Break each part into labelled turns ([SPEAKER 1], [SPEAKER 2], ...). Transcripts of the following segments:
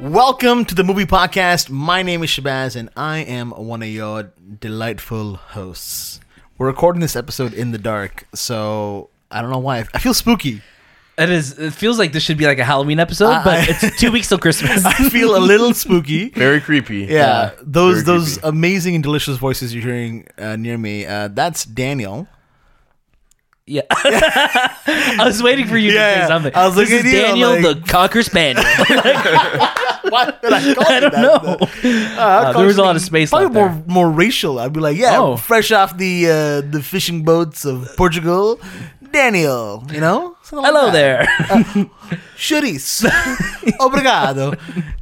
[SPEAKER 1] Welcome to the Movie Podcast. My name is Shabazz, and I am one of your delightful hosts. We're recording this episode in the dark, so I don't know why. I feel spooky.
[SPEAKER 2] It is. It feels like this should be like a Halloween episode,
[SPEAKER 1] I-
[SPEAKER 2] but
[SPEAKER 1] I-
[SPEAKER 2] it's two weeks till Christmas.
[SPEAKER 1] I feel a little spooky.
[SPEAKER 3] Very creepy.
[SPEAKER 1] Yeah, those
[SPEAKER 3] very
[SPEAKER 1] those um,
[SPEAKER 3] creepy.
[SPEAKER 1] amazing and delicious voices you're hearing uh, near me. Uh, that's Daniel.
[SPEAKER 2] yeah. I was waiting for you to
[SPEAKER 1] Yeah,
[SPEAKER 2] say something.
[SPEAKER 1] I was
[SPEAKER 2] this
[SPEAKER 1] looking
[SPEAKER 2] is
[SPEAKER 1] at you, I'm
[SPEAKER 2] Daniel
[SPEAKER 1] like-
[SPEAKER 2] the Cocker Spaniel.
[SPEAKER 1] Why did I call
[SPEAKER 2] I
[SPEAKER 1] it
[SPEAKER 2] don't
[SPEAKER 1] that?
[SPEAKER 2] know.
[SPEAKER 1] Uh,
[SPEAKER 2] there was a lot of space
[SPEAKER 1] Probably
[SPEAKER 2] left there.
[SPEAKER 1] more more racial. I'd be like, yeah,
[SPEAKER 2] Oh.
[SPEAKER 1] fresh off the uh, the fishing boats of Portugal, Daniel. You know, Something like
[SPEAKER 2] Hello
[SPEAKER 1] that.
[SPEAKER 2] there.
[SPEAKER 1] Churis. Obrigado.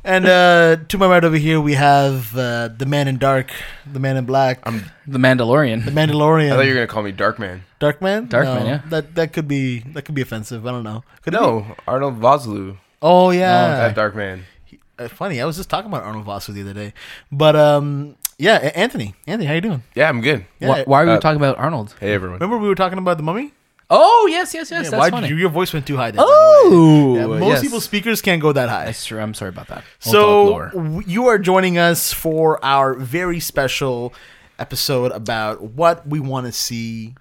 [SPEAKER 1] And uh, to my right over here, we have uh, the man in dark, the man in black,
[SPEAKER 2] the Mandalorian.
[SPEAKER 1] Mandalorian,
[SPEAKER 3] I thought you were gonna call me Darkman.
[SPEAKER 1] Dark Man.
[SPEAKER 2] Dark
[SPEAKER 1] No,
[SPEAKER 2] Man, yeah.
[SPEAKER 1] That that could be that could be offensive. I don't know. Could it be?
[SPEAKER 3] No, Arnold Vosloo.
[SPEAKER 1] Oh
[SPEAKER 3] That
[SPEAKER 1] yeah.
[SPEAKER 3] Darkman.
[SPEAKER 1] Uh, Funny. I was just talking about Arnold Vosloo the other day, but um, yeah, A- Anthony, Anthony, how you doing?
[SPEAKER 3] Yeah, I'm good.
[SPEAKER 1] Yeah.
[SPEAKER 2] why, why are we
[SPEAKER 3] Uh,
[SPEAKER 2] talking about Arnold?
[SPEAKER 3] Hey everyone.
[SPEAKER 1] Remember we were talking about the Mummy?
[SPEAKER 2] Oh yes, yes, yes.
[SPEAKER 1] Yeah,
[SPEAKER 2] that's
[SPEAKER 1] why'd
[SPEAKER 2] funny.
[SPEAKER 1] you- your voice went too high. Then, by the way.
[SPEAKER 2] oh,
[SPEAKER 1] Yeah, most
[SPEAKER 2] yes.
[SPEAKER 1] people's speakers can't go that high.
[SPEAKER 2] That's true. I'm sorry about that. We'll talk
[SPEAKER 1] So
[SPEAKER 2] lower.
[SPEAKER 1] w- you are joining us for our very special episode about what we want to see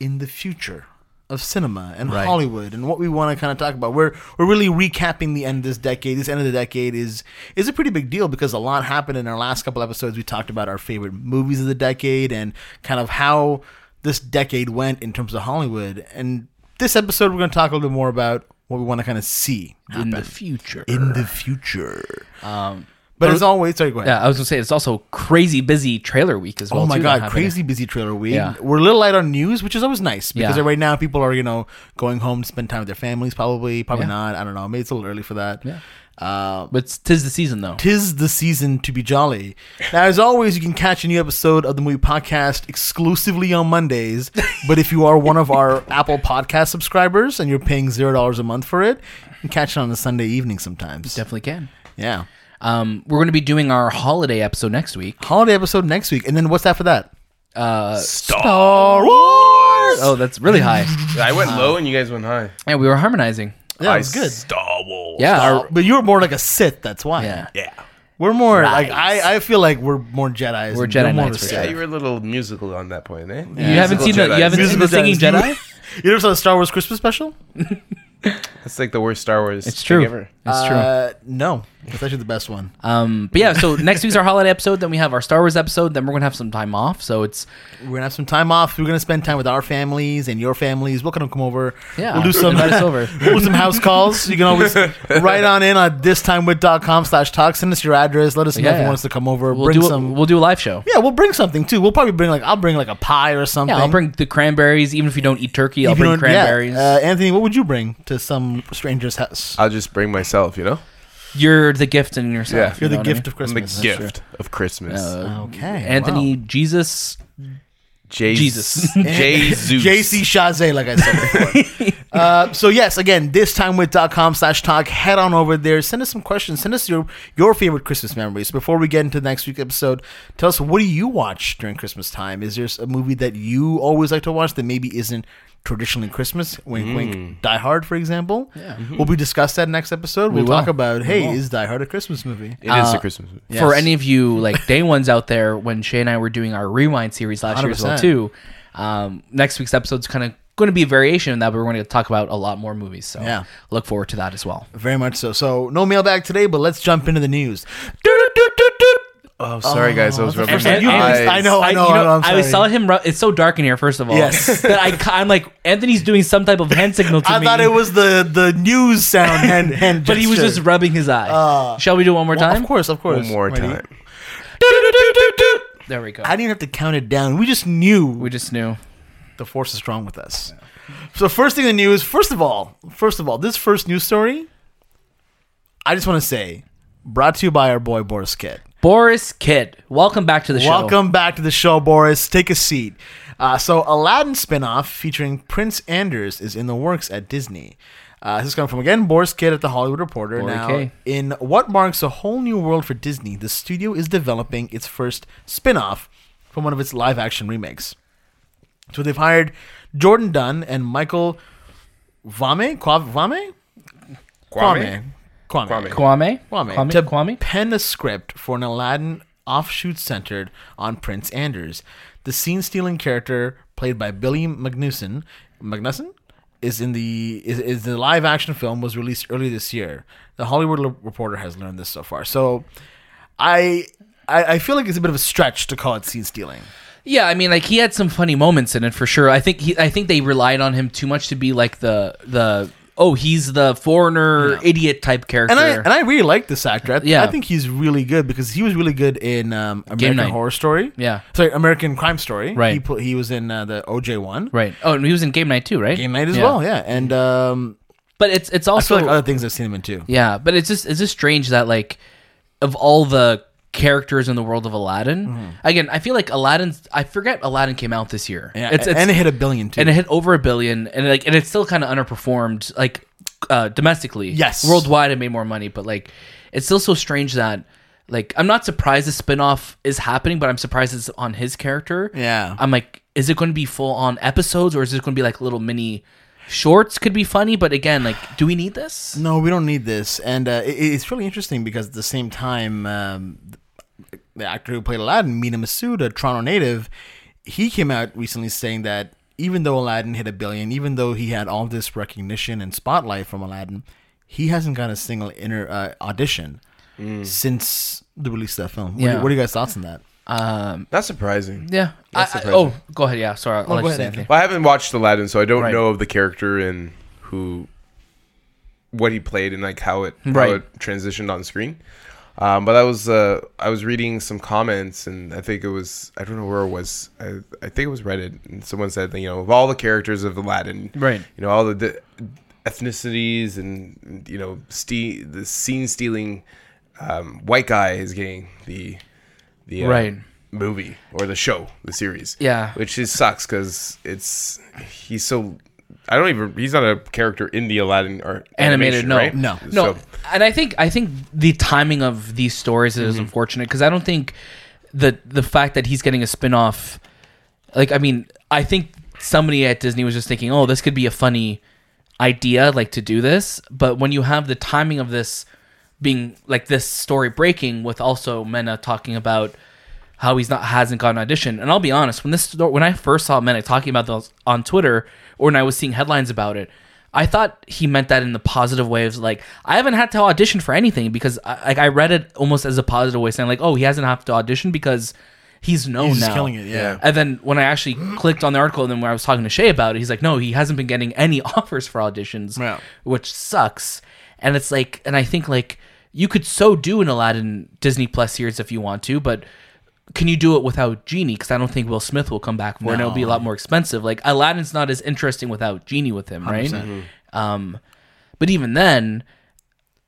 [SPEAKER 1] in the future of cinema and
[SPEAKER 2] Right.
[SPEAKER 1] Hollywood and what we want to kind of talk about. We're we're really recapping the end of this decade. This end of the decade is is a pretty big deal because a lot happened in our last couple episodes. We talked about our favorite movies of the decade and kind of how this decade went in terms of Hollywood. And this episode we're going to talk a little bit more about what we want to kind of see
[SPEAKER 2] in the future.
[SPEAKER 1] in the future.
[SPEAKER 2] um,
[SPEAKER 1] But as always, sorry, go ahead.
[SPEAKER 2] yeah, I was gonna say it's also crazy busy trailer week as well.
[SPEAKER 1] Oh my
[SPEAKER 2] too, that
[SPEAKER 1] god,
[SPEAKER 2] happened.
[SPEAKER 1] crazy busy trailer week.
[SPEAKER 2] Yeah.
[SPEAKER 1] We're a little light on news, which is always nice because
[SPEAKER 2] Yeah.
[SPEAKER 1] right now people are you know going home to spend time with their families. Probably, probably
[SPEAKER 2] Yeah.
[SPEAKER 1] not. I don't know. Maybe it's a little early for that.
[SPEAKER 2] Yeah.
[SPEAKER 1] Uh,
[SPEAKER 2] But it's- tis the season though.
[SPEAKER 1] Tis the season to be jolly. Now, as always, you can catch a new episode of the Movie Podcast exclusively on Mondays. But if you are one of our Apple Podcast subscribers and you're paying zero dollars a month for it, you can catch it on a Sunday evening sometimes.
[SPEAKER 2] Definitely can.
[SPEAKER 1] Yeah,
[SPEAKER 2] Um, we're gonna be doing our holiday episode next week.
[SPEAKER 1] holiday episode next week, and then what's after that?
[SPEAKER 2] Uh,
[SPEAKER 1] Star Wars.
[SPEAKER 2] oh, that's really high.
[SPEAKER 3] I went low and you guys went high.
[SPEAKER 2] Yeah, we were harmonizing.
[SPEAKER 1] Yeah,
[SPEAKER 3] I
[SPEAKER 1] it was good.
[SPEAKER 3] Star Wars.
[SPEAKER 2] Yeah,
[SPEAKER 1] Uh,
[SPEAKER 2] our-
[SPEAKER 1] but you were more like a Sith. That's why.
[SPEAKER 2] yeah.
[SPEAKER 3] Yeah.
[SPEAKER 1] we're more like I. I feel like we're more Jedi's.
[SPEAKER 2] We're
[SPEAKER 1] and you're
[SPEAKER 2] Jedi
[SPEAKER 1] more
[SPEAKER 2] Knights
[SPEAKER 1] of a
[SPEAKER 2] for
[SPEAKER 3] Yeah,
[SPEAKER 1] Sith.
[SPEAKER 3] you were a little musical on that point, eh?
[SPEAKER 2] You haven't seen the
[SPEAKER 3] Jedi.
[SPEAKER 2] you haven't seen
[SPEAKER 1] Musical
[SPEAKER 2] the singing
[SPEAKER 1] Jedi.
[SPEAKER 2] Jedi.
[SPEAKER 1] You ever saw the Star Wars Christmas special?
[SPEAKER 3] That's like the worst Star Wars.
[SPEAKER 2] It's
[SPEAKER 3] thing
[SPEAKER 2] true.
[SPEAKER 3] ever.
[SPEAKER 2] It's true.
[SPEAKER 1] Uh, no, it's actually the best one.
[SPEAKER 2] Um, but yeah, so next week's our holiday episode. Then we have our Star Wars episode. Then we're gonna have some time off. So it's
[SPEAKER 1] We're gonna have some time off. We're gonna spend time with our families and your families. We're gonna come over.
[SPEAKER 2] Yeah,
[SPEAKER 1] we'll do some.
[SPEAKER 2] invite us over.
[SPEAKER 1] We'll do some house calls. You can always write on in on thistimewith.com slash talk. Send us your address. Let us know if
[SPEAKER 2] Yeah.
[SPEAKER 1] you want us to come over.
[SPEAKER 2] we'll
[SPEAKER 1] bring
[SPEAKER 2] do a,
[SPEAKER 1] some.
[SPEAKER 2] we'll do a live show.
[SPEAKER 1] yeah, we'll bring something too. We'll probably bring like I'll bring like a pie or something.
[SPEAKER 2] Yeah, I'll bring the cranberries. Even if you don't eat turkey, I'll
[SPEAKER 1] If you
[SPEAKER 2] bring
[SPEAKER 1] don't- yeah,
[SPEAKER 2] cranberries.
[SPEAKER 1] Uh, Anthony, what would you bring to some stranger's house?
[SPEAKER 3] I'll just bring myself, you know?
[SPEAKER 2] You're the gift in yourself.
[SPEAKER 3] Yeah.
[SPEAKER 2] you
[SPEAKER 1] You're
[SPEAKER 2] know
[SPEAKER 1] the
[SPEAKER 2] what I
[SPEAKER 1] gift of
[SPEAKER 3] I'm the
[SPEAKER 1] Christmas.
[SPEAKER 3] gift of Christmas.
[SPEAKER 2] mean? Uh,
[SPEAKER 1] Okay.
[SPEAKER 2] Anthony Jesus.
[SPEAKER 3] Jay-
[SPEAKER 2] Jesus.
[SPEAKER 3] Jesus.
[SPEAKER 1] JC Chazé, like I said before. uh, so, yes, again, this time with.com slash talk. Head on over there. Send us some questions. Send us your, your favorite Christmas memories. Before we get into next week's episode, tell us what do you watch during Christmas time? Is there a movie that you always like to watch that maybe isn't traditionally Christmas? Wink,
[SPEAKER 2] Hmm.
[SPEAKER 1] wink. Die Hard, for example. Mm-hmm. Yeah. Will we discuss that next episode? We'll talk
[SPEAKER 2] Mm-hmm. will.
[SPEAKER 1] about, hey, is Die Hard a Christmas movie?
[SPEAKER 3] It
[SPEAKER 2] Uh,
[SPEAKER 3] is a Christmas movie.
[SPEAKER 2] for
[SPEAKER 1] Yes.
[SPEAKER 2] any of you like day ones out there when shay and i were doing our rewind series last year as well
[SPEAKER 1] 100%.
[SPEAKER 2] too um, next week's episode's kind of going to be a variation of that but we're going to talk about a lot more movies so
[SPEAKER 1] Yeah.
[SPEAKER 2] look forward to that as well
[SPEAKER 1] Very much so. So, no mailbag today, but let's jump into the news.
[SPEAKER 3] Oh, sorry guys, I was rubbing
[SPEAKER 1] first
[SPEAKER 3] my
[SPEAKER 1] time you
[SPEAKER 3] eyes.
[SPEAKER 1] missed- I know. Oh, I
[SPEAKER 2] you
[SPEAKER 1] I'm
[SPEAKER 2] I
[SPEAKER 1] sorry.
[SPEAKER 2] saw him. Ru- it's so dark in here. First of all,
[SPEAKER 1] Yes.
[SPEAKER 2] that I, ca- I'm like Anthony's doing some type of hand signal to
[SPEAKER 1] I
[SPEAKER 2] me.
[SPEAKER 1] thought it was the the news sound hand hand.
[SPEAKER 2] but he was
[SPEAKER 1] gesture.
[SPEAKER 2] just rubbing his eye.
[SPEAKER 1] Uh,
[SPEAKER 2] Shall we do it one more
[SPEAKER 1] Well,
[SPEAKER 2] time?
[SPEAKER 1] Of course, of course.
[SPEAKER 3] One more
[SPEAKER 1] Ready?
[SPEAKER 3] time.
[SPEAKER 2] There we go.
[SPEAKER 1] I didn't have to count it down. We just knew
[SPEAKER 2] we just knew.
[SPEAKER 1] the force is strong with us. So first thing in the news. First of all, first of all, this first news story. I just want to say, brought to you by our boy Boris Kidd.
[SPEAKER 2] Boris Kidd, welcome back to the show.
[SPEAKER 1] Welcome back to the show, Boris. Take a seat. Uh, so, Aladdin spinoff featuring Prince Anders is in the works at Disney. Uh, this is coming from again Boris Kidd at the Hollywood Reporter.
[SPEAKER 2] Bory
[SPEAKER 1] now,
[SPEAKER 2] K.
[SPEAKER 1] in what marks a whole new world for Disney, the studio is developing its first spin-off from one of its live-action remakes. So they've hired Jordan Dunn and Michael Vame, Qua- Vame, Kwame. Kwame.
[SPEAKER 3] Kwame.
[SPEAKER 2] Kwame?
[SPEAKER 1] Kwame,
[SPEAKER 2] Kwame?
[SPEAKER 1] to
[SPEAKER 2] Kwame?
[SPEAKER 1] pen a script for an Aladdin offshoot centered on Prince Anders. The scene stealing character played by Billy Magnuson, Magnuson is in the is, is the live action film was released early this year. The Hollywood Le- Reporter has learned this so far. So, I. I I feel like it's a bit of a stretch to call it scene stealing.
[SPEAKER 2] Yeah, I mean, like he had some funny moments in it for sure. I think he, I think they relied on him too much to be like the the oh he's the foreigner idiot type character.
[SPEAKER 1] And I and I really like this actor. I,
[SPEAKER 2] Yeah.
[SPEAKER 1] I think he's really good because he was really good in um, American
[SPEAKER 2] Night.
[SPEAKER 1] Horror Story.
[SPEAKER 2] Yeah.
[SPEAKER 1] sorry, American Crime Story.
[SPEAKER 2] Right.
[SPEAKER 1] he, pl- he was in uh, the OJ one.
[SPEAKER 2] right. Oh, and he was in Game Night too, right?
[SPEAKER 1] Game Night as
[SPEAKER 2] Yeah.
[SPEAKER 1] well, yeah. And um,
[SPEAKER 2] But it's it's
[SPEAKER 1] I feel
[SPEAKER 2] also
[SPEAKER 1] like uh, other things I've seen him in too.
[SPEAKER 2] yeah. But it's just it's just strange that like of all the characters in the world of Aladdin,
[SPEAKER 1] Mm-hmm.
[SPEAKER 2] again, I feel like Aladdin's. I forget Aladdin came out this year.
[SPEAKER 1] Yeah,
[SPEAKER 2] it's, it's
[SPEAKER 1] and it hit a billion too.
[SPEAKER 2] and it hit over a billion, and like, and it's still kind of underperformed, like, uh, domestically.
[SPEAKER 1] Yes.
[SPEAKER 2] worldwide, it made more money, but like, it's still so strange that, like, I'm not surprised the spinoff is happening, but I'm surprised it's on his character.
[SPEAKER 1] Yeah.
[SPEAKER 2] I'm like, is it going to be full on episodes, or is it going to be like little mini shorts? Could be funny, but again, like, do we need this?
[SPEAKER 1] no, we don't need this. And uh, it, it's really interesting because at the same time, um, the actor who played Aladdin, Mina Masood, a Toronto native, he came out recently saying that even though Aladdin hit a billion, even though he had all this recognition and spotlight from Aladdin, he hasn't got a single inner uh, audition since the release of that film. What,
[SPEAKER 2] Yeah.
[SPEAKER 1] do, what are you guys' thoughts on that?
[SPEAKER 3] Not surprising.
[SPEAKER 2] Um, Yeah. I,
[SPEAKER 3] That's
[SPEAKER 2] I-
[SPEAKER 3] surprising.
[SPEAKER 2] oh, go ahead. Yeah, sorry. I'll let
[SPEAKER 1] go
[SPEAKER 2] you say
[SPEAKER 1] ahead,
[SPEAKER 2] anything.
[SPEAKER 3] Well, I haven't watched Aladdin, so I don't
[SPEAKER 2] Right.
[SPEAKER 3] know of the character and who, what he played and like how it
[SPEAKER 2] Right.
[SPEAKER 3] how it transitioned on screen. Um, but I was uh, I was reading some comments, and I think it was I don't know where it was. I, I think it was Reddit, and someone said that, you know of all the characters of Aladdin,
[SPEAKER 2] Right.
[SPEAKER 3] You know all the, the ethnicities and you know ste- the scene stealing um, white guy is getting the the uh,
[SPEAKER 2] Right.
[SPEAKER 3] movie or the show, the series.
[SPEAKER 2] Yeah.
[SPEAKER 3] Which is sucks because it's he's so I don't even he's not a character in the Aladdin or
[SPEAKER 2] animated
[SPEAKER 3] animation,
[SPEAKER 2] no
[SPEAKER 3] right?
[SPEAKER 1] No.
[SPEAKER 2] no
[SPEAKER 3] So,
[SPEAKER 2] and i think i think the timing of these stories is
[SPEAKER 3] Mm-hmm.
[SPEAKER 2] unfortunate because i don't think the the fact that he's getting a spin-off like i mean i think somebody at disney was just thinking oh this could be a funny idea like to do this but when you have the timing of this being like this story breaking with also mena talking about how he's not hasn't got an audition and i'll be honest when this sto- when i first saw mena talking about this on twitter or when i was seeing headlines about it i thought he meant that in the positive way of like i haven't had to audition for anything because I, like i read it almost as a positive way saying like oh he hasn't have to audition because he's known
[SPEAKER 1] He's
[SPEAKER 2] now
[SPEAKER 1] just killing it, yeah.
[SPEAKER 2] and then when I actually clicked on the article, and then when I was talking to Shay about it, he's like, no, he hasn't been getting any offers for auditions,
[SPEAKER 1] Yeah.
[SPEAKER 2] which sucks. And it's like, and I think like you could so do an Aladdin Disney Plus series if you want to, but can you do it without Genie? Because I don't think Will Smith will come back for it, and it'll be a lot more expensive. Like Aladdin's not as interesting without Genie with him, right? Um, but even then.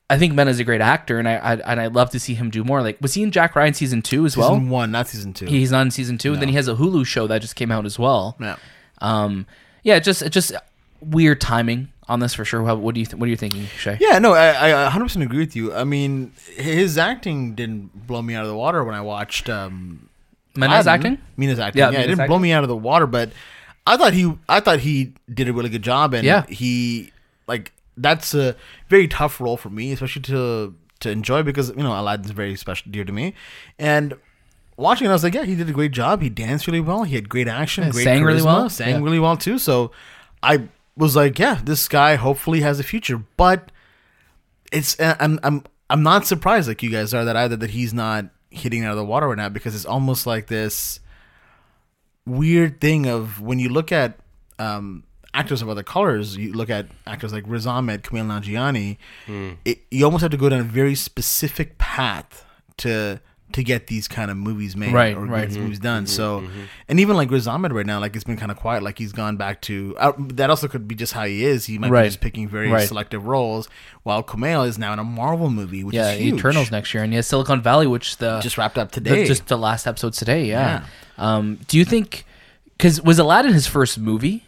[SPEAKER 2] I think Men is a great actor, and I, I and I love to see him do more. Like, was he in Jack Ryan season two as well?
[SPEAKER 1] Season one, not season two.
[SPEAKER 2] he's on season two. And then he has a Hulu show that just came out as well.
[SPEAKER 1] yeah.
[SPEAKER 2] Um, yeah, it just it just weird timing on this for sure. What, what do you th- what are you thinking, Shay?
[SPEAKER 1] Yeah, no, I, I 100% agree with you. I mean, his acting didn't blow me out of the water when I watched. Um,
[SPEAKER 2] Mena's
[SPEAKER 1] Aladdin.
[SPEAKER 2] acting.
[SPEAKER 1] Mina's acting.
[SPEAKER 2] Yeah,
[SPEAKER 1] Yeah, it
[SPEAKER 2] Mina's
[SPEAKER 1] didn't
[SPEAKER 2] acting.
[SPEAKER 1] blow me out of the water, but I thought he, I thought he did a really good job, and
[SPEAKER 2] Yeah.
[SPEAKER 1] he like that's a very tough role for me, especially to to enjoy because you know Aladdin's very special, dear to me, and. Watching it, I was like, yeah, he did a great job. He danced really well. He had great action.
[SPEAKER 2] Yeah,
[SPEAKER 1] great
[SPEAKER 2] sang really
[SPEAKER 1] charisma,
[SPEAKER 2] well.
[SPEAKER 1] Sang
[SPEAKER 2] Yeah.
[SPEAKER 1] really well too. So, I was like, yeah, this guy hopefully has a future. But it's uh, I'm I'm I'm not surprised like you guys are that either that he's not hitting it out of the water right now because it's almost like this weird thing of when you look at um, actors of other colors, you look at actors like Riz Ahmed, Kumail Nanjiani, it, you almost have to go down a very specific path to to get these kind of movies made
[SPEAKER 2] Right,
[SPEAKER 1] or
[SPEAKER 2] right.
[SPEAKER 1] get these movies done. so, and even like Riz Ahmed right now, like it's been kind of quiet. Like he's gone back to uh, that. Also, could be just how he is. He might
[SPEAKER 2] Right,
[SPEAKER 1] be just picking very
[SPEAKER 2] right.
[SPEAKER 1] selective roles. While Kumail is now in a Marvel movie, which
[SPEAKER 2] Yeah,
[SPEAKER 1] is huge.
[SPEAKER 2] Eternals next year, and yeah, Silicon Valley, which the
[SPEAKER 1] just wrapped up
[SPEAKER 2] the-
[SPEAKER 1] today.
[SPEAKER 2] just the last episodes today. Yeah. Um, do you think? Because was Aladdin his first movie?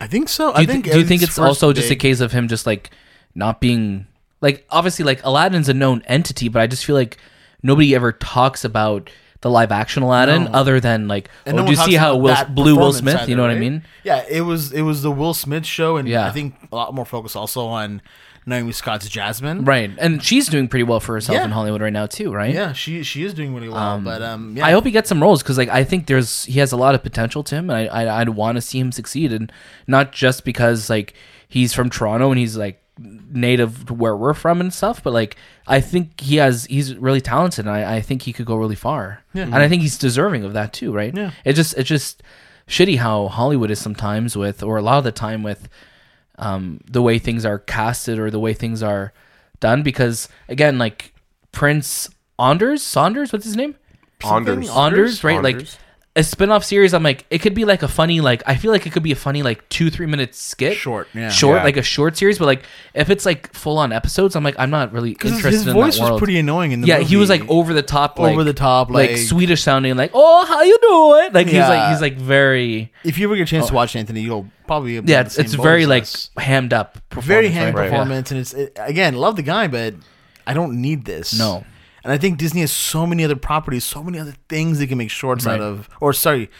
[SPEAKER 1] I think so.
[SPEAKER 2] Do
[SPEAKER 1] I
[SPEAKER 2] you, think
[SPEAKER 1] think.
[SPEAKER 2] do you think
[SPEAKER 1] his
[SPEAKER 2] it's
[SPEAKER 1] first
[SPEAKER 2] also just a
[SPEAKER 1] big-
[SPEAKER 2] case of him just like not being like obviously like Aladdin's a known entity, but I just feel like nobody ever talks about the live action Aladdin,
[SPEAKER 1] No.
[SPEAKER 2] other than like,
[SPEAKER 1] And
[SPEAKER 2] oh,
[SPEAKER 1] no
[SPEAKER 2] do
[SPEAKER 1] one
[SPEAKER 2] you
[SPEAKER 1] talks
[SPEAKER 2] see how
[SPEAKER 1] about
[SPEAKER 2] Will
[SPEAKER 1] that
[SPEAKER 2] blue Will
[SPEAKER 1] performance
[SPEAKER 2] Smith?
[SPEAKER 1] either,
[SPEAKER 2] you know what I
[SPEAKER 1] right?
[SPEAKER 2] mean?
[SPEAKER 1] Yeah, it was it was the Will Smith show, and
[SPEAKER 2] Yeah.
[SPEAKER 1] I think a lot more focus also on Naomi Scott's Jasmine.
[SPEAKER 2] Right, and she's doing pretty well for herself
[SPEAKER 1] Yeah.
[SPEAKER 2] in Hollywood right now too, right?
[SPEAKER 1] Yeah, she she is doing really well, but um, yeah,
[SPEAKER 2] I hope he gets some roles because like I think there's he has a lot of potential to him, and I, I I'd want to see him succeed, and not just because like he's from Toronto and he's like native to where we're from and stuff, but like I think he has he's really talented, and I, I think he could go really far,
[SPEAKER 1] Yeah.
[SPEAKER 2] and I think he's deserving of that too, right?
[SPEAKER 1] Yeah.
[SPEAKER 2] It just it's just shitty how Hollywood is sometimes with or a lot of the time with um, the way things are casted or the way things are done because again like Prince Anders Saunders what's his name
[SPEAKER 3] Anders.
[SPEAKER 2] Anders, right?
[SPEAKER 3] Anders.
[SPEAKER 2] Like a spin-off series, I'm like, it could be like a funny, like I feel like it could be a funny, like two, three minute skit.
[SPEAKER 1] Short, yeah.
[SPEAKER 2] Short,
[SPEAKER 3] Yeah.
[SPEAKER 2] like a short series, but like if it's like full on episodes, I'm like, I'm not really
[SPEAKER 1] his,
[SPEAKER 2] interested
[SPEAKER 1] his
[SPEAKER 2] in
[SPEAKER 1] voice
[SPEAKER 2] that
[SPEAKER 1] was
[SPEAKER 2] world.
[SPEAKER 1] pretty annoying in the
[SPEAKER 2] yeah, he was
[SPEAKER 1] movie.
[SPEAKER 2] like over the top, like,
[SPEAKER 1] Over the top, like-
[SPEAKER 2] Swedish sounding, like, oh, how you doing? Like he's
[SPEAKER 1] Yeah.
[SPEAKER 2] like he's like very,
[SPEAKER 1] if you ever get a chance to watch Anthony, you'll probably be
[SPEAKER 2] Oh. yeah,
[SPEAKER 1] on the
[SPEAKER 2] it's,
[SPEAKER 1] same
[SPEAKER 2] it's
[SPEAKER 1] boat
[SPEAKER 2] very
[SPEAKER 1] as
[SPEAKER 2] like
[SPEAKER 1] us.
[SPEAKER 2] hammed up, performance,
[SPEAKER 1] very hand
[SPEAKER 2] right? Yeah.
[SPEAKER 1] performance, and it's it, again love the guy, but I don't need this.
[SPEAKER 2] No.
[SPEAKER 1] and I think Disney has so many other properties, so many other things they can make shorts out
[SPEAKER 2] Right.
[SPEAKER 1] of, or sorry,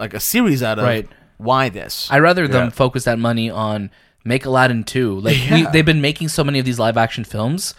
[SPEAKER 1] like a series out of.
[SPEAKER 2] Right.
[SPEAKER 1] Why this?
[SPEAKER 2] I'd rather them
[SPEAKER 3] Yeah.
[SPEAKER 2] focus that money on make Aladdin 2. Like we,
[SPEAKER 1] Yeah.
[SPEAKER 2] they've been making so many of these live action films.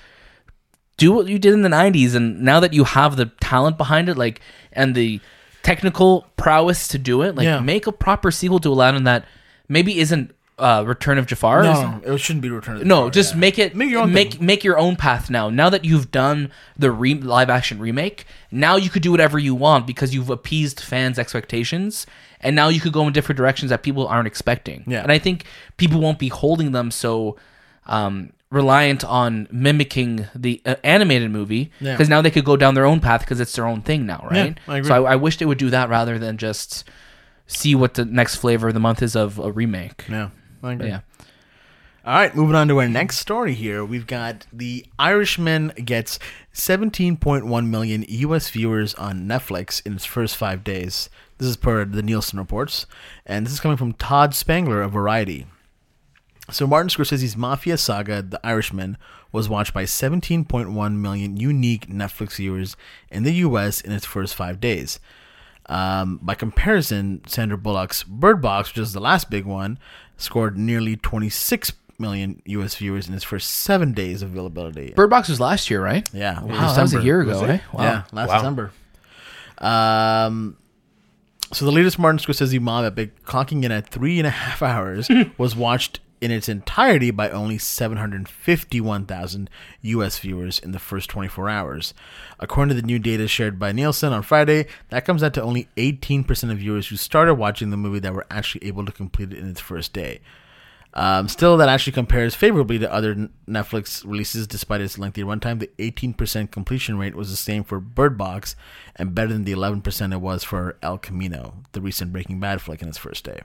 [SPEAKER 2] Do what you did in the 90s and now that you have the talent behind it like and the technical prowess to do it, like
[SPEAKER 1] Yeah.
[SPEAKER 2] make a proper sequel to Aladdin that maybe isn't uh, Return of Jafar. isn't-
[SPEAKER 1] no, it shouldn't be Return of the Jafar,
[SPEAKER 2] no, just
[SPEAKER 1] Oh, yeah.
[SPEAKER 2] make it
[SPEAKER 1] Make
[SPEAKER 2] make
[SPEAKER 1] your own
[SPEAKER 2] make, your own path now. Now that you've done the re- live action remake, now you could do whatever you want because you've appeased fans' expectations, and now you could go in different directions that people aren't expecting.
[SPEAKER 1] Yeah.
[SPEAKER 2] and I think people won't be holding them so um, reliant on mimicking the uh, animated movie
[SPEAKER 1] Yeah.
[SPEAKER 2] because now they could go down their own path because it's their own thing now, right?
[SPEAKER 1] I agree.
[SPEAKER 2] So I, I wish they would do that rather than just see what the next flavor of the month is of a remake.
[SPEAKER 1] Yeah. I agree.
[SPEAKER 2] Yeah.
[SPEAKER 1] All right, moving on to our next story here. We've got The Irishman gets 17.1 million US viewers on Netflix in its first five days. This is per the Nielsen reports. And this is coming from Todd Spangler of Variety. So Martin Scorsese's mafia saga, The Irishman, was watched by 17.1 million unique Netflix viewers in the U.S. in its first five days. Um, by comparison, Sandra Bullock's Bird Box, which is the last big one, scored nearly 26 million U.S. viewers in its first seven days of availability.
[SPEAKER 2] Bird Box was last year, right?
[SPEAKER 1] yeah, it was
[SPEAKER 2] Wow, that was a
[SPEAKER 1] December.
[SPEAKER 2] year ago,
[SPEAKER 3] it?
[SPEAKER 2] eh? Wow.
[SPEAKER 1] Yeah, last
[SPEAKER 3] Wow.
[SPEAKER 1] December. Um, so the latest Martin Scorsese mob epic, clocking in at three and a half hours, was watched in its entirety by only 751,000 U.S. viewers in the first 24 hours. According to the new data shared by Nielsen on Friday, that comes out to only 18% of viewers who started watching the movie that were actually able to complete it in its first day. Um, still, that actually compares favorably to other N- Netflix releases, despite its lengthy runtime. The 18% completion rate was the same for Bird Box, and better than the 11% it was for El Camino, the recent Breaking Bad flick in its first day.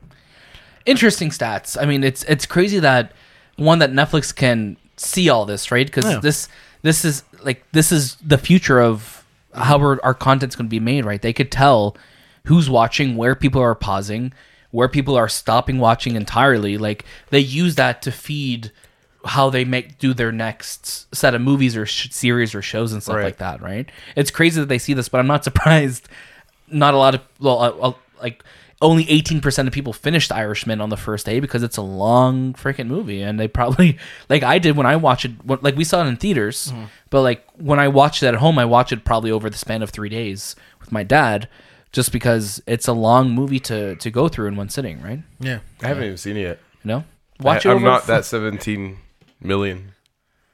[SPEAKER 2] Interesting stats. I mean, it's it's crazy that one that Netflix can see all this, right? Because
[SPEAKER 1] Yeah.
[SPEAKER 2] this this is like this is the future of how our our content's going to be made, right? They could tell who's watching, where people are pausing, where people are stopping watching entirely. Like they use that to feed how they make do their next set of movies or sh- series or shows and stuff
[SPEAKER 3] Right.
[SPEAKER 2] like that, right? It's crazy that they see this, but I'm not surprised. Not a lot of well, uh, uh, like only 18% of people finished Irishman on the first day because it's a long freaking movie, and they probably like I did when I watched it. When, like we saw it in theaters, but like when I watched it at home, I watched it probably over the span of three days with my dad, just because it's a long movie to to go through in one sitting, right?
[SPEAKER 1] Yeah.
[SPEAKER 3] I haven't even seen it yet.
[SPEAKER 2] You know, watch
[SPEAKER 3] I,
[SPEAKER 2] it.
[SPEAKER 3] I'm
[SPEAKER 2] over
[SPEAKER 3] not
[SPEAKER 2] f-
[SPEAKER 3] that 17 million.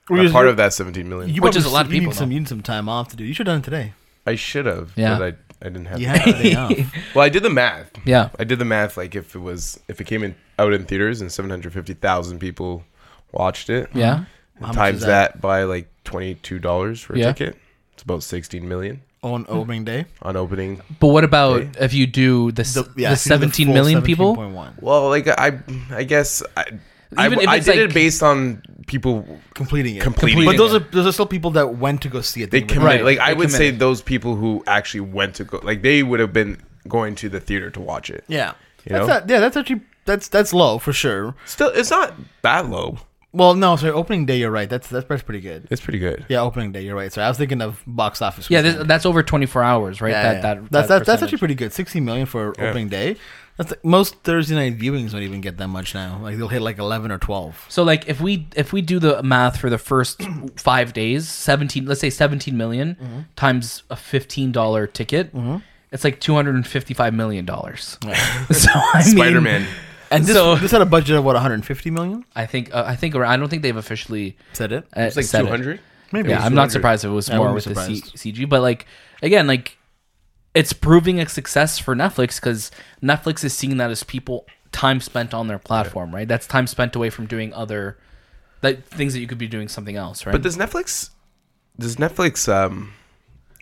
[SPEAKER 3] I'm part of that 17 million.
[SPEAKER 2] Which is a lot of
[SPEAKER 1] you
[SPEAKER 2] people,
[SPEAKER 1] Need some,
[SPEAKER 2] though.
[SPEAKER 1] you need some time off to do. You should have done it today.
[SPEAKER 3] I should have,
[SPEAKER 2] Yeah.
[SPEAKER 3] but I, I didn't have.
[SPEAKER 1] You
[SPEAKER 3] Yeah.
[SPEAKER 1] had the day off.
[SPEAKER 3] Well, I did the math.
[SPEAKER 2] Yeah.
[SPEAKER 3] I did the math. Like if it was if it came in out in theaters and 750,000 people watched it.
[SPEAKER 2] Yeah.
[SPEAKER 3] and
[SPEAKER 1] How much
[SPEAKER 3] times
[SPEAKER 1] is that?
[SPEAKER 3] that? by like $22 for a
[SPEAKER 2] Yeah.
[SPEAKER 3] ticket. It's about 16 million
[SPEAKER 1] On opening day.
[SPEAKER 3] on opening.
[SPEAKER 2] But what about if you do the, s- the,
[SPEAKER 1] yeah, see
[SPEAKER 2] seventeen
[SPEAKER 1] full
[SPEAKER 2] million people?
[SPEAKER 1] 17.1.
[SPEAKER 3] Well, like I I guess I I,
[SPEAKER 2] Even if
[SPEAKER 3] I
[SPEAKER 2] it's,
[SPEAKER 3] did
[SPEAKER 2] like-
[SPEAKER 3] it based on people
[SPEAKER 1] Completing it.
[SPEAKER 3] Completing
[SPEAKER 1] But
[SPEAKER 3] it.
[SPEAKER 1] those are, those are still people that went to go see it.
[SPEAKER 3] they
[SPEAKER 1] were-
[SPEAKER 3] committed.
[SPEAKER 2] Right,
[SPEAKER 3] Like I
[SPEAKER 2] they
[SPEAKER 3] would say
[SPEAKER 2] committed.
[SPEAKER 3] those people who actually went to go like they would have been going to the theater to watch it.
[SPEAKER 1] Yeah.
[SPEAKER 3] You
[SPEAKER 1] that's
[SPEAKER 3] know?
[SPEAKER 1] not, yeah, that's actually, that's, that's low for sure.
[SPEAKER 3] Still it's not that low.
[SPEAKER 1] Well, no, sorry. Opening day, you're right. That's that's that's pretty good.
[SPEAKER 3] It's pretty good.
[SPEAKER 1] Yeah, opening day, you're right. Sorry, I was thinking of box office.
[SPEAKER 2] Yeah,
[SPEAKER 1] weekend.
[SPEAKER 2] this, that's over 24 hours, right?
[SPEAKER 1] Yeah,
[SPEAKER 2] that,
[SPEAKER 1] yeah.
[SPEAKER 2] that
[SPEAKER 1] that's
[SPEAKER 2] that
[SPEAKER 1] that's, that's
[SPEAKER 2] percentage.
[SPEAKER 1] actually pretty good. Sixty million for
[SPEAKER 3] Yeah.
[SPEAKER 1] opening day. That's like, most Thursday night viewings don't even get that much now. Like they'll hit like eleven or twelve.
[SPEAKER 2] So like if we if we do the math for the first five days, seventeen let's say seventeen million
[SPEAKER 1] Mm-hmm.
[SPEAKER 2] times a fifteen dollar ticket, it's like two hundred and fifty five million dollars. so I mean,
[SPEAKER 3] Spider Man.
[SPEAKER 1] And this,
[SPEAKER 2] So-
[SPEAKER 1] this had a budget of what 150 million.
[SPEAKER 2] I think uh, I think around- I don't think they've officially.
[SPEAKER 1] Is that it?
[SPEAKER 2] Uh,
[SPEAKER 3] It's like
[SPEAKER 2] said it.
[SPEAKER 3] two hundred.
[SPEAKER 1] Maybe.
[SPEAKER 2] Yeah,
[SPEAKER 1] it's
[SPEAKER 2] I'm not
[SPEAKER 1] 200.
[SPEAKER 2] surprised if it was
[SPEAKER 1] I
[SPEAKER 2] more
[SPEAKER 1] wouldn't
[SPEAKER 2] with
[SPEAKER 1] be
[SPEAKER 2] the C-
[SPEAKER 1] surprised.
[SPEAKER 2] CG, but like again, like it's proving a success for Netflix because Netflix is seeing that as people time spent on their platform, right? That's time spent away from doing other like things that you could be doing something else, right?
[SPEAKER 3] But does Netflix does Netflix um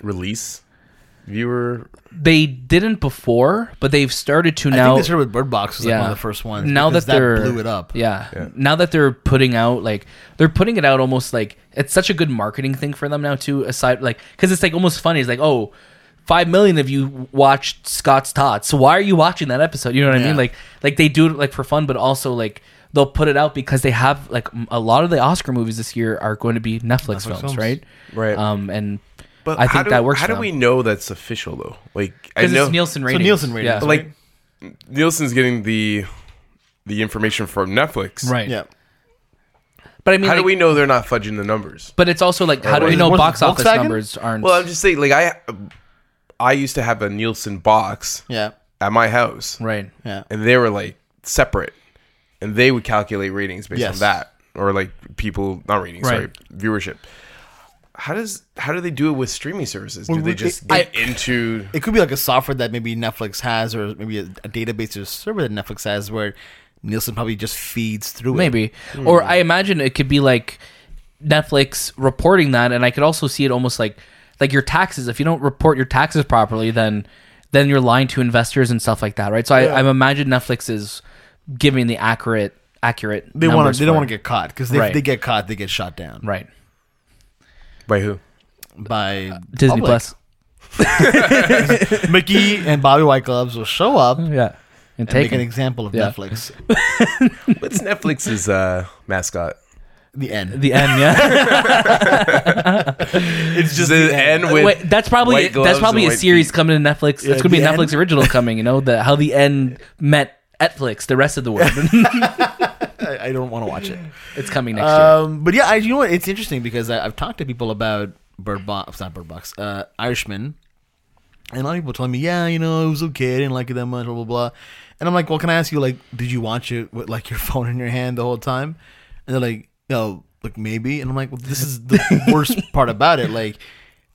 [SPEAKER 3] release viewer
[SPEAKER 2] they didn't before, but they've started to
[SPEAKER 1] I
[SPEAKER 2] now.
[SPEAKER 1] think they started with Bird Box was like
[SPEAKER 2] Yeah.
[SPEAKER 1] one of the first ones.
[SPEAKER 2] now
[SPEAKER 1] because
[SPEAKER 2] that they're
[SPEAKER 1] blew it up.
[SPEAKER 2] Yeah. Now that they're putting out like they're putting it out almost like it's such a good marketing thing for them now too. Aside like because it's like almost funny. It's like oh. Five million of you watched Scott's Tots. So why are you watching that episode? You know what I
[SPEAKER 1] Yeah.
[SPEAKER 2] mean? Like, like they do it like for fun, but also like they'll put it out because they have like m- a lot of the Oscar movies this year are going to be Netflix, films,
[SPEAKER 1] films.
[SPEAKER 2] right?
[SPEAKER 3] Right.
[SPEAKER 2] Um, and
[SPEAKER 3] But
[SPEAKER 2] I
[SPEAKER 3] how
[SPEAKER 2] think
[SPEAKER 3] do-
[SPEAKER 2] that works
[SPEAKER 3] How
[SPEAKER 2] for
[SPEAKER 3] do
[SPEAKER 2] them.
[SPEAKER 3] we know that's official though? Like I
[SPEAKER 2] because
[SPEAKER 3] know
[SPEAKER 2] it's Nielsen ratings.
[SPEAKER 1] Nielsen ratings,
[SPEAKER 2] Yeah.
[SPEAKER 1] right?
[SPEAKER 3] but, like Nielsen's getting the the information from Netflix.
[SPEAKER 2] right.
[SPEAKER 1] Yeah.
[SPEAKER 2] But I mean,
[SPEAKER 3] How
[SPEAKER 2] like,
[SPEAKER 3] do we know they're not fudging the numbers?
[SPEAKER 2] But it's also like, how do
[SPEAKER 3] what
[SPEAKER 2] we
[SPEAKER 3] is-
[SPEAKER 2] know
[SPEAKER 1] what is
[SPEAKER 2] box
[SPEAKER 1] it,
[SPEAKER 2] office
[SPEAKER 1] Volkswagen?
[SPEAKER 2] numbers aren't?
[SPEAKER 3] Well, I'm just saying, like I I used to have a Nielsen box
[SPEAKER 1] Yeah.
[SPEAKER 3] at my house,
[SPEAKER 2] right.
[SPEAKER 1] Yeah.
[SPEAKER 3] and they were like separate, and they would calculate ratings based
[SPEAKER 1] Yes.
[SPEAKER 3] on that, or like people not ratings,
[SPEAKER 2] Right.
[SPEAKER 3] sorry, viewership. How does how do they do it with streaming services? Do
[SPEAKER 1] Well,
[SPEAKER 3] they
[SPEAKER 1] it-
[SPEAKER 3] just
[SPEAKER 1] I-
[SPEAKER 3] get into
[SPEAKER 1] It could be like a software that maybe Netflix has, or maybe a, a database or server that Netflix has, where Nielsen probably just feeds through. it.
[SPEAKER 2] Maybe. Or I imagine it could be like Netflix reporting that, and I could also see it almost like like your taxes. If you don't report your taxes properly, then then you're lying to investors and stuff like that, right? So I, I imagine Netflix is giving the accurate accurate.
[SPEAKER 1] They want
[SPEAKER 2] numbers
[SPEAKER 1] to. They don't
[SPEAKER 2] for
[SPEAKER 1] want to
[SPEAKER 2] it.
[SPEAKER 1] get caught because if
[SPEAKER 2] Right.
[SPEAKER 1] they get caught, they get shot down
[SPEAKER 2] right.
[SPEAKER 3] by who?
[SPEAKER 1] by
[SPEAKER 2] Disney
[SPEAKER 1] public.
[SPEAKER 2] Plus.
[SPEAKER 1] Mickey and Bobby White Gloves will show up and
[SPEAKER 2] Yeah. And
[SPEAKER 1] make
[SPEAKER 2] take
[SPEAKER 1] an
[SPEAKER 2] it.
[SPEAKER 1] example of
[SPEAKER 2] Hmm. Yeah.
[SPEAKER 1] Netflix.
[SPEAKER 3] What's Netflix's uh, mascot?
[SPEAKER 1] The end.
[SPEAKER 2] the end. Yeah.
[SPEAKER 3] It's just the end with
[SPEAKER 2] Wait, that's probably
[SPEAKER 3] white gloves
[SPEAKER 2] that's probably
[SPEAKER 3] and
[SPEAKER 2] a
[SPEAKER 3] white
[SPEAKER 2] series
[SPEAKER 3] feet.
[SPEAKER 2] coming to Netflix.
[SPEAKER 1] Yeah,
[SPEAKER 2] it's gonna be a
[SPEAKER 1] the
[SPEAKER 2] Netflix
[SPEAKER 1] end.
[SPEAKER 2] original coming. You know the how the end met Netflix, the rest of the world.
[SPEAKER 1] I, I don't want to watch it.
[SPEAKER 2] it's coming next year.
[SPEAKER 1] Um, but yeah, I, you know what? It's interesting because I, I've talked to people about Bird Box, not Bird Box, uh, Irishman, and a lot of people telling me, yeah, you know, it was okay, I didn't like it that much, blah blah blah. And I'm like, well, can I ask you, like, did you watch it with like your phone in your hand the whole time? And they're like, no, like maybe. And I'm like, well, this is the worst part about it, like.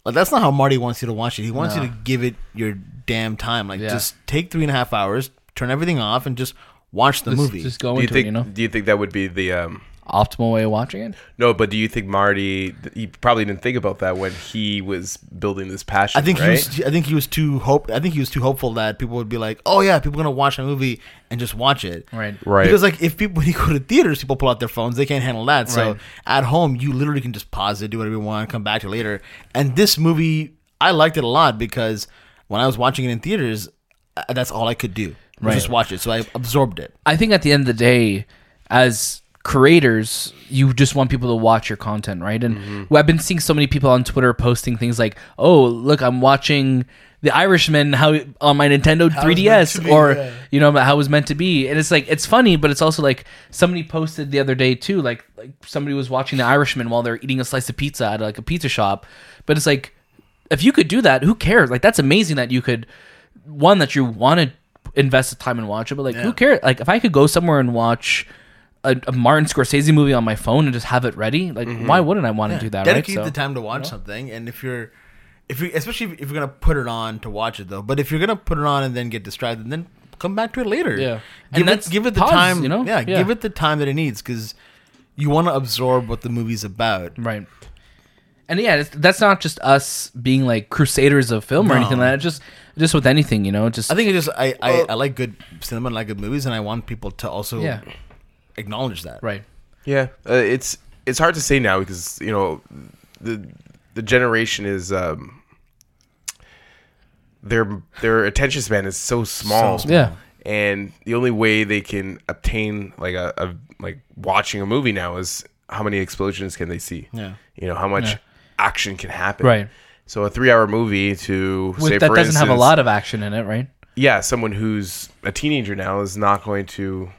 [SPEAKER 1] Like, that's not how Marty wants you to watch it. He wants you to give it your damn time. Like,
[SPEAKER 2] Yeah.
[SPEAKER 1] just take three and a half hours, turn everything off, and just watch the movie.
[SPEAKER 2] Just go
[SPEAKER 3] Do you
[SPEAKER 2] into
[SPEAKER 3] think?
[SPEAKER 2] it, you know.
[SPEAKER 3] Do you think that would be the um,
[SPEAKER 2] Optimal way of watching it.
[SPEAKER 3] no? But do you think Marty? He probably didn't think about that when he was building this passion.
[SPEAKER 1] I think
[SPEAKER 3] right?
[SPEAKER 1] he was. I think he was too hope. I think he was too hopeful that people would be like, "Oh yeah, people are gonna watch a movie and just watch it."
[SPEAKER 2] Right.
[SPEAKER 3] Right.
[SPEAKER 1] Because like if people when you go to theaters, people pull out their phones. They can't handle that. So
[SPEAKER 2] Right.
[SPEAKER 1] at home, you literally can just pause it, do whatever you want, come back to it later. And this movie, I liked it a lot because when I was watching it in theaters, uh, that's all I could do. was Just watch it. So I absorbed it.
[SPEAKER 2] I think at the end of the day, as creators, you just want people to watch your content, right? And
[SPEAKER 3] Mm-hmm.
[SPEAKER 2] I've been seeing so many people on Twitter posting things like, "Oh, look, I'm watching The Irishman how on my Nintendo 3DS,"
[SPEAKER 1] meant to be,
[SPEAKER 2] or
[SPEAKER 1] yeah.
[SPEAKER 2] you know how it was meant to be. And it's like it's funny, but it's also like somebody posted the other day too, like like somebody was watching The Irishman while they're eating a slice of pizza at like a pizza shop. But it's like if you could do that, who cares? Like that's amazing that you could one that you want to invest the time and watch it, but like who cares? Like if I could go somewhere and watch a, a Martin Scorsese movie on my phone and just have it ready, like why wouldn't I want to do that? Right?
[SPEAKER 1] Mm-hmm. dedicate
[SPEAKER 2] So-
[SPEAKER 1] the time to watch something and if you're if you especially if you're gonna put it on to watch it though but if you're gonna put it on and then get distracted then come back to it later
[SPEAKER 2] Yeah.
[SPEAKER 1] give
[SPEAKER 2] And
[SPEAKER 1] it
[SPEAKER 2] that's-
[SPEAKER 1] give it the
[SPEAKER 2] pause,
[SPEAKER 1] time
[SPEAKER 2] you know?
[SPEAKER 1] yeah,
[SPEAKER 2] Yeah.
[SPEAKER 1] give it the time that it needs because you want to absorb what the movie's about
[SPEAKER 2] Right. And yeah, it's, that's not just us being like crusaders of film or
[SPEAKER 1] No.
[SPEAKER 2] anything like that. Just just with anything, you know, just
[SPEAKER 1] i think it just i I, I like good cinema and I like good movies and i want people to also
[SPEAKER 2] yeah,
[SPEAKER 1] acknowledge that
[SPEAKER 2] right.
[SPEAKER 3] Yeah, uh, it's it's hard to say now because you know the the generation is um their their attention span is so small.
[SPEAKER 1] So small.
[SPEAKER 2] Yeah.
[SPEAKER 3] and the only way they can obtain like a, a like watching a movie now is how many explosions can they see?
[SPEAKER 1] Yeah.
[SPEAKER 3] you know how much action can happen.
[SPEAKER 2] Right.
[SPEAKER 3] So a three-hour movie to
[SPEAKER 2] With,
[SPEAKER 3] say
[SPEAKER 2] that
[SPEAKER 3] for
[SPEAKER 2] doesn't have a
[SPEAKER 3] instance-
[SPEAKER 2] lot of action in it, right?
[SPEAKER 3] yeah, someone who's a teenager now is not going to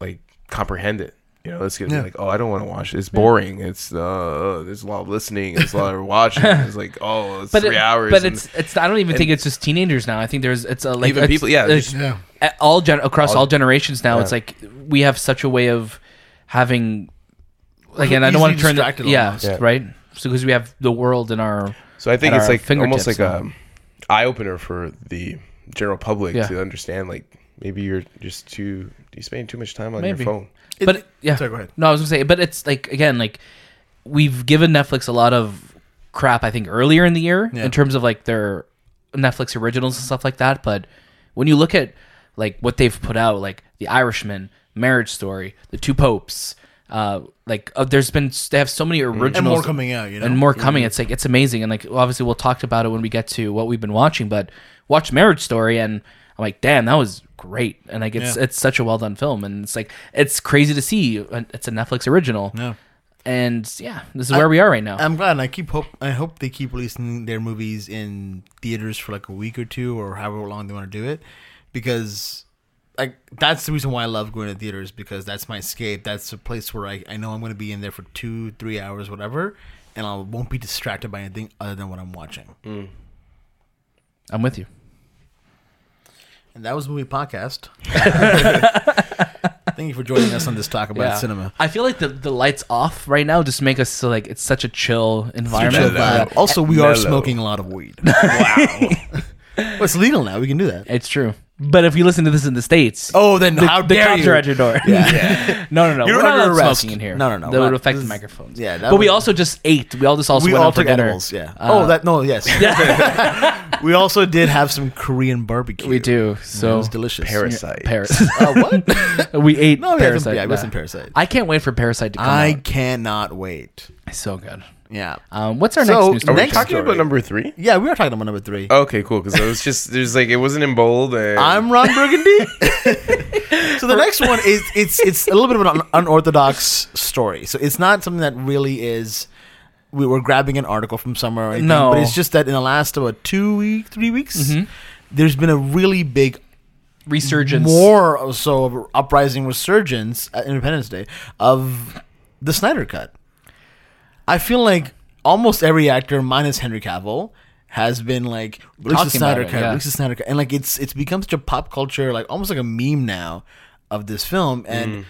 [SPEAKER 3] like comprehend it. You know, it's gonna
[SPEAKER 1] Yeah.
[SPEAKER 3] be like, oh, I don't want to watch. it. It's boring. It's uh, there's a lot of listening. There's a lot of watching. It's like, oh, it's
[SPEAKER 2] But
[SPEAKER 3] three
[SPEAKER 2] it-
[SPEAKER 3] hours.
[SPEAKER 2] But
[SPEAKER 3] and
[SPEAKER 2] it's it's. I don't even think it's just teenagers now. I think there's it's a, like
[SPEAKER 3] Even
[SPEAKER 2] it's-
[SPEAKER 3] people- yeah,
[SPEAKER 2] it's-
[SPEAKER 3] just-
[SPEAKER 1] Yeah.
[SPEAKER 2] at all gen- across all,
[SPEAKER 3] All-
[SPEAKER 2] generations now. It's
[SPEAKER 3] yeah.
[SPEAKER 2] like we have such a way of having. Like, and I don't
[SPEAKER 1] Easily
[SPEAKER 2] want to turn the
[SPEAKER 1] distracted
[SPEAKER 2] yeah,
[SPEAKER 1] almost.
[SPEAKER 3] Yeah.
[SPEAKER 2] right. So because we have the world in our
[SPEAKER 3] so I think
[SPEAKER 2] at
[SPEAKER 3] it's
[SPEAKER 2] our
[SPEAKER 3] like almost like
[SPEAKER 2] fingertips
[SPEAKER 3] a eye opener for the general public
[SPEAKER 2] Yeah.
[SPEAKER 3] to understand. Like maybe you're just too you spending too much time on
[SPEAKER 2] Maybe.
[SPEAKER 3] your phone.
[SPEAKER 1] It-
[SPEAKER 2] but yeah,
[SPEAKER 1] Sorry, go ahead.
[SPEAKER 2] No, I was gonna say, but it's like again, like we've given Netflix a lot of crap. I think earlier in the year
[SPEAKER 1] Yeah.
[SPEAKER 2] in terms of like their Netflix originals and stuff like that. But when you look at like what they've put out, like The Irishman, Marriage Story, The Two Popes, uh, like uh, there's been they have so many originals
[SPEAKER 1] Mm-hmm. And more coming out, you know.
[SPEAKER 2] and more coming. It's like it's amazing, and like obviously we'll talk about it when we get to what we've been watching. But watch Marriage Story, and I'm like, damn, that was great, and like it's
[SPEAKER 1] Yeah.
[SPEAKER 2] it's such a well done film, and it's like it's crazy to see. and It's a Netflix original,
[SPEAKER 1] Yeah.
[SPEAKER 2] and yeah, this is where we are right now.
[SPEAKER 1] I'm glad. And I keep hope. I hope they keep releasing their movies in theaters for like a week or two, or however long they want to do it, because like that's the reason why I love going to theaters because that's my escape. That's a place where I, I know I'm going to be in there for two, three hours, whatever, and I won't be distracted by anything other than what I'm watching.
[SPEAKER 2] I'm with you.
[SPEAKER 1] And that was movie podcast. Thank you for joining us on this talk about
[SPEAKER 2] Yeah.
[SPEAKER 1] cinema.
[SPEAKER 2] I feel like the, the lights off right now just make us so like it's such a chill environment.
[SPEAKER 1] Chill
[SPEAKER 2] Yeah.
[SPEAKER 1] vibe. Also, we are
[SPEAKER 3] Mellow.
[SPEAKER 1] smoking a lot of weed. Wow, well, it's legal now. We can do that.
[SPEAKER 2] It's true. But if you listen to this in the states,
[SPEAKER 1] Oh, then how
[SPEAKER 2] the
[SPEAKER 1] dare
[SPEAKER 2] cops
[SPEAKER 1] you?
[SPEAKER 2] are at your door. no, no, no.
[SPEAKER 1] You're
[SPEAKER 2] We're not
[SPEAKER 1] under
[SPEAKER 2] allowed
[SPEAKER 1] arrest.
[SPEAKER 2] smoking in here.
[SPEAKER 1] No, no, no.
[SPEAKER 2] That would
[SPEAKER 1] We're-
[SPEAKER 2] affect
[SPEAKER 1] this
[SPEAKER 2] the
[SPEAKER 1] is-
[SPEAKER 2] microphones.
[SPEAKER 1] yeah, that
[SPEAKER 2] but we
[SPEAKER 1] would-
[SPEAKER 2] also just ate. We all just also
[SPEAKER 1] we
[SPEAKER 2] went
[SPEAKER 1] all
[SPEAKER 2] out for
[SPEAKER 1] took
[SPEAKER 2] dinner. Uh,
[SPEAKER 1] edibles. Yeah. oh, that no. Yes. we also did have some Korean barbecue.
[SPEAKER 2] We do.
[SPEAKER 1] It
[SPEAKER 2] So
[SPEAKER 1] was delicious.
[SPEAKER 3] Parasite.
[SPEAKER 2] Paris.
[SPEAKER 1] Uh, what?
[SPEAKER 2] we ate
[SPEAKER 1] no, we had
[SPEAKER 2] Parasite.
[SPEAKER 1] some, yeah, we had
[SPEAKER 2] yeah.
[SPEAKER 1] some parasite.
[SPEAKER 2] I can't wait for Parasite to come
[SPEAKER 1] I
[SPEAKER 2] out.
[SPEAKER 1] cannot wait.
[SPEAKER 2] It's so good.
[SPEAKER 1] Yeah.
[SPEAKER 2] Um, what's our
[SPEAKER 1] So,
[SPEAKER 2] next news
[SPEAKER 1] are
[SPEAKER 3] Are
[SPEAKER 1] we
[SPEAKER 2] story?
[SPEAKER 3] we
[SPEAKER 1] Next
[SPEAKER 3] talking
[SPEAKER 1] story.
[SPEAKER 3] about number three?
[SPEAKER 1] yeah, we were talking about number three.
[SPEAKER 3] Okay, cool. Because it was just there's like it wasn't in bold. And
[SPEAKER 1] I'm Ron Burgundy. so the next one is it's it's a little bit of an un- unorthodox story. So it's not something that really is. We were grabbing an article from somewhere, or anything,
[SPEAKER 2] No.
[SPEAKER 1] but it's just that in the last about two week, three weeks, there's been a really big
[SPEAKER 2] Resurgence.
[SPEAKER 1] more of- so of uprising resurgence at Independence Day of the Snyder Cut. I feel like almost every actor, minus Henry Cavill, has been like release the
[SPEAKER 2] Talking about
[SPEAKER 1] Snyder
[SPEAKER 2] it,
[SPEAKER 1] Cut,
[SPEAKER 2] yeah.
[SPEAKER 1] release the Snyder Cut, and like it's it's become such a pop culture, like almost like a meme now of this film. And
[SPEAKER 2] Mm.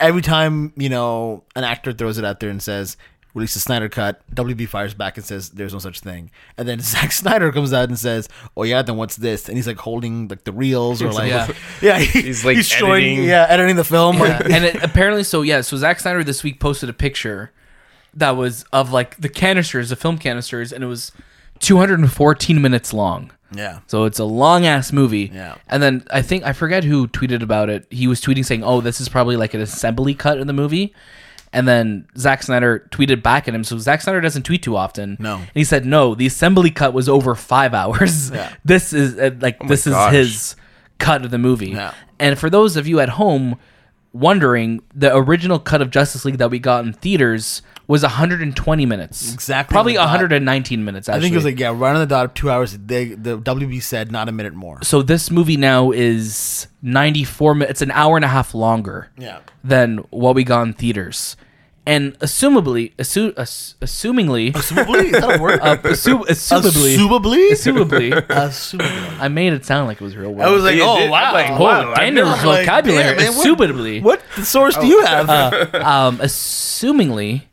[SPEAKER 1] every time you know an actor throws it out there and says. Release the Snyder cut. WB fires back and says, "There's no such thing." And then Zack Snyder comes out and says, "Oh yeah, then what's this?" And he's like holding like the reels or like
[SPEAKER 2] Yeah.
[SPEAKER 1] yeah, he-
[SPEAKER 3] He's, like, editing.
[SPEAKER 1] yeah, editing the film.
[SPEAKER 2] Yeah.
[SPEAKER 1] like-
[SPEAKER 2] and it, apparently, so yeah. So Zack Snyder this week posted a picture that was of like the canisters, the film canisters, and it was 214 minutes long.
[SPEAKER 1] yeah.
[SPEAKER 2] So it's a long ass movie.
[SPEAKER 1] Yeah.
[SPEAKER 2] And then I think I forget who tweeted about it. He was tweeting saying, "Oh, this is probably like an assembly cut in the movie." And then Zack Snyder tweeted back at him. So Zack Snyder doesn't tweet too often.
[SPEAKER 1] No.
[SPEAKER 2] And he said, "No, the assembly cut was over five hours.
[SPEAKER 1] Yeah. Oh
[SPEAKER 2] This is uh, like this is
[SPEAKER 3] gosh.
[SPEAKER 2] his cut of the movie."
[SPEAKER 1] Yeah.
[SPEAKER 2] And for those of you at home wondering, the original cut of Justice League that we got in theaters was 120 minutes.
[SPEAKER 1] Exactly
[SPEAKER 2] Probably
[SPEAKER 1] what I thought.
[SPEAKER 2] 119 minutes. Actually.
[SPEAKER 1] I think it was like yeah, right on the dot of two hours. They, the WB said not a minute more.
[SPEAKER 2] so this movie now is 94 minutes it's an hour and a half longer
[SPEAKER 1] Yeah.
[SPEAKER 2] than what we got in theaters and assumably assu- ass- assumingly
[SPEAKER 1] Assumably, is that a word?
[SPEAKER 2] uh, assu- assumably
[SPEAKER 1] Assumably,
[SPEAKER 2] assumably
[SPEAKER 1] assumably.
[SPEAKER 2] i made it sound like it was real word
[SPEAKER 1] Uh, I was like,
[SPEAKER 3] Yeah,
[SPEAKER 1] oh
[SPEAKER 3] dude,
[SPEAKER 1] wow,
[SPEAKER 3] I'm like,
[SPEAKER 2] oh
[SPEAKER 1] wow.
[SPEAKER 2] daniel's
[SPEAKER 1] I'm like,
[SPEAKER 2] vocabulary
[SPEAKER 1] damn, man, what-
[SPEAKER 2] assumably
[SPEAKER 1] What source do you have?
[SPEAKER 2] um assumingly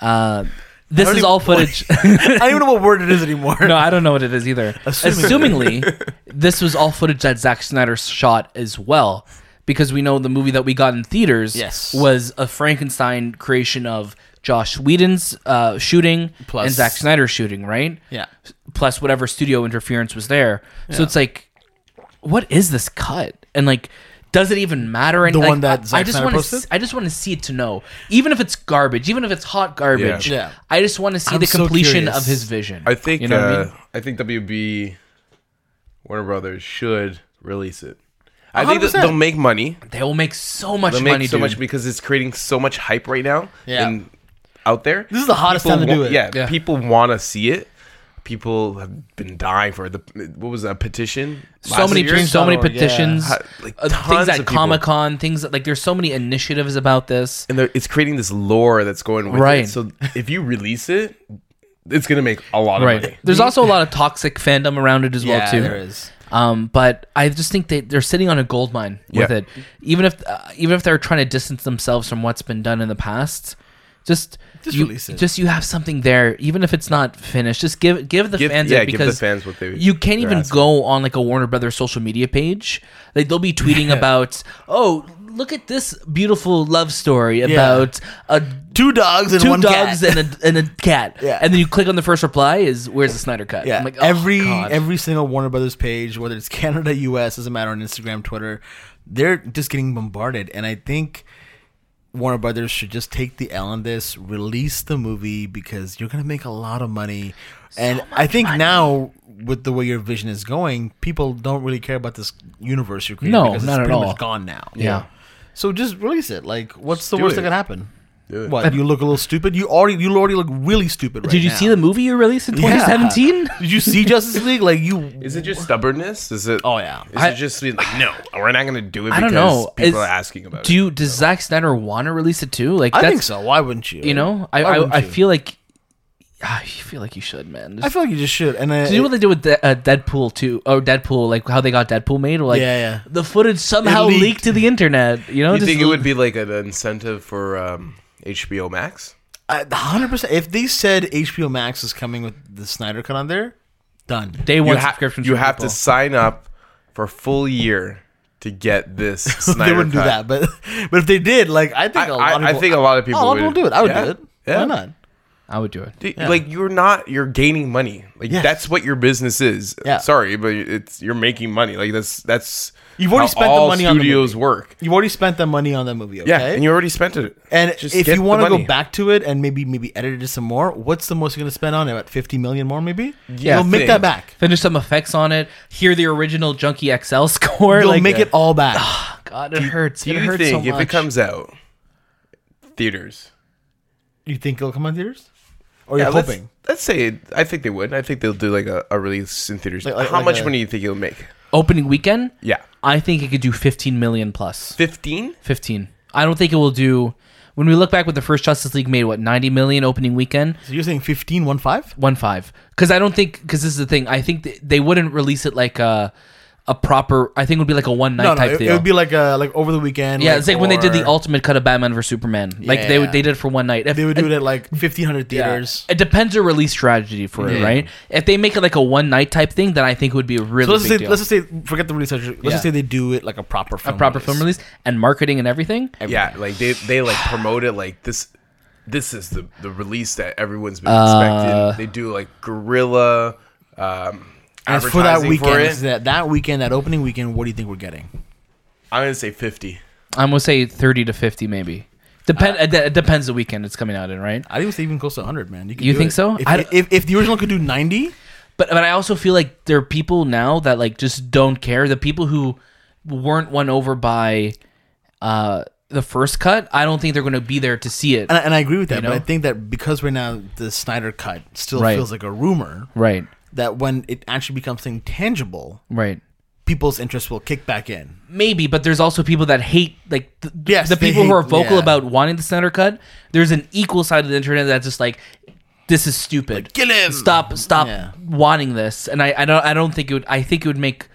[SPEAKER 2] uh this
[SPEAKER 1] don't
[SPEAKER 2] is
[SPEAKER 1] even-
[SPEAKER 2] all footage
[SPEAKER 1] I don't even know what word it is anymore.
[SPEAKER 2] no, I don't know what it is either.
[SPEAKER 1] Assumingly.
[SPEAKER 2] Assumingly, this was all footage that Zack Snyder shot as well, because we know the movie that we got in theaters
[SPEAKER 1] Yes.
[SPEAKER 2] was a Frankenstein creation of Josh Whedon's uh, shooting
[SPEAKER 1] Plus-
[SPEAKER 2] and Zack Snyder's shooting, right?
[SPEAKER 1] Yeah.
[SPEAKER 2] Plus whatever studio interference was there. So it's like, what is this cut? And like. Does it even matter? And
[SPEAKER 1] The
[SPEAKER 2] like,
[SPEAKER 1] one that
[SPEAKER 2] I- I
[SPEAKER 1] Zack
[SPEAKER 2] just
[SPEAKER 1] Snyder
[SPEAKER 2] want
[SPEAKER 1] posted?
[SPEAKER 2] to, I just want to see it to know, even if it's garbage, even if it's hot garbage.
[SPEAKER 1] Yeah.
[SPEAKER 2] I just want to see
[SPEAKER 1] I'm
[SPEAKER 2] the
[SPEAKER 1] so
[SPEAKER 2] completion
[SPEAKER 1] curious.
[SPEAKER 2] of his vision.
[SPEAKER 3] I think
[SPEAKER 2] you know
[SPEAKER 3] uh,
[SPEAKER 2] what I
[SPEAKER 3] I,
[SPEAKER 2] mean?
[SPEAKER 3] think WB Warner Brothers should release it. I think that
[SPEAKER 1] 100%.
[SPEAKER 3] they'll make money.
[SPEAKER 2] They will make so much
[SPEAKER 3] They'll
[SPEAKER 2] money.
[SPEAKER 3] make so
[SPEAKER 2] dude.
[SPEAKER 3] much because it's creating so much hype right now.
[SPEAKER 1] Yeah.
[SPEAKER 3] And out there.
[SPEAKER 1] This is the hottest
[SPEAKER 3] People
[SPEAKER 1] time to do
[SPEAKER 3] wa-
[SPEAKER 1] it.
[SPEAKER 3] Yeah,
[SPEAKER 2] Yeah.
[SPEAKER 3] people want to see it. People have been dying for it. The what was that petition?
[SPEAKER 2] so
[SPEAKER 3] last
[SPEAKER 2] many,
[SPEAKER 3] year?
[SPEAKER 2] so
[SPEAKER 1] Summer,
[SPEAKER 2] many
[SPEAKER 1] yeah.
[SPEAKER 2] petitions,
[SPEAKER 3] Hi- like
[SPEAKER 2] uh,
[SPEAKER 3] tons
[SPEAKER 2] things at
[SPEAKER 3] of people.
[SPEAKER 2] Comic Con, things that, like there's so many initiatives about this.
[SPEAKER 3] and they're- it's creating this lore that's going with
[SPEAKER 2] Right.
[SPEAKER 3] It. So if you release it, it's gonna make a lot of money.
[SPEAKER 2] There's also a lot of toxic fandom around it as well too.
[SPEAKER 1] there is.
[SPEAKER 2] Um, but I just think they they're sitting on a gold mine with
[SPEAKER 3] Yeah.
[SPEAKER 2] it. Even if uh, even if they're trying to distance themselves from what's been done in the past, just
[SPEAKER 1] Just
[SPEAKER 2] you,
[SPEAKER 1] release it.
[SPEAKER 2] Just you have something there, even if it's not finished. Just give give the
[SPEAKER 3] Give-
[SPEAKER 2] fans
[SPEAKER 3] yeah,
[SPEAKER 2] it
[SPEAKER 3] give the
[SPEAKER 2] because
[SPEAKER 3] fans what they-
[SPEAKER 2] you can't
[SPEAKER 3] they're
[SPEAKER 2] even
[SPEAKER 3] asking.
[SPEAKER 2] go on like a Warner Brothers social media page. Like they'll be tweeting about oh. Look at this beautiful love story about a
[SPEAKER 1] Two dogs and
[SPEAKER 2] two
[SPEAKER 1] one
[SPEAKER 2] dogs
[SPEAKER 1] cat.
[SPEAKER 2] and a and a cat.
[SPEAKER 1] Yeah.
[SPEAKER 2] And then you click on the first reply is where's the Snyder cut?
[SPEAKER 1] Yeah,
[SPEAKER 2] I'm like, oh,
[SPEAKER 1] every
[SPEAKER 2] God.
[SPEAKER 1] every single Warner Brothers page, whether it's Canada, U.S., doesn't matter on Instagram, Twitter, they're just getting bombarded. And I think Warner Brothers should just take the L on this, release the movie because you're gonna make a lot of money. and I think now with the way your vision is going, people don't really care about this universe you're creating
[SPEAKER 2] No,
[SPEAKER 1] because
[SPEAKER 2] not
[SPEAKER 1] it's
[SPEAKER 2] at
[SPEAKER 1] pretty
[SPEAKER 2] all.
[SPEAKER 1] much gone now.
[SPEAKER 2] Yeah.
[SPEAKER 1] So just release it. Like, what's the
[SPEAKER 3] do
[SPEAKER 1] worst
[SPEAKER 3] it.
[SPEAKER 1] that could happen?
[SPEAKER 3] Do it.
[SPEAKER 1] What you look a little stupid. You already you already look really stupid. Right
[SPEAKER 2] Did you
[SPEAKER 1] now.
[SPEAKER 2] see the movie you released in
[SPEAKER 1] Yeah.
[SPEAKER 2] 2017?
[SPEAKER 1] Did you see Justice League? Like you
[SPEAKER 3] Is it just stubbornness? Is it?
[SPEAKER 1] Oh, yeah.
[SPEAKER 3] Is
[SPEAKER 2] I-
[SPEAKER 3] it just being like no, we're not gonna do it?
[SPEAKER 2] I don't
[SPEAKER 3] because
[SPEAKER 2] know.
[SPEAKER 3] People
[SPEAKER 2] Is-
[SPEAKER 3] are asking about
[SPEAKER 2] Do
[SPEAKER 3] it.
[SPEAKER 2] you, does Zack Snyder want to release it too? Like
[SPEAKER 1] I
[SPEAKER 2] that's,
[SPEAKER 1] think so. Why wouldn't you?
[SPEAKER 2] You know, I
[SPEAKER 1] Why wouldn't
[SPEAKER 2] I, I
[SPEAKER 1] you?
[SPEAKER 2] feel like I feel like you should, man. Just,
[SPEAKER 1] I feel like you just should. And I,
[SPEAKER 2] do you know what they did with De- uh, Deadpool too? Or Deadpool, like how they got Deadpool made? Or like
[SPEAKER 1] Yeah, yeah.
[SPEAKER 2] the footage somehow
[SPEAKER 1] It
[SPEAKER 2] leaked.
[SPEAKER 1] leaked.
[SPEAKER 2] to the internet. You know,
[SPEAKER 3] You
[SPEAKER 2] just
[SPEAKER 3] think it would be like an incentive for um, HBO Max?
[SPEAKER 1] I- a hundred percent. If they said HBO Max is coming with the Snyder Cut on there, done.
[SPEAKER 2] day one
[SPEAKER 3] you ha-
[SPEAKER 2] subscriptions?
[SPEAKER 3] you
[SPEAKER 2] for
[SPEAKER 3] have
[SPEAKER 2] people.
[SPEAKER 3] to sign up for a full year to get this Snyder
[SPEAKER 1] they wouldn't
[SPEAKER 3] cut.
[SPEAKER 1] do that, but but if they did, like I think
[SPEAKER 3] I,
[SPEAKER 1] a lot of
[SPEAKER 3] I,
[SPEAKER 1] people, Oh,
[SPEAKER 3] I think a lot of people.
[SPEAKER 1] a lot of
[SPEAKER 3] would.
[SPEAKER 1] people do it. I would
[SPEAKER 3] Yeah.
[SPEAKER 1] do it.
[SPEAKER 3] Yeah.
[SPEAKER 1] Why not?
[SPEAKER 2] I would do it.
[SPEAKER 3] Dude, Like you're not. You're gaining money. Like
[SPEAKER 1] Yes.
[SPEAKER 3] that's what your business is.
[SPEAKER 1] Yeah.
[SPEAKER 3] Sorry, but it's you're making money. Like that's that's.
[SPEAKER 1] You've already
[SPEAKER 3] how
[SPEAKER 1] spent the
[SPEAKER 3] all
[SPEAKER 1] money on the
[SPEAKER 3] studios work.
[SPEAKER 1] You've already spent the money on that movie, okay?
[SPEAKER 3] Yeah, and you already spent it.
[SPEAKER 1] And
[SPEAKER 3] Just
[SPEAKER 1] if
[SPEAKER 3] get
[SPEAKER 1] you
[SPEAKER 3] the
[SPEAKER 1] want to go
[SPEAKER 3] money.
[SPEAKER 1] back to it and maybe maybe edit it some more, what's the most you're going to spend on it? About fifty million more, maybe.
[SPEAKER 3] Yeah,
[SPEAKER 1] you'll make
[SPEAKER 3] thing.
[SPEAKER 1] that back.
[SPEAKER 2] finish some effects on it, hear the original Junkie XL score.
[SPEAKER 1] You'll
[SPEAKER 2] like,
[SPEAKER 1] make it all back.
[SPEAKER 2] God, it hurts.
[SPEAKER 3] do
[SPEAKER 2] it
[SPEAKER 3] you
[SPEAKER 2] hurts so
[SPEAKER 3] think if
[SPEAKER 2] much.
[SPEAKER 3] it comes out, theaters?
[SPEAKER 1] you think it'll come on theaters? Or Oh, you're
[SPEAKER 3] let's,
[SPEAKER 1] hoping?
[SPEAKER 3] let's say it- I think they would. I think they'll do like a, a release in theaters.
[SPEAKER 1] like-
[SPEAKER 3] How
[SPEAKER 1] like
[SPEAKER 3] much
[SPEAKER 1] a-
[SPEAKER 3] money do you think it'll make?
[SPEAKER 2] opening weekend,
[SPEAKER 3] Yeah,
[SPEAKER 2] I think it could do 15 million plus.
[SPEAKER 3] fifteen.
[SPEAKER 2] 15. I don't think it will do. When we look back with the first Justice League made what 90 million opening weekend,
[SPEAKER 1] So you're saying fifteen one five?
[SPEAKER 2] one five. Because I don't think because this is the thing. I think th- they wouldn't release it like a a proper. I think it would be like a one night
[SPEAKER 1] No, no,
[SPEAKER 2] type
[SPEAKER 1] it,
[SPEAKER 2] deal.
[SPEAKER 1] it would be like a like over the weekend.
[SPEAKER 2] yeah, it's like when they did the
[SPEAKER 1] or-
[SPEAKER 2] ultimate cut of Batman vs Superman. Like they would
[SPEAKER 1] Yeah.
[SPEAKER 2] they did it for one night. If-
[SPEAKER 1] They would do it at like fifteen hundred theaters.
[SPEAKER 2] It depends on release strategy for it,
[SPEAKER 1] Yeah.
[SPEAKER 2] right? If they make it like a one night type thing, then I think it would be a really
[SPEAKER 1] So let's
[SPEAKER 2] big
[SPEAKER 1] just say
[SPEAKER 2] deal.
[SPEAKER 1] let's just say forget the release. strategy. Let's
[SPEAKER 2] Yeah.
[SPEAKER 1] just say they do it like a proper
[SPEAKER 2] a
[SPEAKER 1] film
[SPEAKER 2] proper film release and marketing and everything.
[SPEAKER 3] Yeah, like they they like promote it like this. This is the the release that everyone's been
[SPEAKER 2] Uh,
[SPEAKER 3] expecting. They do like guerrilla um,
[SPEAKER 1] And
[SPEAKER 3] advertising
[SPEAKER 1] for that
[SPEAKER 3] for
[SPEAKER 1] weekend,
[SPEAKER 3] it.
[SPEAKER 1] that that weekend, that opening weekend, what do you think we're getting?
[SPEAKER 3] I'm gonna say fifty.
[SPEAKER 2] I'm gonna say thirty to fifty, maybe. Depend.
[SPEAKER 1] Uh,
[SPEAKER 2] it, de- it depends the weekend it's coming out in, right?
[SPEAKER 1] I think it's even close to hundred, man. You, could
[SPEAKER 2] You
[SPEAKER 1] do
[SPEAKER 2] think
[SPEAKER 1] it.
[SPEAKER 2] so?
[SPEAKER 1] If,
[SPEAKER 2] I don't-
[SPEAKER 1] if, if the original could do ninety,
[SPEAKER 2] But but I also feel like there are people now that like just don't care. The people who weren't won over by uh, the first cut, I don't think they're gonna be there to see it.
[SPEAKER 1] and I, and I agree with that,
[SPEAKER 2] know?
[SPEAKER 1] but I think that because right now the Snyder cut still
[SPEAKER 2] Right.
[SPEAKER 1] feels like a rumor,
[SPEAKER 2] right.
[SPEAKER 1] that when it actually becomes something tangible,
[SPEAKER 2] Right.
[SPEAKER 1] people's interest will kick back in.
[SPEAKER 2] Maybe, but there's also people that hate like th- th-
[SPEAKER 1] Yes,
[SPEAKER 2] the
[SPEAKER 1] they
[SPEAKER 2] people who
[SPEAKER 1] hate-
[SPEAKER 2] are vocal
[SPEAKER 1] yeah.
[SPEAKER 2] about wanting the center cut. There's an equal side of the internet that's just like, this is stupid.
[SPEAKER 1] "Kill him!"
[SPEAKER 2] Stop, stop
[SPEAKER 1] Yeah.
[SPEAKER 2] wanting this. And I, I don't, I don't think it would. I think it would make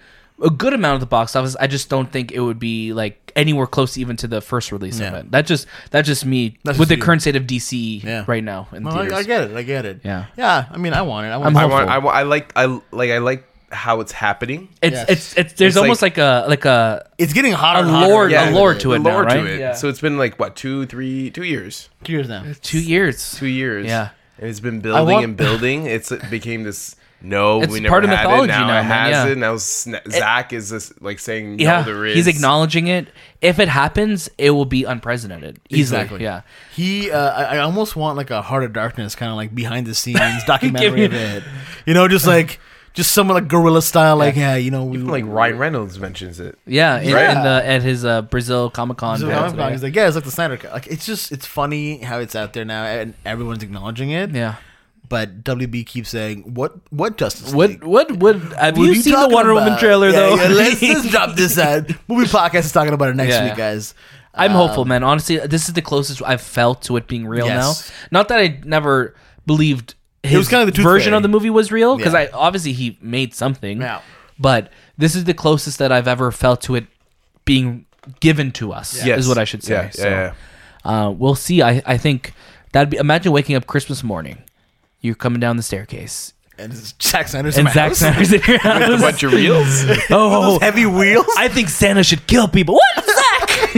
[SPEAKER 2] a good amount of the box office. I just don't think it would be like anywhere close even to the first release
[SPEAKER 1] Yeah.
[SPEAKER 2] of it. That just, that's just me
[SPEAKER 1] That's
[SPEAKER 2] with
[SPEAKER 1] just
[SPEAKER 2] the
[SPEAKER 1] you.
[SPEAKER 2] current state of DC
[SPEAKER 1] Yeah.
[SPEAKER 2] right now in
[SPEAKER 1] Well,
[SPEAKER 2] theaters.
[SPEAKER 1] Oh, I, I get it. I get it.
[SPEAKER 2] Yeah.
[SPEAKER 1] Yeah. I mean, I want it. I
[SPEAKER 2] I'm
[SPEAKER 1] want. it.
[SPEAKER 3] I
[SPEAKER 2] hopeful.
[SPEAKER 3] want, I want. I like. I like. I like how it's happening.
[SPEAKER 2] it's,
[SPEAKER 1] Yes.
[SPEAKER 2] it's, it's, there's
[SPEAKER 3] It's like-
[SPEAKER 2] almost like, a, like a,
[SPEAKER 1] It's getting hotter. and
[SPEAKER 2] A
[SPEAKER 1] hotter.
[SPEAKER 2] lord-
[SPEAKER 1] Yeah.
[SPEAKER 2] a lore to it now,
[SPEAKER 3] lore
[SPEAKER 2] right?
[SPEAKER 3] To it.
[SPEAKER 2] Yeah.
[SPEAKER 3] So it's been like what two, three, two years,
[SPEAKER 1] Two years now.
[SPEAKER 2] two years,
[SPEAKER 3] two years.
[SPEAKER 2] Yeah.
[SPEAKER 3] and it's been building
[SPEAKER 1] want-
[SPEAKER 3] and building. It's it became this. No,
[SPEAKER 2] It's
[SPEAKER 3] we never
[SPEAKER 2] part of
[SPEAKER 3] had
[SPEAKER 2] mythology
[SPEAKER 3] it. Now,
[SPEAKER 2] now,
[SPEAKER 3] it
[SPEAKER 2] man,
[SPEAKER 3] has
[SPEAKER 2] yeah.
[SPEAKER 3] it. Now Sna- Zach is just, like saying,
[SPEAKER 2] Yeah,
[SPEAKER 3] no, there is.
[SPEAKER 2] he's acknowledging it. If it happens, it will be unprecedented. Easily. Yeah.
[SPEAKER 1] He, uh, I, I almost want like a Heart of Darkness kind of like behind the scenes documentary of
[SPEAKER 2] Give me-
[SPEAKER 1] it. You know, just like just someone like gorilla style, like yeah, you know, we,
[SPEAKER 3] Even like Ryan Reynolds mentions it.
[SPEAKER 2] Yeah, in,
[SPEAKER 3] Right.
[SPEAKER 2] in the, at his uh, Brazil Comic Con.
[SPEAKER 1] So Comic Con, he's like, yeah, it's like the Snyder Cut. Like, it's just, it's funny how it's out there now, and everyone's acknowledging it.
[SPEAKER 2] Yeah.
[SPEAKER 1] But WB keeps saying, "What, what Justice
[SPEAKER 2] What
[SPEAKER 1] League?
[SPEAKER 2] what would have
[SPEAKER 1] What
[SPEAKER 2] you,
[SPEAKER 1] are
[SPEAKER 2] seen the
[SPEAKER 1] talking
[SPEAKER 2] Wonder
[SPEAKER 1] about?
[SPEAKER 2] Woman trailer
[SPEAKER 1] Yeah,
[SPEAKER 2] though?
[SPEAKER 1] yeah, let's just drop this out. Movie podcast is talking about it next
[SPEAKER 2] Yeah.
[SPEAKER 1] week, guys.
[SPEAKER 2] I'm
[SPEAKER 1] Um,
[SPEAKER 2] hopeful, man. Honestly, this is the closest I've felt to it being real
[SPEAKER 1] Yes.
[SPEAKER 2] now. Not that I never believed his
[SPEAKER 1] was kinda the Tooth
[SPEAKER 2] version
[SPEAKER 1] Fairy.
[SPEAKER 2] of the movie was real, because
[SPEAKER 1] Yeah.
[SPEAKER 2] I obviously he made something.
[SPEAKER 1] Yeah.
[SPEAKER 2] But this is the closest that I've ever felt to it being given to us.
[SPEAKER 3] Yes.
[SPEAKER 2] Is what I should say.
[SPEAKER 3] Yeah, yeah,
[SPEAKER 2] So,
[SPEAKER 3] yeah.
[SPEAKER 2] Uh, we'll see. I, I think that'd be imagine waking up Christmas morning. You're coming down the staircase.
[SPEAKER 1] And it's Zack Snyder's in
[SPEAKER 2] And
[SPEAKER 1] my
[SPEAKER 2] Zack
[SPEAKER 1] house.
[SPEAKER 2] Snyder's in your house.
[SPEAKER 3] A bunch of reels.
[SPEAKER 2] oh,
[SPEAKER 1] heavy wheels.
[SPEAKER 2] I think Santa should kill people. What, Zach?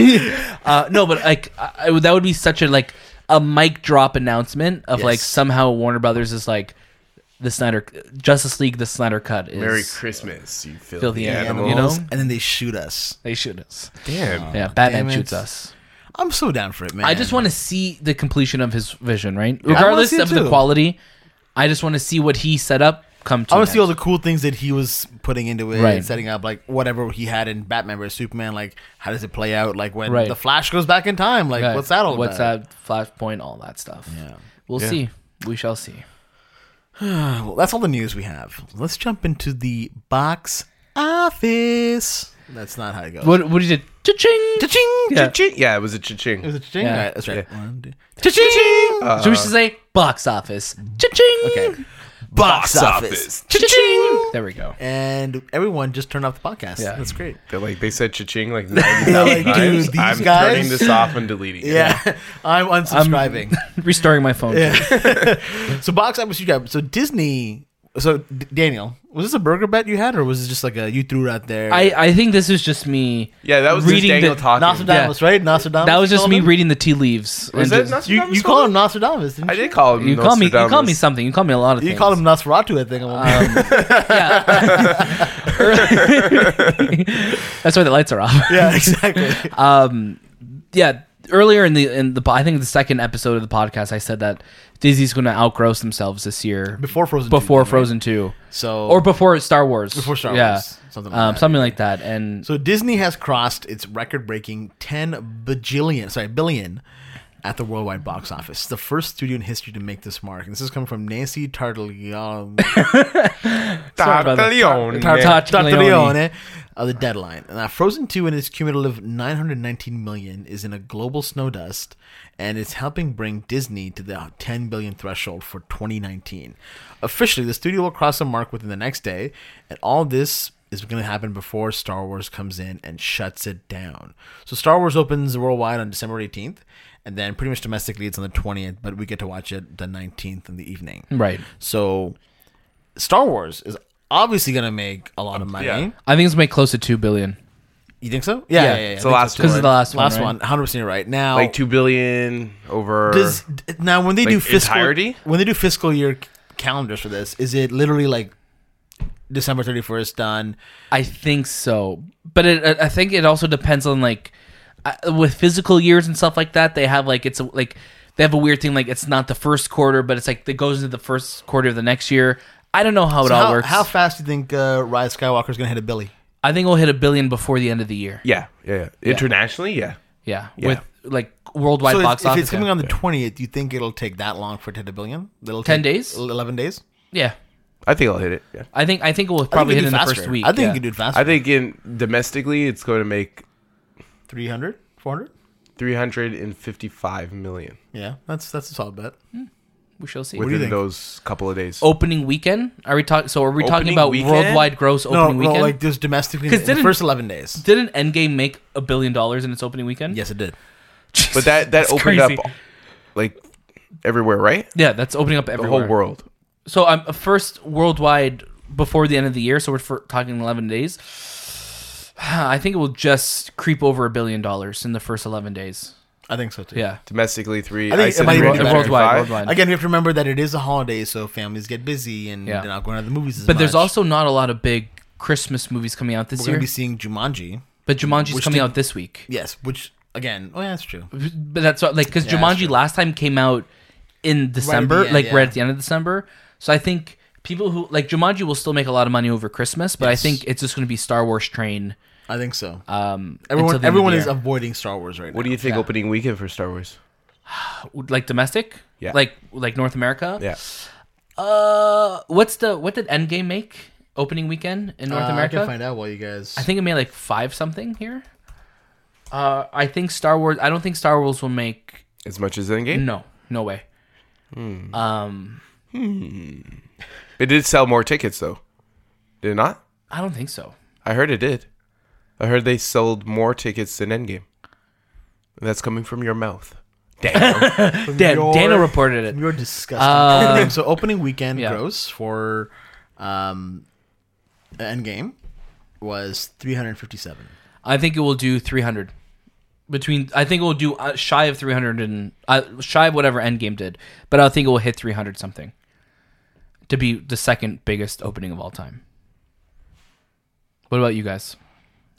[SPEAKER 2] uh, no, but like I, I- that would be such a like a mic drop announcement of like
[SPEAKER 1] Yes.
[SPEAKER 2] somehow Warner Brothers is like the Snyder Justice League, the Snyder cut is
[SPEAKER 3] Merry Christmas, you filthy,
[SPEAKER 2] filthy animal.
[SPEAKER 3] animals.
[SPEAKER 2] You know,
[SPEAKER 1] and then they shoot us.
[SPEAKER 2] they shoot us.
[SPEAKER 3] Damn.
[SPEAKER 2] Yeah, Batman
[SPEAKER 1] damn it.
[SPEAKER 2] shoots us.
[SPEAKER 1] I'm so down for it, man.
[SPEAKER 2] I just want to see the completion of his vision,
[SPEAKER 1] I
[SPEAKER 2] right?
[SPEAKER 1] wanna
[SPEAKER 2] Regardless
[SPEAKER 1] see it
[SPEAKER 2] of the
[SPEAKER 1] too.
[SPEAKER 2] quality, I just want to see what he set up come to.
[SPEAKER 1] I want to see
[SPEAKER 2] next.
[SPEAKER 1] all the cool things that he was putting into it,
[SPEAKER 2] Right.
[SPEAKER 1] and setting up like whatever he had in Batman vs Superman. Like, how does it play out? Like when
[SPEAKER 2] Right.
[SPEAKER 1] the Flash goes back in time. Like,
[SPEAKER 2] Right.
[SPEAKER 1] what's that all
[SPEAKER 2] What's
[SPEAKER 1] about?
[SPEAKER 2] that flashpoint? All that stuff.
[SPEAKER 1] Yeah.
[SPEAKER 2] we'll
[SPEAKER 3] Yeah.
[SPEAKER 2] see. We shall see.
[SPEAKER 1] Uh, Well, that's all the news we have. Let's jump into the box office. That's not how it goes.
[SPEAKER 2] What? What is it? Cha-ching!
[SPEAKER 1] Cha-ching,
[SPEAKER 2] Yeah.
[SPEAKER 3] Cha-ching. Yeah, it was a cha-ching.
[SPEAKER 1] It was a cha-ching.
[SPEAKER 2] Yeah.
[SPEAKER 1] All right, that's right. One, two-
[SPEAKER 2] Cha-ching!
[SPEAKER 3] Uh,
[SPEAKER 2] so we should say box office. Cha-ching!
[SPEAKER 1] Okay.
[SPEAKER 3] Box office.
[SPEAKER 1] Cha-ching.
[SPEAKER 2] There we go.
[SPEAKER 1] And everyone just turned off the podcast.
[SPEAKER 2] Yeah.
[SPEAKER 1] That's great.
[SPEAKER 3] They're like they said cha-ching like 90,000
[SPEAKER 1] like,
[SPEAKER 3] times.
[SPEAKER 1] dude, these
[SPEAKER 3] I'm
[SPEAKER 1] guys-
[SPEAKER 3] turning this off and deleting it.
[SPEAKER 1] Yeah, I'm unsubscribing.
[SPEAKER 2] Restoring my phone.
[SPEAKER 1] so box office, you got so Disney. So D- Daniel, was this a burger bet you had, or was it just like a you threw it out there?
[SPEAKER 2] I, I think this is just me.
[SPEAKER 3] Yeah, that was just Daniel
[SPEAKER 2] the,
[SPEAKER 3] talking.
[SPEAKER 1] Nostradamus, right? Nostradamus.
[SPEAKER 2] That was
[SPEAKER 1] you
[SPEAKER 2] just
[SPEAKER 1] called
[SPEAKER 2] me
[SPEAKER 1] him?
[SPEAKER 2] reading the tea leaves.
[SPEAKER 3] Was
[SPEAKER 2] and
[SPEAKER 3] that
[SPEAKER 2] just-
[SPEAKER 1] You
[SPEAKER 3] Nostradamus
[SPEAKER 1] you
[SPEAKER 3] called
[SPEAKER 1] call
[SPEAKER 3] him?
[SPEAKER 1] him Nostradamus? Didn't
[SPEAKER 3] I
[SPEAKER 1] you?
[SPEAKER 3] did call him.
[SPEAKER 2] You call me. You call me
[SPEAKER 3] Nostradamus.
[SPEAKER 2] something. You call me a lot of things.
[SPEAKER 1] You call him Nosferatu, I think. I'm
[SPEAKER 2] Um, Yeah. That's why the lights are off.
[SPEAKER 1] yeah, exactly.
[SPEAKER 2] um, yeah. Earlier in the in the po- I think the second episode of the podcast, I said that Disney's going to outgross themselves this year
[SPEAKER 1] Before Frozen. two,
[SPEAKER 2] before
[SPEAKER 1] right?
[SPEAKER 2] Frozen two.
[SPEAKER 1] So
[SPEAKER 2] or before Star Wars.
[SPEAKER 1] Before Star Wars, something like
[SPEAKER 2] um,
[SPEAKER 1] that.
[SPEAKER 2] something like that. And
[SPEAKER 1] Mm. So Disney has crossed its record-breaking 10 bajillion, sorry, billion at the worldwide box office. The first studio in history to make this mark. And this is coming from Nancy Tartaglione.
[SPEAKER 2] Sorry about that.
[SPEAKER 3] Tartaglione.
[SPEAKER 2] Tartaglione.
[SPEAKER 1] Tartaglione of Uh, the Deadline. Now, Frozen 2 and its cumulative 919 million is in a global snow dust and it's helping bring Disney to the 10 billion threshold for 2019. Officially, the studio will cross the mark within the next day, and all this is going to happen before Star Wars comes in and shuts it down. So Star Wars opens worldwide on December 18th, and then pretty much domestically it's on the 20th, but we get to watch it the 19th in the evening.
[SPEAKER 2] right,
[SPEAKER 1] So Star Wars is obviously going to make a lot of money.
[SPEAKER 3] Yeah.
[SPEAKER 2] I think it's made close to two billion
[SPEAKER 1] You think so? Yeah,
[SPEAKER 2] Yeah.
[SPEAKER 1] yeah, yeah. yeah.
[SPEAKER 3] It's the last
[SPEAKER 2] because of
[SPEAKER 3] one.
[SPEAKER 2] the last one.
[SPEAKER 1] last
[SPEAKER 2] right?
[SPEAKER 1] one, 100 percent right now.
[SPEAKER 3] like two billion over.
[SPEAKER 1] does d- now when they do
[SPEAKER 3] like,
[SPEAKER 1] fiscal
[SPEAKER 3] entirety?
[SPEAKER 1] when they do fiscal year c- calendars for this, is it literally like December 31st done?
[SPEAKER 2] I think so, but it, I- I think it also depends on like I- with physical years and stuff like that. They have like it's a, like they have a weird thing like it's not the first quarter, but it's like it goes into the first quarter of the next year. I don't know how it
[SPEAKER 1] So
[SPEAKER 2] all
[SPEAKER 1] how,
[SPEAKER 2] works.
[SPEAKER 1] how fast do you think uh, Rise Skywalker is going to hit a Billy?
[SPEAKER 2] I think we'll hit a billion before the end of the year.
[SPEAKER 3] yeah, yeah, yeah. Internationally, yeah.
[SPEAKER 2] Yeah,
[SPEAKER 3] Yeah.
[SPEAKER 2] with like worldwide
[SPEAKER 1] So if-
[SPEAKER 2] box
[SPEAKER 1] if
[SPEAKER 2] office.
[SPEAKER 1] it's coming
[SPEAKER 2] yeah.
[SPEAKER 1] on the 20th, do you think it'll take that long for it to hit a billion? It'll
[SPEAKER 2] 10
[SPEAKER 1] take
[SPEAKER 2] days?
[SPEAKER 1] 11 days.
[SPEAKER 2] yeah,
[SPEAKER 3] I think I'll hit it. Yeah.
[SPEAKER 2] I think I think it will probably
[SPEAKER 1] I
[SPEAKER 2] hit
[SPEAKER 1] think you can do
[SPEAKER 2] in the
[SPEAKER 1] faster.
[SPEAKER 2] first week.
[SPEAKER 1] I think
[SPEAKER 2] yeah.
[SPEAKER 1] you can do it faster.
[SPEAKER 3] I think in domestically, it's going to make
[SPEAKER 1] 300, 400.
[SPEAKER 3] three hundred and fifty-five million
[SPEAKER 1] Yeah, that's that's a solid bet.
[SPEAKER 2] we shall see.
[SPEAKER 1] you
[SPEAKER 3] within
[SPEAKER 1] think?
[SPEAKER 3] those couple of days.
[SPEAKER 2] opening weekend? Are we talking? So are we talking
[SPEAKER 3] Opening
[SPEAKER 2] about
[SPEAKER 3] weekend?
[SPEAKER 2] worldwide gross
[SPEAKER 1] No,
[SPEAKER 2] opening
[SPEAKER 1] no,
[SPEAKER 2] weekend?
[SPEAKER 1] like there's domestically in
[SPEAKER 2] 'Cause
[SPEAKER 1] the
[SPEAKER 2] didn't-
[SPEAKER 1] first 11 days.
[SPEAKER 2] Didn't Endgame make a billion dollars in its opening weekend?
[SPEAKER 1] Yes, it did.
[SPEAKER 2] Jesus,
[SPEAKER 3] but that that
[SPEAKER 2] that's
[SPEAKER 3] opened
[SPEAKER 2] crazy.
[SPEAKER 3] up like everywhere, right?
[SPEAKER 2] Yeah, that's opening up
[SPEAKER 3] The
[SPEAKER 2] everywhere.
[SPEAKER 3] whole world.
[SPEAKER 2] So I'm um, first worldwide before the end of the year. So we're for talking 11 days. I think it will just creep over a billion dollars in the first 11 days.
[SPEAKER 1] I think so too.
[SPEAKER 2] Yeah.
[SPEAKER 3] Domestically, three.
[SPEAKER 1] I think it might even be better.
[SPEAKER 2] Worldwide,
[SPEAKER 3] 355.
[SPEAKER 2] worldwide.
[SPEAKER 1] Again, we have to remember that it is a holiday, so families get busy and
[SPEAKER 2] Yeah.
[SPEAKER 1] they're not going to the movies as
[SPEAKER 2] But there's
[SPEAKER 1] much.
[SPEAKER 2] also not a lot of big Christmas movies coming out
[SPEAKER 1] we're
[SPEAKER 2] this
[SPEAKER 1] going
[SPEAKER 2] year.
[SPEAKER 1] to be seeing Jumanji.
[SPEAKER 2] but Jumanji's
[SPEAKER 1] which
[SPEAKER 2] coming
[SPEAKER 1] did-
[SPEAKER 2] out this week.
[SPEAKER 1] Yes, which again, oh yeah, that's true.
[SPEAKER 2] But that's what, like because
[SPEAKER 1] Yeah, that's
[SPEAKER 2] Jumanji
[SPEAKER 1] true.
[SPEAKER 2] last time came out in December,
[SPEAKER 1] end,
[SPEAKER 2] like
[SPEAKER 1] yeah.
[SPEAKER 2] right at the end of December. So I think people who like Jumanji will still make a lot of money over Christmas, but
[SPEAKER 1] Yes.
[SPEAKER 2] I think it's just going to be Star Wars train.
[SPEAKER 1] I think so.
[SPEAKER 2] Um,
[SPEAKER 1] everyone
[SPEAKER 2] until the end of
[SPEAKER 1] everyone
[SPEAKER 2] the
[SPEAKER 1] is
[SPEAKER 2] year.
[SPEAKER 1] avoiding Star Wars right now.
[SPEAKER 3] What do you think opening weekend for Star Wars?
[SPEAKER 2] like domestic,
[SPEAKER 3] Yeah.
[SPEAKER 2] like like North America.
[SPEAKER 3] Yeah.
[SPEAKER 2] Uh, what's the what did Endgame make opening weekend in North
[SPEAKER 1] Uh, I
[SPEAKER 2] America?
[SPEAKER 1] can find out while you guys.
[SPEAKER 2] I think it made like five something here. Uh, I think Star Wars. I don't think Star Wars will make.
[SPEAKER 3] As much as Endgame?
[SPEAKER 2] No, no way. Um,
[SPEAKER 3] It did sell more tickets though. Did it not?
[SPEAKER 2] I don't think so.
[SPEAKER 3] I heard it did. I heard they sold more tickets than Endgame. That's coming from your mouth. Damn.
[SPEAKER 1] From
[SPEAKER 2] Dan,
[SPEAKER 1] your-
[SPEAKER 2] Dana reported it.
[SPEAKER 1] You're disgusting. Um, so opening weekend
[SPEAKER 2] Uh, yeah.
[SPEAKER 1] gross for um, Endgame was 357.
[SPEAKER 2] I think it will do 300. Between, I think it will do uh, shy of 300 and uh, shy of whatever Endgame did, but I think it will hit 300 something. To be the second biggest opening of all time. What about you guys?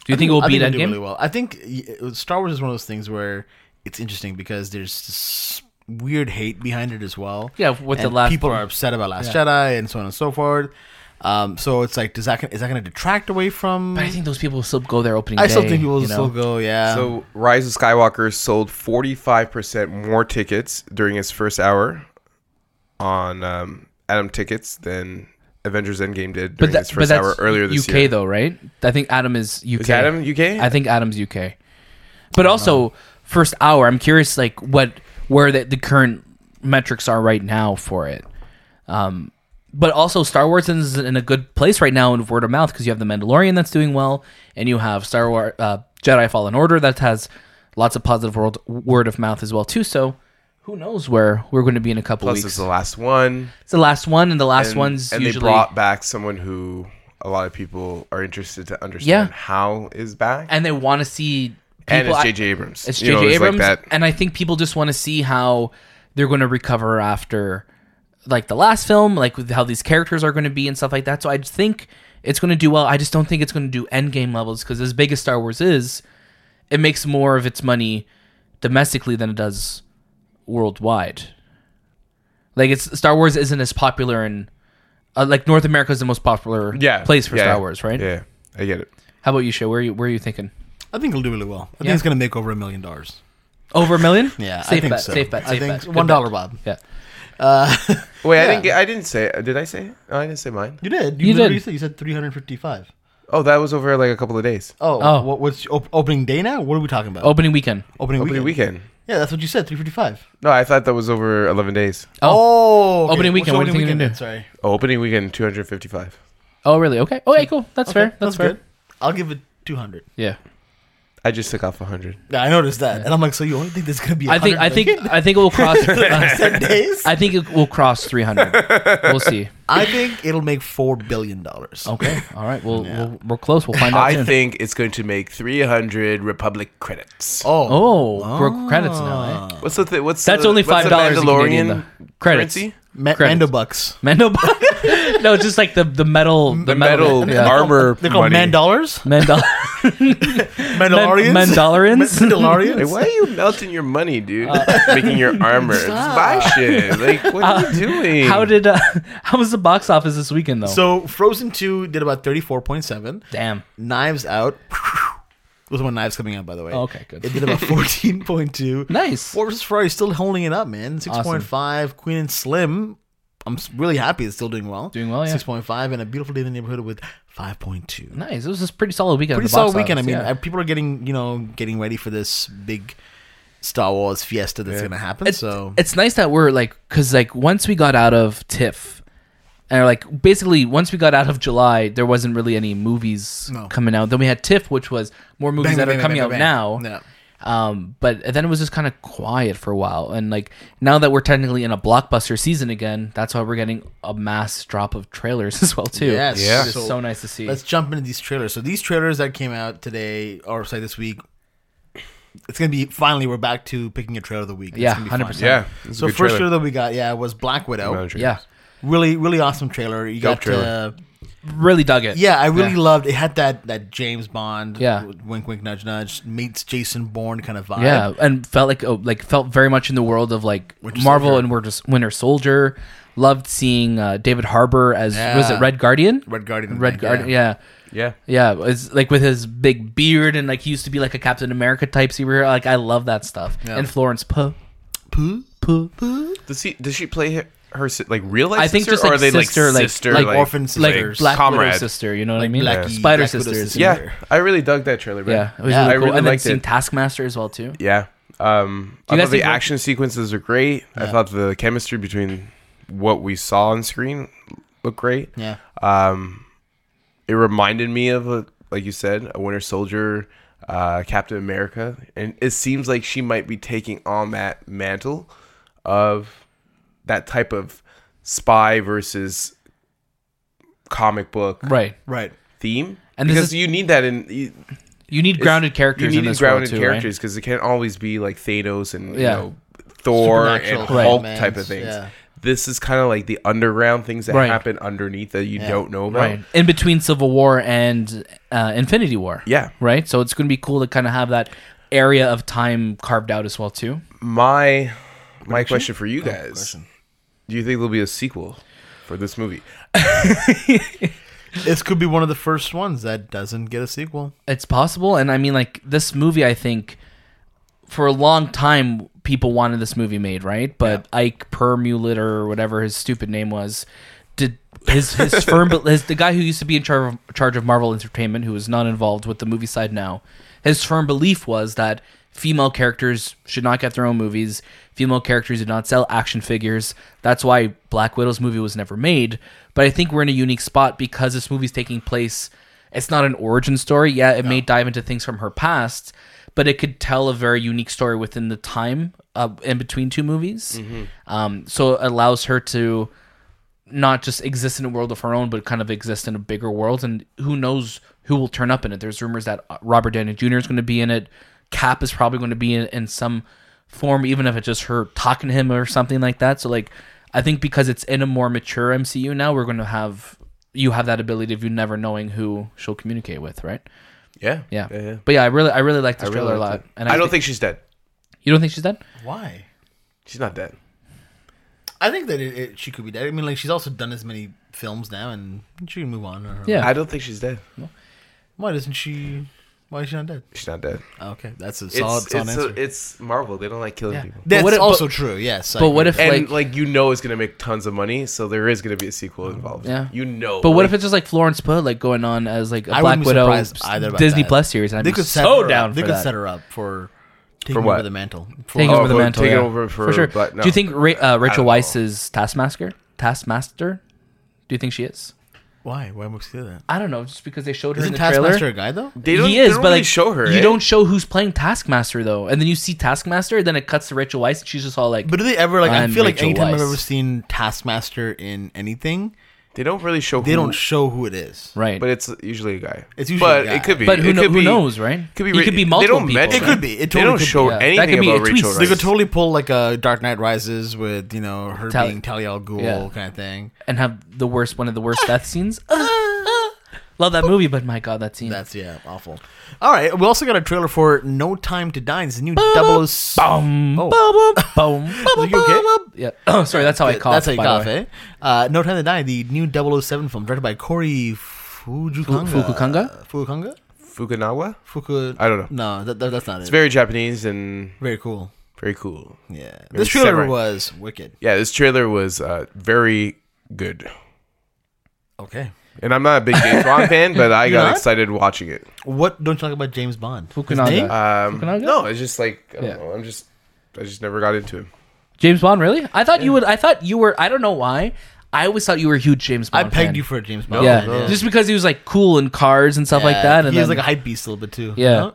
[SPEAKER 2] Do you think it will
[SPEAKER 1] I
[SPEAKER 2] beat
[SPEAKER 1] think it'll do
[SPEAKER 2] Endgame?
[SPEAKER 1] really well. I think y- uh, Star Wars is one of those things where it's interesting because there's this weird hate behind it as well.
[SPEAKER 2] Yeah, with the
[SPEAKER 1] And
[SPEAKER 2] last-
[SPEAKER 1] people are upset about Last
[SPEAKER 2] Yeah.
[SPEAKER 1] Jedi and so on and so forth. Um, so it's like, does that is that going to detract away from?
[SPEAKER 2] But I think those people will still go there opening
[SPEAKER 1] I still
[SPEAKER 2] day,
[SPEAKER 1] think people will
[SPEAKER 2] you know?
[SPEAKER 1] still go. Yeah.
[SPEAKER 3] so Rise of Skywalker sold 45% more tickets during its first hour on um, Adam tickets than Avengers Endgame did during
[SPEAKER 2] But, that,
[SPEAKER 3] its first
[SPEAKER 2] but
[SPEAKER 3] hour
[SPEAKER 2] that's
[SPEAKER 3] earlier this
[SPEAKER 2] UK
[SPEAKER 3] year.
[SPEAKER 2] though, right? I think Adam is UK.
[SPEAKER 3] Is Adam Oh. UK?
[SPEAKER 2] I think Adam's UK. But also first hour, I'm curious like what where the, the current metrics are right now for it. Um, but also Star Wars is in a good place right now in word of mouth because you have the Mandalorian that's doing well, and you have Star Wars uh, Jedi Fallen Order that has lots of positive world, word of mouth as well too. So who knows where we're going to be in a couple
[SPEAKER 3] Plus,
[SPEAKER 2] weeks?
[SPEAKER 3] it's the last one.
[SPEAKER 2] it's the last one, and the last
[SPEAKER 3] and,
[SPEAKER 2] one's
[SPEAKER 3] and
[SPEAKER 2] usually
[SPEAKER 3] they brought back someone who a lot of people are interested to understand
[SPEAKER 2] Yeah.
[SPEAKER 3] how is back
[SPEAKER 2] and they want to see people.
[SPEAKER 3] and it's jj abrams
[SPEAKER 2] It's
[SPEAKER 3] You know,
[SPEAKER 2] JJ Abrams,
[SPEAKER 3] like that
[SPEAKER 2] and I think people just want to see how they're going to recover after, like the last film, like with how these characters are going to be and stuff like that. So I just think it's going to do well. I just don't think it's going to do Endgame levels because as big as Star Wars is, it makes more of its money domestically than it does worldwide. Like it's Star Wars isn't as popular in, uh, like North America is the most popular
[SPEAKER 3] yeah
[SPEAKER 2] place for
[SPEAKER 3] yeah,
[SPEAKER 2] Star
[SPEAKER 3] yeah.
[SPEAKER 2] Wars, right?
[SPEAKER 3] yeah i get it
[SPEAKER 2] How about you, Shay? Where are you where are you thinking?
[SPEAKER 1] I think it'll do really well. I
[SPEAKER 2] Yeah.
[SPEAKER 1] think it's going to make over a million dollars.
[SPEAKER 2] Over a million?
[SPEAKER 1] Yeah,
[SPEAKER 2] safe
[SPEAKER 1] I think
[SPEAKER 2] bet,
[SPEAKER 1] so.
[SPEAKER 2] safe bet,
[SPEAKER 1] I
[SPEAKER 2] safe
[SPEAKER 1] think
[SPEAKER 2] bet. Good
[SPEAKER 1] one
[SPEAKER 2] bet.
[SPEAKER 1] dollar, Bob.
[SPEAKER 2] Yeah.
[SPEAKER 1] Uh,
[SPEAKER 3] wait i
[SPEAKER 1] Yeah.
[SPEAKER 3] didn't get i didn't say it. did i say it? oh, i didn't say mine
[SPEAKER 1] you did.
[SPEAKER 2] You
[SPEAKER 1] literally
[SPEAKER 2] did.
[SPEAKER 1] Said, you said three hundred fifty-five.
[SPEAKER 3] oh that was over like a couple of days
[SPEAKER 1] Oh,
[SPEAKER 2] Oh.
[SPEAKER 1] What, what's op- opening day now? What are we talking about?
[SPEAKER 2] Opening weekend.
[SPEAKER 1] opening
[SPEAKER 3] opening
[SPEAKER 1] weekend.
[SPEAKER 3] weekend.
[SPEAKER 1] Yeah, that's what you said. Three fifty-five.
[SPEAKER 3] no i thought that was over 11 days
[SPEAKER 1] Oh, okay.
[SPEAKER 2] Opening weekend,
[SPEAKER 1] What's
[SPEAKER 2] what do you
[SPEAKER 1] opening
[SPEAKER 2] think you're gonna
[SPEAKER 1] weekend?
[SPEAKER 2] do?
[SPEAKER 1] Sorry,
[SPEAKER 3] oh, opening weekend 255
[SPEAKER 2] Oh, really? Okay. Oh, yeah, cool. That's fair.
[SPEAKER 1] Okay,
[SPEAKER 2] That's, fair.
[SPEAKER 1] I'll give it two hundred.
[SPEAKER 2] Yeah.
[SPEAKER 3] i just took off 100
[SPEAKER 1] Yeah, I noticed that, and I'm like, so you only think there's gonna be?
[SPEAKER 2] I think I think I think it will cross. uh,
[SPEAKER 1] ten days.
[SPEAKER 2] I think it will cross 300. We'll see.
[SPEAKER 1] I think it'll make four billion dollars.
[SPEAKER 2] Okay. All right. Well, we'll we're close. We'll find out
[SPEAKER 3] i
[SPEAKER 2] soon.
[SPEAKER 3] think it's going to make 300 republic credits
[SPEAKER 1] Oh,
[SPEAKER 2] oh, we're credits
[SPEAKER 1] Ah.
[SPEAKER 2] now. Eh?
[SPEAKER 3] what's the thi- what's
[SPEAKER 2] That's
[SPEAKER 3] the-
[SPEAKER 2] only
[SPEAKER 3] what's
[SPEAKER 2] $5 in
[SPEAKER 3] the
[SPEAKER 2] Canadian,
[SPEAKER 3] Mandalorian
[SPEAKER 2] though. Credits.
[SPEAKER 3] currency?
[SPEAKER 1] Ma-
[SPEAKER 2] Credits.
[SPEAKER 1] Mando bucks.
[SPEAKER 2] Mandel. no, just like the the metal. The,
[SPEAKER 3] the metal
[SPEAKER 2] Yeah.
[SPEAKER 3] armor
[SPEAKER 1] They're called
[SPEAKER 3] money.
[SPEAKER 1] Mandollars.
[SPEAKER 2] Mandel-
[SPEAKER 1] Mandalorians.
[SPEAKER 2] Mandalorians?
[SPEAKER 1] Mandalorians.
[SPEAKER 3] Hey, why are you melting your money, dude?
[SPEAKER 2] Uh,
[SPEAKER 3] Making your armor. Just buy shit. Like, what are you doing?
[SPEAKER 2] how did uh, how was the box office this weekend though?
[SPEAKER 1] So Frozen Two did about thirty four point seven.
[SPEAKER 2] Damn.
[SPEAKER 1] Knives Out. Those are my knives coming out, by the way.
[SPEAKER 2] Oh, okay, good.
[SPEAKER 1] It did about fourteen point two.
[SPEAKER 2] Nice.
[SPEAKER 1] Ford vs Ferrari is still holding it up, man. Six point five. Queen and Slim. I'm s- really happy it's still doing well.
[SPEAKER 2] Doing well, yeah.
[SPEAKER 1] Six point five, and a beautiful day in the neighborhood with five point two.
[SPEAKER 2] Nice. It was a pretty solid weekend. at
[SPEAKER 1] Pretty
[SPEAKER 2] the box
[SPEAKER 1] solid weekend. I
[SPEAKER 2] office,
[SPEAKER 1] mean,
[SPEAKER 2] yeah.
[SPEAKER 1] uh, people are getting you know getting ready for this big Star Wars fiesta that's gonna happen.
[SPEAKER 2] It's-
[SPEAKER 1] so
[SPEAKER 2] it's nice that we're like because like once we got out of TIFF and like basically once we got out of July there wasn't really any movies
[SPEAKER 1] No.
[SPEAKER 2] coming out then we had TIFF which was more movies
[SPEAKER 1] Bang,
[SPEAKER 2] that
[SPEAKER 1] bang,
[SPEAKER 2] are
[SPEAKER 1] bang,
[SPEAKER 2] coming
[SPEAKER 1] bang,
[SPEAKER 2] out
[SPEAKER 1] bang.
[SPEAKER 2] now
[SPEAKER 1] Yeah.
[SPEAKER 2] um but then it was just kind of quiet for a while and like now that we're technically in a blockbuster season again that's why we're getting a mass drop of trailers as well too
[SPEAKER 1] Yes.
[SPEAKER 3] Yeah.
[SPEAKER 2] it's so, so nice to see
[SPEAKER 1] Let's jump into these trailers. So these trailers that came out today, or sorry, this week, it's gonna be finally we're back to picking a trailer of the week. It's
[SPEAKER 2] Yeah,
[SPEAKER 1] gonna be
[SPEAKER 2] 100%.
[SPEAKER 1] fun.
[SPEAKER 3] Yeah. it's a
[SPEAKER 1] So
[SPEAKER 3] good
[SPEAKER 1] first trailer. that we got, yeah, was Black Widow.
[SPEAKER 3] Imagine.
[SPEAKER 2] yeah
[SPEAKER 1] Really, really awesome trailer. You
[SPEAKER 3] Dope
[SPEAKER 1] got
[SPEAKER 3] trailer.
[SPEAKER 1] Uh,
[SPEAKER 2] really dug it.
[SPEAKER 1] Yeah, I really
[SPEAKER 2] Yeah.
[SPEAKER 1] loved it. Had that that James Bond,
[SPEAKER 2] Yeah.
[SPEAKER 1] wink, wink, nudge, nudge meets Jason Bourne kind of vibe.
[SPEAKER 2] yeah, and felt like oh, like felt very much in the world of like
[SPEAKER 1] Winter
[SPEAKER 2] Marvel
[SPEAKER 1] Soldier.
[SPEAKER 2] and Winter, Winter Soldier. Loved seeing uh, David Harbour as was
[SPEAKER 1] Yeah.
[SPEAKER 2] it Red Guardian?
[SPEAKER 1] Red Guardian.
[SPEAKER 2] Red Guardian, yeah.
[SPEAKER 3] Yeah.
[SPEAKER 2] Yeah, it's like with his big beard and like he used to be like a Captain America type superhero. Like I love that stuff.
[SPEAKER 1] Yeah.
[SPEAKER 2] And Florence Poe,
[SPEAKER 1] Pooh?
[SPEAKER 2] Poe,
[SPEAKER 3] Does she does she play her, her si- like real life?
[SPEAKER 2] I think
[SPEAKER 3] sister,
[SPEAKER 2] just,
[SPEAKER 3] or
[SPEAKER 2] like,
[SPEAKER 3] are they
[SPEAKER 2] sister,
[SPEAKER 3] like
[SPEAKER 2] like-
[SPEAKER 3] sister,
[SPEAKER 2] like
[SPEAKER 1] orphan
[SPEAKER 2] like
[SPEAKER 1] sisters.
[SPEAKER 2] Black
[SPEAKER 3] comrade.
[SPEAKER 2] Widow sister. You know what I
[SPEAKER 1] Like
[SPEAKER 2] mean?
[SPEAKER 1] Blackie-
[SPEAKER 2] Spider
[SPEAKER 1] Black Widow
[SPEAKER 2] sisters.
[SPEAKER 1] sister.
[SPEAKER 3] Yeah, I really dug that trailer. Man.
[SPEAKER 2] yeah, it was
[SPEAKER 1] Yeah.
[SPEAKER 2] really
[SPEAKER 3] I
[SPEAKER 2] cool.
[SPEAKER 3] really
[SPEAKER 2] and then
[SPEAKER 3] liked
[SPEAKER 2] seeing
[SPEAKER 3] it.
[SPEAKER 2] Taskmaster as well too.
[SPEAKER 3] Yeah. Um, I
[SPEAKER 2] guys
[SPEAKER 3] thought the
[SPEAKER 2] think-
[SPEAKER 3] action sequences are great. I thought the chemistry between what we saw on screen looked great.
[SPEAKER 1] Yeah.
[SPEAKER 3] Um, it reminded me of, a, like you said, a Winter Soldier, uh, Captain America, and it seems like she might be taking on that mantle of that type of spy versus comic book
[SPEAKER 2] Right.
[SPEAKER 1] Right.
[SPEAKER 3] theme.
[SPEAKER 2] And
[SPEAKER 3] And
[SPEAKER 2] this
[SPEAKER 3] because
[SPEAKER 2] is-
[SPEAKER 3] you need that in you,
[SPEAKER 2] You need grounded characters.
[SPEAKER 3] you need
[SPEAKER 2] in this
[SPEAKER 3] grounded
[SPEAKER 2] world too, right?
[SPEAKER 3] characters because it can't always be like Thanos and
[SPEAKER 2] Yeah.
[SPEAKER 3] you know Thor and
[SPEAKER 1] Supernatural
[SPEAKER 3] Hulk
[SPEAKER 1] Right.
[SPEAKER 3] type of things.
[SPEAKER 1] Yeah.
[SPEAKER 3] This is kind of like the underground things that
[SPEAKER 2] Right.
[SPEAKER 3] happen underneath that you
[SPEAKER 1] Yeah.
[SPEAKER 3] don't know about.
[SPEAKER 2] Right. In between Civil War and uh, Infinity War.
[SPEAKER 3] Yeah,
[SPEAKER 2] Right. So it's going to be cool to kind of have that area of time carved out as well too.
[SPEAKER 3] my my question for you
[SPEAKER 2] Oh,
[SPEAKER 3] guys: Do you think there'll be a sequel for this movie?
[SPEAKER 1] This could be one of the first ones that doesn't get a sequel.
[SPEAKER 2] It's possible, and I mean, like this movie. I think for a long time, people wanted this movie made, right? But Ike Perlmutter or whatever his stupid name was, did his his firm, but his the guy who used to be in charge of, charge of Marvel Entertainment, who is not involved with the movie side now, his firm belief was that female characters should not get their own movies. Female characters did not sell action figures. That's why Black Widow's movie was never made. But I think we're in a unique spot because this movie's taking place it's not an origin story. Yeah, it may dive into things from her past, but it could tell a very unique story within the time uh, in between two movies. Um, so it allows her to not just exist in a world of her own, but kind of exist in a bigger world. And who knows who will turn up in it? There's rumors that uh, Robert Downey Jr. is going to be in it. Cap is probably going to be in, in some form, even if it's just her talking to him or something like that. So like, I think because it's in a more mature MCU now, we're going to have you have that ability of you never knowing who she'll communicate with, right?
[SPEAKER 3] Yeah,
[SPEAKER 2] Yeah.
[SPEAKER 3] yeah. yeah.
[SPEAKER 2] But yeah, I really, I really like this
[SPEAKER 3] I really
[SPEAKER 2] trailer a
[SPEAKER 3] liked
[SPEAKER 2] lot.
[SPEAKER 3] it. I, don't
[SPEAKER 2] thi-
[SPEAKER 3] think she's dead.
[SPEAKER 2] you don't think she's dead.
[SPEAKER 1] Why?
[SPEAKER 3] She's not dead.
[SPEAKER 1] I think that it, it, she could be dead. I mean, like she's also done as many films now, and she can move on. on her-
[SPEAKER 2] Yeah.
[SPEAKER 3] I don't think she's dead.
[SPEAKER 1] Why doesn't she? Why is she not dead?
[SPEAKER 3] She's not dead.
[SPEAKER 1] Oh, okay, that's a solid,
[SPEAKER 3] It's
[SPEAKER 1] solid
[SPEAKER 3] it's,
[SPEAKER 1] answer.
[SPEAKER 3] a, it's Marvel. They don't like killing
[SPEAKER 2] Yeah.
[SPEAKER 3] people.
[SPEAKER 1] that's
[SPEAKER 2] what if-
[SPEAKER 1] also true. Yes, I
[SPEAKER 2] but what
[SPEAKER 1] agree.
[SPEAKER 2] if
[SPEAKER 3] and
[SPEAKER 2] like,
[SPEAKER 3] like, you know it's gonna make tons of money, so there is gonna be a sequel involved.
[SPEAKER 2] Yeah.
[SPEAKER 3] you know.
[SPEAKER 2] But what
[SPEAKER 3] like,
[SPEAKER 2] if it's just like Florence Poe like going on as like a
[SPEAKER 1] I
[SPEAKER 2] Black
[SPEAKER 1] wouldn't be
[SPEAKER 2] Widow
[SPEAKER 1] surprised either about
[SPEAKER 2] Disney
[SPEAKER 1] that.
[SPEAKER 2] Plus series? And
[SPEAKER 1] they
[SPEAKER 2] I'm
[SPEAKER 1] could set
[SPEAKER 2] so
[SPEAKER 1] her
[SPEAKER 2] down
[SPEAKER 1] up. They
[SPEAKER 2] for
[SPEAKER 1] could
[SPEAKER 2] that.
[SPEAKER 1] set her up for taking
[SPEAKER 3] what?
[SPEAKER 1] over the mantle. For
[SPEAKER 2] Taking
[SPEAKER 3] Oh,
[SPEAKER 2] over the
[SPEAKER 3] for-
[SPEAKER 2] mantle,
[SPEAKER 3] taking
[SPEAKER 2] yeah.
[SPEAKER 3] over for
[SPEAKER 2] sure.
[SPEAKER 3] Black-
[SPEAKER 2] Do you
[SPEAKER 3] no.
[SPEAKER 2] think Ra- uh, Rachel
[SPEAKER 3] know.
[SPEAKER 2] Weisz is Taskmaster? Taskmaster? Do you think she is?
[SPEAKER 1] Why? Why would she do that?
[SPEAKER 2] I don't know. Just because they showed her
[SPEAKER 1] Isn't
[SPEAKER 2] in the trailer.
[SPEAKER 1] Taskmaster a guy though?
[SPEAKER 3] they don't,
[SPEAKER 2] he
[SPEAKER 3] they
[SPEAKER 2] is,
[SPEAKER 3] don't
[SPEAKER 2] but
[SPEAKER 3] really
[SPEAKER 2] like
[SPEAKER 3] show her?
[SPEAKER 2] you
[SPEAKER 3] eh?
[SPEAKER 2] don't show who's playing Taskmaster though, and then you see Taskmaster, then it cuts to Rachel Weisz, and she's just all like,
[SPEAKER 1] But do they ever like? i
[SPEAKER 2] I'm
[SPEAKER 1] feel like
[SPEAKER 2] Rachel
[SPEAKER 1] anytime I've
[SPEAKER 2] Weisz.
[SPEAKER 1] ever seen Taskmaster in anything,
[SPEAKER 3] They don't really show.
[SPEAKER 1] they
[SPEAKER 3] who,
[SPEAKER 1] don't show who it is.
[SPEAKER 2] right?
[SPEAKER 3] But it's usually a guy.
[SPEAKER 1] It's usually
[SPEAKER 3] But
[SPEAKER 1] a guy.
[SPEAKER 3] it could be.
[SPEAKER 2] But who,
[SPEAKER 3] it
[SPEAKER 2] kno-
[SPEAKER 3] could
[SPEAKER 2] who
[SPEAKER 3] be-
[SPEAKER 2] knows, right?
[SPEAKER 3] Could be.
[SPEAKER 2] It
[SPEAKER 3] Ra-
[SPEAKER 2] could be
[SPEAKER 3] they
[SPEAKER 2] multiple
[SPEAKER 3] don't
[SPEAKER 2] people.
[SPEAKER 3] mention-
[SPEAKER 1] It could be. It
[SPEAKER 3] they
[SPEAKER 1] totally
[SPEAKER 3] don't
[SPEAKER 1] could
[SPEAKER 3] show
[SPEAKER 2] be. Yeah. That
[SPEAKER 3] anything
[SPEAKER 2] could be a
[SPEAKER 3] about
[SPEAKER 2] tweet.
[SPEAKER 3] Rachel.
[SPEAKER 2] They
[SPEAKER 1] They
[SPEAKER 3] Rice.
[SPEAKER 1] could totally pull like a Dark Knight Rises with you know her
[SPEAKER 2] Tal-
[SPEAKER 1] being Talia al Ghul
[SPEAKER 2] Yeah.
[SPEAKER 1] kind of thing.
[SPEAKER 2] and have the worst one of the worst death scenes.
[SPEAKER 1] Uh,
[SPEAKER 2] Love that movie, but my god, that scene.
[SPEAKER 1] That's yeah, awful. All right, we also got a trailer for No Time to Die. It's a new double. s-
[SPEAKER 2] Mm. Boom,
[SPEAKER 1] Oh.
[SPEAKER 2] boom, boom,
[SPEAKER 1] you okay?
[SPEAKER 2] boom. Yeah. Oh, sorry. That's how I cough.
[SPEAKER 1] That's how you
[SPEAKER 2] by the
[SPEAKER 1] cough,
[SPEAKER 2] way.
[SPEAKER 1] eh? Uh, no Time to Die, the new 007 film directed by Corey Fujukanga.
[SPEAKER 2] Fukukanga?
[SPEAKER 1] Fukukanga?
[SPEAKER 3] Fukunawa.
[SPEAKER 1] Fuku.
[SPEAKER 3] I don't know.
[SPEAKER 1] No, that, that, that's not it.
[SPEAKER 3] It's very Japanese and
[SPEAKER 1] very cool.
[SPEAKER 3] very cool.
[SPEAKER 1] Yeah,
[SPEAKER 3] Very
[SPEAKER 1] this trailer
[SPEAKER 3] samurai.
[SPEAKER 1] was wicked.
[SPEAKER 3] Yeah, this trailer was uh, very good.
[SPEAKER 1] Okay,
[SPEAKER 3] And I'm not a big James Bond fan, but I got
[SPEAKER 1] not?
[SPEAKER 3] excited watching it.
[SPEAKER 1] what don't you like about James Bond? His
[SPEAKER 2] Fukunaga.
[SPEAKER 1] name?
[SPEAKER 3] Um,
[SPEAKER 2] Fukunaga?
[SPEAKER 3] no, it's just like I don't
[SPEAKER 2] Yeah.
[SPEAKER 3] know. I'm just I just never got into him.
[SPEAKER 1] eh?
[SPEAKER 2] James Bond, really? I thought you would. I thought you were. I don't know why. I always thought you were a huge James
[SPEAKER 1] I
[SPEAKER 2] Bond.
[SPEAKER 1] pegged
[SPEAKER 2] fan.
[SPEAKER 1] you for a James Bond.
[SPEAKER 2] yeah,
[SPEAKER 1] fan,
[SPEAKER 2] just because he was like cool in cars and stuff like
[SPEAKER 1] Yeah,
[SPEAKER 2] that. And
[SPEAKER 1] he was
[SPEAKER 2] then-
[SPEAKER 1] like a hype beast a little bit too.
[SPEAKER 2] Yeah.
[SPEAKER 1] No?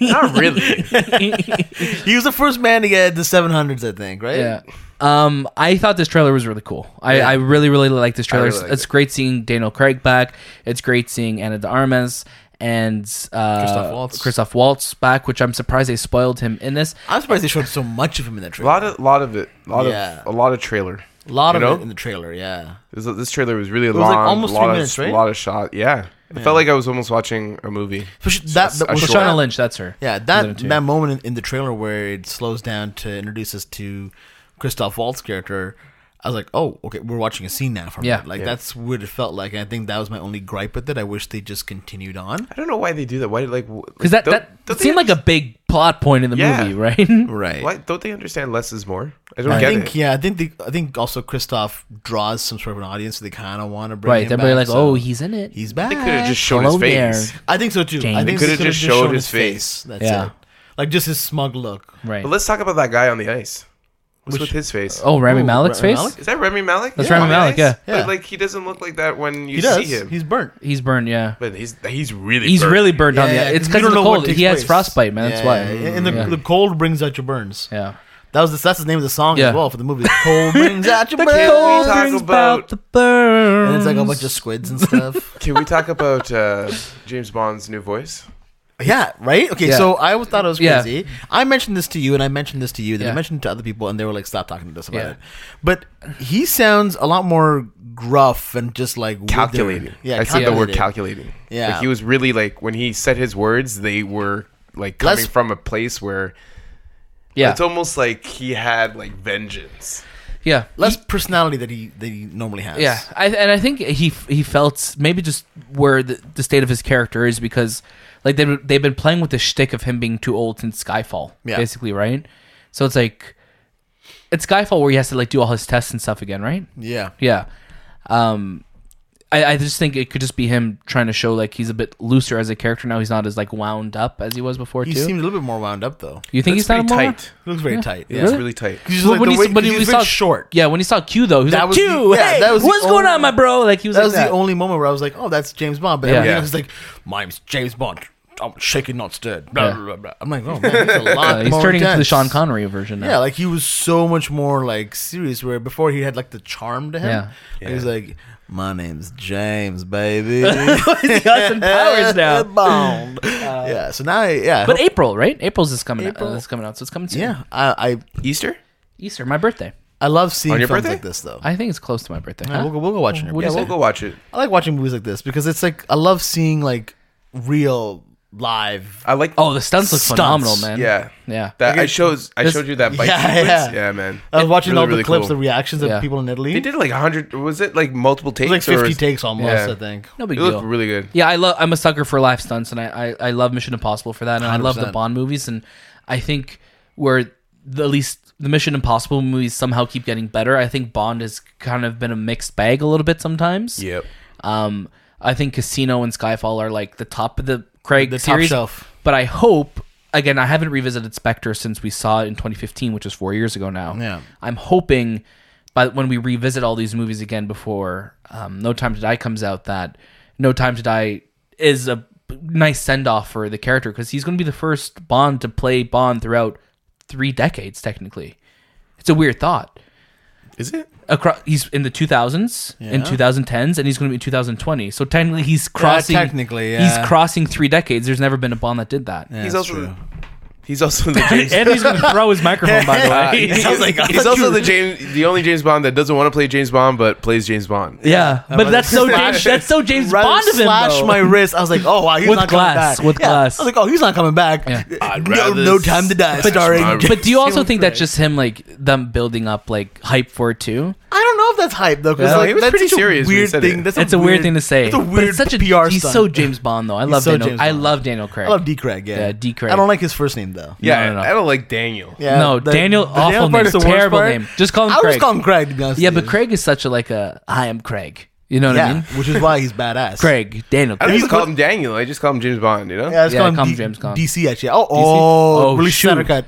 [SPEAKER 3] Not really.
[SPEAKER 1] he was the first man to get the 700s, I think, right?
[SPEAKER 2] yeah. Um, I thought this trailer was really cool. I,
[SPEAKER 1] Yeah.
[SPEAKER 2] I really, really like this trailer.
[SPEAKER 3] really liked
[SPEAKER 2] it's great seeing Daniel Craig back. It's great seeing Anna de Armas and uh,
[SPEAKER 1] Christoph Waltz.
[SPEAKER 2] Christoph Waltz back, which I'm surprised they spoiled him in this.
[SPEAKER 1] I'm surprised they showed so much of him in that
[SPEAKER 3] a
[SPEAKER 1] trailer.
[SPEAKER 3] lot of lot of it. A lot
[SPEAKER 1] Yeah.
[SPEAKER 3] of a lot of trailer.
[SPEAKER 1] A lot
[SPEAKER 3] You
[SPEAKER 1] of
[SPEAKER 3] know?
[SPEAKER 1] it in the trailer, yeah.
[SPEAKER 3] This, this trailer was really
[SPEAKER 1] was,
[SPEAKER 3] long.
[SPEAKER 1] like, almost
[SPEAKER 3] a lot
[SPEAKER 1] three
[SPEAKER 3] of,
[SPEAKER 1] minutes, right?
[SPEAKER 3] A lot of shot. Yeah, it felt like I was almost watching a movie.
[SPEAKER 1] But sh- that,
[SPEAKER 3] s-
[SPEAKER 1] that
[SPEAKER 3] a
[SPEAKER 1] was
[SPEAKER 3] short-
[SPEAKER 2] Lashana Lynch, that's her.
[SPEAKER 1] Yeah,
[SPEAKER 2] Those
[SPEAKER 1] that
[SPEAKER 2] are the two.
[SPEAKER 1] that moment in, in the trailer where it slows down to introduce us to Christoph Waltz character, I was like, oh, okay, we're watching a scene now. From
[SPEAKER 2] Yeah.
[SPEAKER 1] it. like
[SPEAKER 3] Yeah.
[SPEAKER 1] that's what it felt like. And I think that was my only gripe with it. I wish they just continued on.
[SPEAKER 3] I don't know why they do that. Why did like
[SPEAKER 2] Because that, that, seemed like a big plot point in the
[SPEAKER 3] Yeah.
[SPEAKER 2] movie, right?
[SPEAKER 1] Right.
[SPEAKER 3] Why don't they understand less is more? I don't
[SPEAKER 1] I
[SPEAKER 3] get
[SPEAKER 1] think
[SPEAKER 3] it.
[SPEAKER 1] yeah, I think the, I think also Christoph draws some sort of an audience, so they kind of want to bring
[SPEAKER 2] right.
[SPEAKER 1] him
[SPEAKER 2] They're probably
[SPEAKER 1] back,
[SPEAKER 2] like,
[SPEAKER 1] so
[SPEAKER 2] oh, he's in it.
[SPEAKER 1] he's back.
[SPEAKER 3] They could have just shown
[SPEAKER 2] Hello
[SPEAKER 3] his face.
[SPEAKER 2] there.
[SPEAKER 1] I think so too. I
[SPEAKER 2] James.
[SPEAKER 1] think
[SPEAKER 3] They
[SPEAKER 1] they
[SPEAKER 3] could've
[SPEAKER 1] could've
[SPEAKER 3] just showed his face.
[SPEAKER 1] That's
[SPEAKER 2] Yeah.
[SPEAKER 1] it. Like just his smug look.
[SPEAKER 2] Right.
[SPEAKER 3] But let's talk about that guy on the ice. What's
[SPEAKER 1] Which-
[SPEAKER 3] with his face?
[SPEAKER 2] Oh, Rami
[SPEAKER 1] Ooh,
[SPEAKER 2] Malek's
[SPEAKER 1] Rami
[SPEAKER 2] face?
[SPEAKER 1] Malek?
[SPEAKER 3] Is that Remy Malik?
[SPEAKER 2] That's
[SPEAKER 1] Rami
[SPEAKER 3] On the
[SPEAKER 2] Malek,
[SPEAKER 3] ice?
[SPEAKER 2] yeah.
[SPEAKER 1] Yeah.
[SPEAKER 3] But like he doesn't look like that when you
[SPEAKER 1] He does.
[SPEAKER 3] see him.
[SPEAKER 1] He's burnt.
[SPEAKER 2] He's burned, yeah.
[SPEAKER 3] but he's he's really
[SPEAKER 2] He's
[SPEAKER 3] burnt.
[SPEAKER 2] really burned on the It's
[SPEAKER 1] you
[SPEAKER 2] because
[SPEAKER 1] don't
[SPEAKER 2] of the
[SPEAKER 1] know what
[SPEAKER 2] cold.
[SPEAKER 1] takes
[SPEAKER 2] He has
[SPEAKER 1] place.
[SPEAKER 2] frostbite, man. that's
[SPEAKER 1] Yeah,
[SPEAKER 2] why.
[SPEAKER 1] yeah, yeah. And the,
[SPEAKER 2] yeah.
[SPEAKER 1] the cold brings out your burns.
[SPEAKER 2] yeah.
[SPEAKER 1] That was the, that's the name of the song
[SPEAKER 2] Yeah.
[SPEAKER 1] as well for the movie. The cold brings out your burns.
[SPEAKER 3] cold brings about
[SPEAKER 2] the burn.
[SPEAKER 1] And it's like a bunch of squids and stuff.
[SPEAKER 3] Can we talk about uh, James Bond's new voice?
[SPEAKER 1] yeah, right? Okay,
[SPEAKER 2] Yeah.
[SPEAKER 1] so I always thought it was
[SPEAKER 2] Yeah.
[SPEAKER 1] crazy. I mentioned this to you and I mentioned this to you, then
[SPEAKER 2] Yeah.
[SPEAKER 1] I mentioned it to other people and they were like, stop talking to us about
[SPEAKER 2] Yeah.
[SPEAKER 1] it. But he sounds a lot more gruff and just like withered.
[SPEAKER 3] Calculating.
[SPEAKER 1] Yeah,
[SPEAKER 3] I said the word
[SPEAKER 1] calculated.
[SPEAKER 3] calculating.
[SPEAKER 1] Yeah.
[SPEAKER 3] like he was really like when he said his words, they were like coming
[SPEAKER 1] Less-
[SPEAKER 3] from a place where
[SPEAKER 2] yeah.
[SPEAKER 3] it's almost like he had like vengeance.
[SPEAKER 2] yeah.
[SPEAKER 1] Less personality that he that he normally has.
[SPEAKER 2] Yeah, I, and I think he he felt maybe just where the, the state of his character is because like they they've been playing with the shtick of him being too old since Skyfall,
[SPEAKER 1] Yeah.
[SPEAKER 2] basically, right? So it's like it's Skyfall where he has to like do all his tests and stuff again, right?
[SPEAKER 1] Yeah.
[SPEAKER 2] Yeah, um, I, I just think it could just be him trying to show like he's a bit looser as a character now. He's not as like wound up as he was before
[SPEAKER 1] He
[SPEAKER 2] too.
[SPEAKER 1] seemed a little bit more wound up though.
[SPEAKER 2] you think he's
[SPEAKER 3] That's
[SPEAKER 2] not
[SPEAKER 3] pretty
[SPEAKER 2] tight?
[SPEAKER 3] tight.
[SPEAKER 1] He looks very tight. Yeah.
[SPEAKER 3] It's really tight.
[SPEAKER 1] He's
[SPEAKER 2] Well,
[SPEAKER 1] like
[SPEAKER 2] when
[SPEAKER 1] the
[SPEAKER 2] he-
[SPEAKER 1] way,
[SPEAKER 2] but
[SPEAKER 1] he's
[SPEAKER 2] when we
[SPEAKER 1] very
[SPEAKER 2] saw-
[SPEAKER 1] short.
[SPEAKER 2] Yeah, when he saw Q though, he was
[SPEAKER 1] That
[SPEAKER 2] like,
[SPEAKER 1] was the-
[SPEAKER 2] "Q,
[SPEAKER 1] yeah,
[SPEAKER 2] hey,
[SPEAKER 1] that was the
[SPEAKER 2] what's going
[SPEAKER 1] only-
[SPEAKER 2] on, my bro?" Like he was
[SPEAKER 1] that
[SPEAKER 2] like
[SPEAKER 1] was
[SPEAKER 2] that.
[SPEAKER 1] the only moment where I was like, "Oh, that's James Bond." But
[SPEAKER 2] Yeah.
[SPEAKER 1] everything
[SPEAKER 2] Yeah.
[SPEAKER 1] else is like, "My name's James Bond. I'm shaking, not stirred." Blah,
[SPEAKER 2] Yeah.
[SPEAKER 1] blah, blah, blah. I'm like, "Oh man, he's a lot
[SPEAKER 2] Uh, he's
[SPEAKER 1] more
[SPEAKER 2] turning into the
[SPEAKER 1] intense."
[SPEAKER 2] Sean Connery version now.
[SPEAKER 1] Yeah, like he was so much more like serious. Where before he had like the charm to him.
[SPEAKER 2] Yeah.
[SPEAKER 1] Like, he was like, "My name's James, baby."
[SPEAKER 2] He's got some powers now. Uh,
[SPEAKER 1] Bond. yeah. So now, I- yeah. I
[SPEAKER 2] But
[SPEAKER 1] hope-
[SPEAKER 2] April, right? April's is coming. April.
[SPEAKER 1] April.
[SPEAKER 2] Uh, is coming out, so it's coming soon.
[SPEAKER 1] yeah, I, I
[SPEAKER 3] Easter?
[SPEAKER 2] Easter, my birthday.
[SPEAKER 1] I love seeing
[SPEAKER 3] On your
[SPEAKER 1] films
[SPEAKER 3] birthday?
[SPEAKER 1] like this though.
[SPEAKER 2] I think it's close to my birthday.
[SPEAKER 1] Yeah,
[SPEAKER 2] huh?
[SPEAKER 1] we'll, go, we'll go watch it.
[SPEAKER 2] What do
[SPEAKER 1] Yeah,
[SPEAKER 2] you
[SPEAKER 1] we'll
[SPEAKER 3] We'll go watch it.
[SPEAKER 1] I like watching movies like this because it's like I love seeing like real live.
[SPEAKER 3] I like
[SPEAKER 2] oh, the stunts look
[SPEAKER 1] Stunts.
[SPEAKER 2] phenomenal, man.
[SPEAKER 3] yeah.
[SPEAKER 2] yeah.
[SPEAKER 3] That
[SPEAKER 1] Okay.
[SPEAKER 3] I shows I
[SPEAKER 2] This-
[SPEAKER 3] showed you that bike
[SPEAKER 1] Yeah,
[SPEAKER 3] sequence.
[SPEAKER 1] yeah.
[SPEAKER 3] Yeah. man.
[SPEAKER 1] I was watching
[SPEAKER 3] Really,
[SPEAKER 1] all the
[SPEAKER 3] really
[SPEAKER 1] clips,
[SPEAKER 3] cool.
[SPEAKER 1] the reactions of
[SPEAKER 2] Yeah.
[SPEAKER 1] people in Italy.
[SPEAKER 3] They did like hundred was it like multiple takes?
[SPEAKER 1] It was like
[SPEAKER 3] or
[SPEAKER 1] 50
[SPEAKER 3] was-
[SPEAKER 1] takes almost,
[SPEAKER 3] yeah.
[SPEAKER 1] I think.
[SPEAKER 2] No
[SPEAKER 3] It
[SPEAKER 2] big
[SPEAKER 3] looked
[SPEAKER 2] deal.
[SPEAKER 3] really good.
[SPEAKER 2] Yeah, I love. I'm a sucker for live stunts, and I, I, I love Mission Impossible for that, and I love the
[SPEAKER 1] 100%.
[SPEAKER 2] Bond movies, and I think where the, at least the Mission Impossible movies somehow keep getting better. I think Bond has kind of been a mixed bag a little bit sometimes.
[SPEAKER 3] Yep.
[SPEAKER 2] Um, I think Casino and Skyfall are like the top of the Craig
[SPEAKER 1] The top
[SPEAKER 2] series.
[SPEAKER 1] shelf.
[SPEAKER 2] But I hope again, I haven't revisited Spectre since we saw it in 2015, which is four years ago now.
[SPEAKER 1] Yeah.
[SPEAKER 2] I'm hoping by when we revisit all these movies again before um, No Time to Die comes out, that No Time to Die is a nice send off for the character because he's going to be the first Bond to play Bond throughout three decades. Technically, it's a weird thought
[SPEAKER 3] Is it?
[SPEAKER 2] across he's in the 2000s and
[SPEAKER 1] Yeah.
[SPEAKER 2] 2010s and he's going to be in 2020 so technically he's crossing
[SPEAKER 1] technically, yeah.
[SPEAKER 2] he's crossing three decades there's never been a bond that did that
[SPEAKER 1] Yeah,
[SPEAKER 3] He's
[SPEAKER 1] that's
[SPEAKER 3] also
[SPEAKER 1] true.
[SPEAKER 3] the, he's also the James
[SPEAKER 2] and he's going to throw his microphone by the
[SPEAKER 3] Uh,
[SPEAKER 2] way
[SPEAKER 3] he's
[SPEAKER 1] sounds like- I
[SPEAKER 3] he's
[SPEAKER 1] thought you
[SPEAKER 3] also
[SPEAKER 1] were-
[SPEAKER 3] the James, the only James Bond that doesn't want to play James Bond but plays James Bond.
[SPEAKER 2] yeah but that's so james that's so james
[SPEAKER 1] Rather
[SPEAKER 2] bond of him
[SPEAKER 1] slash
[SPEAKER 2] though.
[SPEAKER 1] my wrist. I was like, oh wow, he's
[SPEAKER 2] With
[SPEAKER 1] not coming
[SPEAKER 2] glass,
[SPEAKER 1] back.
[SPEAKER 2] with glass.
[SPEAKER 1] I was like, oh, he's not coming back.
[SPEAKER 2] Yeah.
[SPEAKER 3] I'd
[SPEAKER 1] No,
[SPEAKER 3] rather
[SPEAKER 1] no time to die.
[SPEAKER 3] slash
[SPEAKER 1] Starring.
[SPEAKER 3] my
[SPEAKER 1] I
[SPEAKER 3] wrist.
[SPEAKER 2] but do you also
[SPEAKER 1] Stealing
[SPEAKER 2] think that's
[SPEAKER 1] praise.
[SPEAKER 2] just him like them building up like hype for it too
[SPEAKER 1] don't know if that's hype though, because
[SPEAKER 3] Yeah.
[SPEAKER 1] like,
[SPEAKER 3] He was
[SPEAKER 1] that's
[SPEAKER 3] pretty
[SPEAKER 1] such a
[SPEAKER 3] serious when he
[SPEAKER 1] weird
[SPEAKER 3] said
[SPEAKER 1] thing.
[SPEAKER 3] it.
[SPEAKER 1] That's
[SPEAKER 2] it's a weird, thing to say
[SPEAKER 1] It's a
[SPEAKER 2] but
[SPEAKER 1] weird
[SPEAKER 2] it's such a
[SPEAKER 1] PR
[SPEAKER 2] he's
[SPEAKER 1] stunt.
[SPEAKER 2] so james bond though i love
[SPEAKER 1] so
[SPEAKER 2] daniel
[SPEAKER 1] James
[SPEAKER 2] i
[SPEAKER 1] Bond.
[SPEAKER 2] love daniel craig
[SPEAKER 1] I love D. Craig. Yeah,
[SPEAKER 2] Yeah, D. Craig.
[SPEAKER 1] I don't like his first name though.
[SPEAKER 3] Yeah,
[SPEAKER 2] No, no, no.
[SPEAKER 3] I don't like Daniel.
[SPEAKER 1] Yeah,
[SPEAKER 2] no
[SPEAKER 1] the-
[SPEAKER 2] daniel
[SPEAKER 1] the
[SPEAKER 2] awful
[SPEAKER 1] Daniel part
[SPEAKER 2] name
[SPEAKER 1] is the worst
[SPEAKER 2] terrible
[SPEAKER 1] part.
[SPEAKER 2] name just call him
[SPEAKER 1] I would
[SPEAKER 2] craig
[SPEAKER 1] just call him Craig to be honest.
[SPEAKER 2] yeah
[SPEAKER 1] with
[SPEAKER 2] but
[SPEAKER 1] you.
[SPEAKER 2] craig is such a like a i am craig you know what i
[SPEAKER 1] Yeah,
[SPEAKER 2] mean
[SPEAKER 1] which is why he's badass.
[SPEAKER 2] Craig, Daniel.
[SPEAKER 3] I don't
[SPEAKER 2] Craig.
[SPEAKER 3] even call him Daniel. I just call him James Bond. You know.
[SPEAKER 1] Yeah, it's
[SPEAKER 2] Yeah,
[SPEAKER 1] called
[SPEAKER 2] come
[SPEAKER 1] D-
[SPEAKER 2] James Gunn.
[SPEAKER 1] DC actually. Oh, oh,
[SPEAKER 2] Oh,
[SPEAKER 1] release
[SPEAKER 2] shoot.
[SPEAKER 1] Snyder cut.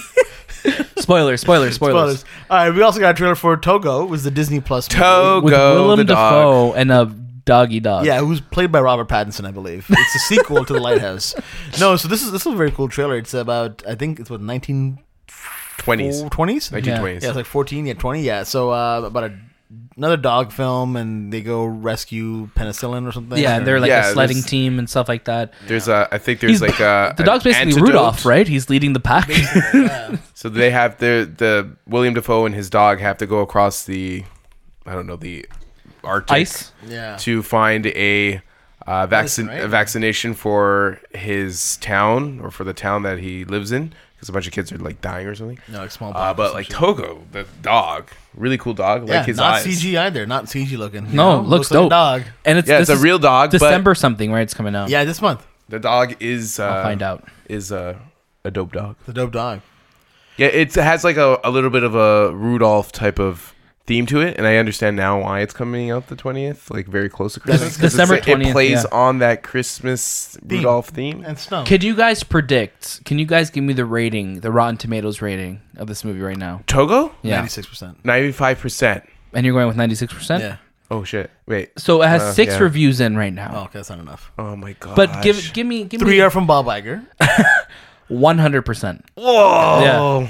[SPEAKER 2] spoiler, spoiler, spoilers.
[SPEAKER 1] Spoilers. All right, we also got a trailer for Togo. It was the Disney Plus. movie.
[SPEAKER 3] Togo,
[SPEAKER 2] With Willem
[SPEAKER 3] the dog.
[SPEAKER 2] Dafoe and a doggy dog.
[SPEAKER 1] Yeah, it was played by Robert Pattinson, I believe. It's a sequel to The Lighthouse. No, so this is this is a very cool trailer. It's about I think it's what 1920s.
[SPEAKER 3] Twenties,
[SPEAKER 1] Yeah,
[SPEAKER 3] nineteen twenties.
[SPEAKER 1] it's like 14, yeah, 20, yeah. So uh, about a another dog film, and they go rescue penicillin or something.
[SPEAKER 2] yeah,
[SPEAKER 1] or-
[SPEAKER 2] and they're like
[SPEAKER 3] Yeah,
[SPEAKER 2] a sledding
[SPEAKER 3] there's-
[SPEAKER 2] team and stuff like that.
[SPEAKER 3] There's a, I think
[SPEAKER 2] He's-
[SPEAKER 3] there's like a
[SPEAKER 2] the dog's
[SPEAKER 3] an
[SPEAKER 2] basically
[SPEAKER 3] antidote.
[SPEAKER 2] Rudolph, right? He's leading the pack.
[SPEAKER 3] So they have the the William Defoe and his dog have to go across the, I don't know the, Arctic
[SPEAKER 2] Ice.
[SPEAKER 1] yeah.
[SPEAKER 3] to find a. Uh, vaccin-
[SPEAKER 1] right?
[SPEAKER 3] a vaccination for his town or for the town that he lives in because a bunch of kids are like dying or something.
[SPEAKER 1] No, like small.
[SPEAKER 3] Uh, but like Togo, the dog, really cool dog,
[SPEAKER 1] yeah,
[SPEAKER 3] like his
[SPEAKER 1] not
[SPEAKER 3] eyes.
[SPEAKER 1] CG either. Not CG looking. you
[SPEAKER 2] No,
[SPEAKER 1] know?
[SPEAKER 2] looks,
[SPEAKER 1] like a
[SPEAKER 2] dope.
[SPEAKER 1] dog.
[SPEAKER 2] And it's
[SPEAKER 3] Yeah,
[SPEAKER 2] this
[SPEAKER 3] it's a
[SPEAKER 2] is
[SPEAKER 3] real dog.
[SPEAKER 2] December something, right? It's coming out.
[SPEAKER 1] Yeah, this month
[SPEAKER 3] But the dog is. Uh,
[SPEAKER 2] I'll find out.
[SPEAKER 3] Is uh, a dope dog.
[SPEAKER 1] the dope dog.
[SPEAKER 3] Yeah, it's, it has like a, a little bit of a Rudolph type of theme to it, and I understand now why it's coming out the twentieth, like very close to Christmas. 'cause
[SPEAKER 2] December
[SPEAKER 3] it's- It
[SPEAKER 2] 20th,
[SPEAKER 3] plays
[SPEAKER 2] yeah.
[SPEAKER 3] on that Christmas Rudolph theme.
[SPEAKER 1] and snow.
[SPEAKER 2] Could you guys predict? Can you guys give me the rating, the Rotten Tomatoes rating of this movie right now?
[SPEAKER 3] Togo,
[SPEAKER 2] Yeah,
[SPEAKER 1] Ninety six percent.
[SPEAKER 3] ninety five percent.
[SPEAKER 2] and you're going with ninety six percent.
[SPEAKER 1] Yeah.
[SPEAKER 3] Oh shit! Wait.
[SPEAKER 2] So it has
[SPEAKER 3] Uh,
[SPEAKER 2] six
[SPEAKER 3] yeah.
[SPEAKER 2] reviews in right now.
[SPEAKER 1] Oh, okay, that's not enough.
[SPEAKER 3] Oh my god.
[SPEAKER 2] But give give me give
[SPEAKER 1] Three
[SPEAKER 2] me
[SPEAKER 1] are from Bob Iger.
[SPEAKER 2] one hundred percent.
[SPEAKER 3] Whoa.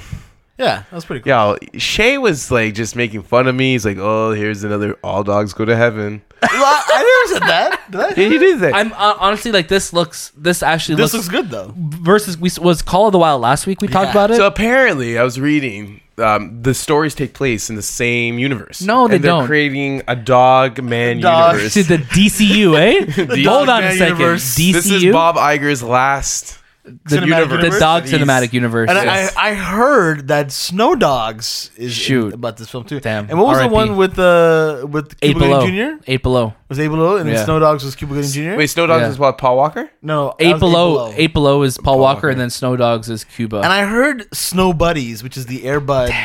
[SPEAKER 1] Yeah, that was pretty cool.
[SPEAKER 3] Yo, Shay was like just making fun of me. He's like, "Oh, here's another all dogs go to heaven."
[SPEAKER 1] Well, I never said that. Did I?
[SPEAKER 3] Yeah, he did that.
[SPEAKER 2] I'm uh, honestly like this looks this actually
[SPEAKER 1] This looks
[SPEAKER 2] looks,
[SPEAKER 1] good though.
[SPEAKER 2] versus we s- was Call of the Wild last week. We talked
[SPEAKER 1] Yeah.
[SPEAKER 2] about it.
[SPEAKER 3] So apparently, I was reading um, the stories take place in the same universe.
[SPEAKER 2] No, they
[SPEAKER 3] and they're
[SPEAKER 2] don't.
[SPEAKER 3] Creating a dog man
[SPEAKER 1] Dog.
[SPEAKER 3] universe.
[SPEAKER 2] to the DCU, eh? Hold on a
[SPEAKER 1] Man
[SPEAKER 2] second.
[SPEAKER 1] universe.
[SPEAKER 2] DCU,
[SPEAKER 3] This is Bob Iger's last.
[SPEAKER 2] the,
[SPEAKER 1] cinematic
[SPEAKER 2] the
[SPEAKER 1] universe.
[SPEAKER 2] dog
[SPEAKER 3] These-
[SPEAKER 2] cinematic universe.
[SPEAKER 1] And
[SPEAKER 2] yes.
[SPEAKER 1] I, I heard that Snow Dogs is in-
[SPEAKER 2] Shoot.
[SPEAKER 1] about this film too.
[SPEAKER 2] Damn.
[SPEAKER 1] And what was the
[SPEAKER 2] R.I.P..
[SPEAKER 1] one with uh with
[SPEAKER 2] eight
[SPEAKER 1] Cuba
[SPEAKER 2] below,
[SPEAKER 1] Gooding Jr.
[SPEAKER 2] eight below,
[SPEAKER 1] was Abel Below, and
[SPEAKER 2] Yeah.
[SPEAKER 1] then Snow Dogs was Cuba Gooding Jr.
[SPEAKER 3] Wait, Snow Dogs
[SPEAKER 2] Yeah.
[SPEAKER 3] is what? Paul Walker?
[SPEAKER 1] no, that
[SPEAKER 2] eight
[SPEAKER 1] was
[SPEAKER 2] below, eight below is Paul, Walker, and then Snow Dogs is Cuba.
[SPEAKER 1] And I heard Snow Buddies, which is the Airbud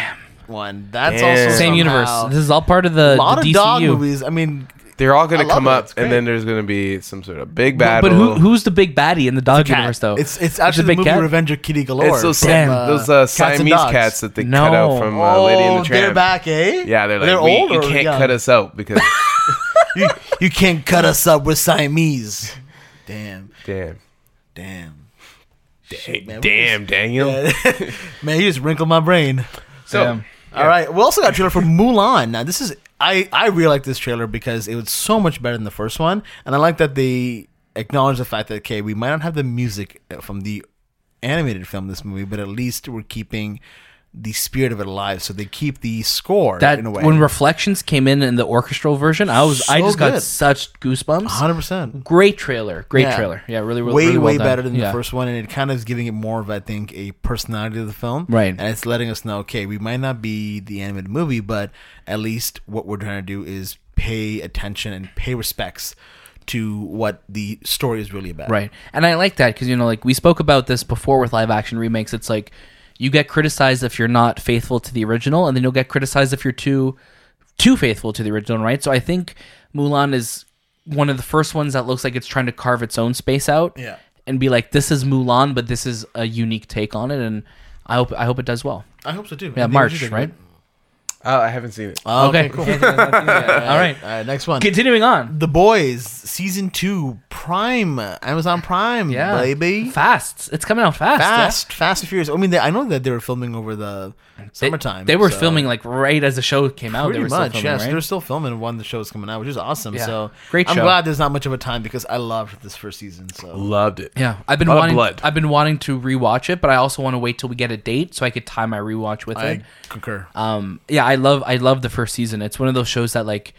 [SPEAKER 1] one. That's
[SPEAKER 3] Damn.
[SPEAKER 1] also
[SPEAKER 2] Same
[SPEAKER 1] somehow-
[SPEAKER 2] universe. This is all part of
[SPEAKER 1] a
[SPEAKER 2] the,
[SPEAKER 1] lot
[SPEAKER 2] the
[SPEAKER 1] of
[SPEAKER 2] DCU.
[SPEAKER 1] dog movies. I mean,
[SPEAKER 3] They're all
[SPEAKER 1] I
[SPEAKER 3] going to
[SPEAKER 1] love
[SPEAKER 3] come
[SPEAKER 1] it.
[SPEAKER 3] up,
[SPEAKER 1] It's
[SPEAKER 3] and
[SPEAKER 1] great.
[SPEAKER 3] then there's going to be some sort of big
[SPEAKER 2] But,
[SPEAKER 3] battle.
[SPEAKER 2] but who who's the big baddie in the dog universe though?
[SPEAKER 1] it's it's actually
[SPEAKER 2] a
[SPEAKER 1] the
[SPEAKER 2] big
[SPEAKER 1] movie
[SPEAKER 2] cat?
[SPEAKER 1] Revenge of Kitty Galore.
[SPEAKER 3] It's those,
[SPEAKER 2] Damn.
[SPEAKER 3] those uh,
[SPEAKER 1] Cats and
[SPEAKER 3] Siamese
[SPEAKER 1] Dogs.
[SPEAKER 3] cats that they cut out
[SPEAKER 2] No.
[SPEAKER 3] from uh,
[SPEAKER 1] oh,
[SPEAKER 3] Lady and the
[SPEAKER 1] they're
[SPEAKER 3] Tramp.
[SPEAKER 1] back, eh?
[SPEAKER 3] Yeah, they're like,
[SPEAKER 1] they're
[SPEAKER 3] we,
[SPEAKER 1] old.
[SPEAKER 3] you
[SPEAKER 1] or
[SPEAKER 3] can't
[SPEAKER 1] young?
[SPEAKER 3] cut us out because,
[SPEAKER 1] you, you can't cut us up. We're Siamese. Damn,
[SPEAKER 3] damn.
[SPEAKER 1] damn,
[SPEAKER 3] Shit,
[SPEAKER 1] man, we
[SPEAKER 3] damn, Daniel.
[SPEAKER 1] man, you just wrinkled my brain.
[SPEAKER 3] So,
[SPEAKER 2] Damn.
[SPEAKER 1] All right, we also got a trailer for Mulan. Now, this is I I really like this trailer because it was so much better than the first one, and I like that they acknowledge the fact that okay, we might not have the music from the animated film this movie, but at least we're keeping the spirit of it alive. So they keep the score
[SPEAKER 2] that
[SPEAKER 1] in a way.
[SPEAKER 2] when Reflections came in in the orchestral version, I was I
[SPEAKER 1] So
[SPEAKER 2] just
[SPEAKER 1] good.
[SPEAKER 2] got such goosebumps.
[SPEAKER 1] 100%.
[SPEAKER 2] Great trailer, great
[SPEAKER 1] Yeah.
[SPEAKER 2] trailer. Yeah, really, really,
[SPEAKER 1] way
[SPEAKER 2] really well
[SPEAKER 1] way
[SPEAKER 2] done.
[SPEAKER 1] better than
[SPEAKER 2] Yeah.
[SPEAKER 1] the first one, and it kind of is giving it more of I think a personality to the film,
[SPEAKER 2] Right.
[SPEAKER 1] And it's letting us know, okay, we might not be the animated movie, but at least what we're trying to do is pay attention and pay respects to what the story is really about,
[SPEAKER 2] Right. And I like that because, you know, like we spoke about this before with live action remakes. It's like you get criticized if you're not faithful to the original, and then you'll get criticized if you're too too faithful to the original, right? So I think Mulan is one of the first ones that looks like it's trying to carve its own space out.
[SPEAKER 1] Yeah.
[SPEAKER 2] And be like, this is Mulan, but this is a unique take on it and I hope I hope it does well.
[SPEAKER 1] I hope so too.
[SPEAKER 2] Yeah, March, right?
[SPEAKER 3] Oh, I haven't seen it.
[SPEAKER 1] Oh, okay,
[SPEAKER 2] Okay.
[SPEAKER 1] cool.
[SPEAKER 2] All right.
[SPEAKER 1] All right, next one.
[SPEAKER 2] Continuing on.
[SPEAKER 1] the Boys season two, Prime, Amazon Prime,
[SPEAKER 2] Yeah.
[SPEAKER 1] baby.
[SPEAKER 2] Fast. It's coming out fast. yeah.
[SPEAKER 1] Fast, Fast and Furious. I mean, they, I know that they were filming over the
[SPEAKER 2] They-
[SPEAKER 1] summertime.
[SPEAKER 2] They, were
[SPEAKER 1] so-
[SPEAKER 2] filming like right as the show came out.
[SPEAKER 1] Pretty
[SPEAKER 2] Oh, they
[SPEAKER 1] much,
[SPEAKER 2] were still filming,
[SPEAKER 1] yes.
[SPEAKER 2] right?
[SPEAKER 1] They're still filming when the show's coming out, which is awesome.
[SPEAKER 2] Yeah.
[SPEAKER 1] So
[SPEAKER 2] Great
[SPEAKER 1] I'm
[SPEAKER 2] show.
[SPEAKER 1] glad there's not much of a time because I loved this first season. So
[SPEAKER 3] Loved it.
[SPEAKER 2] Yeah, I've been
[SPEAKER 3] A lot of
[SPEAKER 2] wanting.
[SPEAKER 3] blood.
[SPEAKER 2] I've been wanting to rewatch it, but I also want to wait till we get a date so I could tie my rewatch with
[SPEAKER 1] I
[SPEAKER 2] it.
[SPEAKER 1] concur.
[SPEAKER 2] Um, yeah, I love. I love the first season. It's one of those shows that like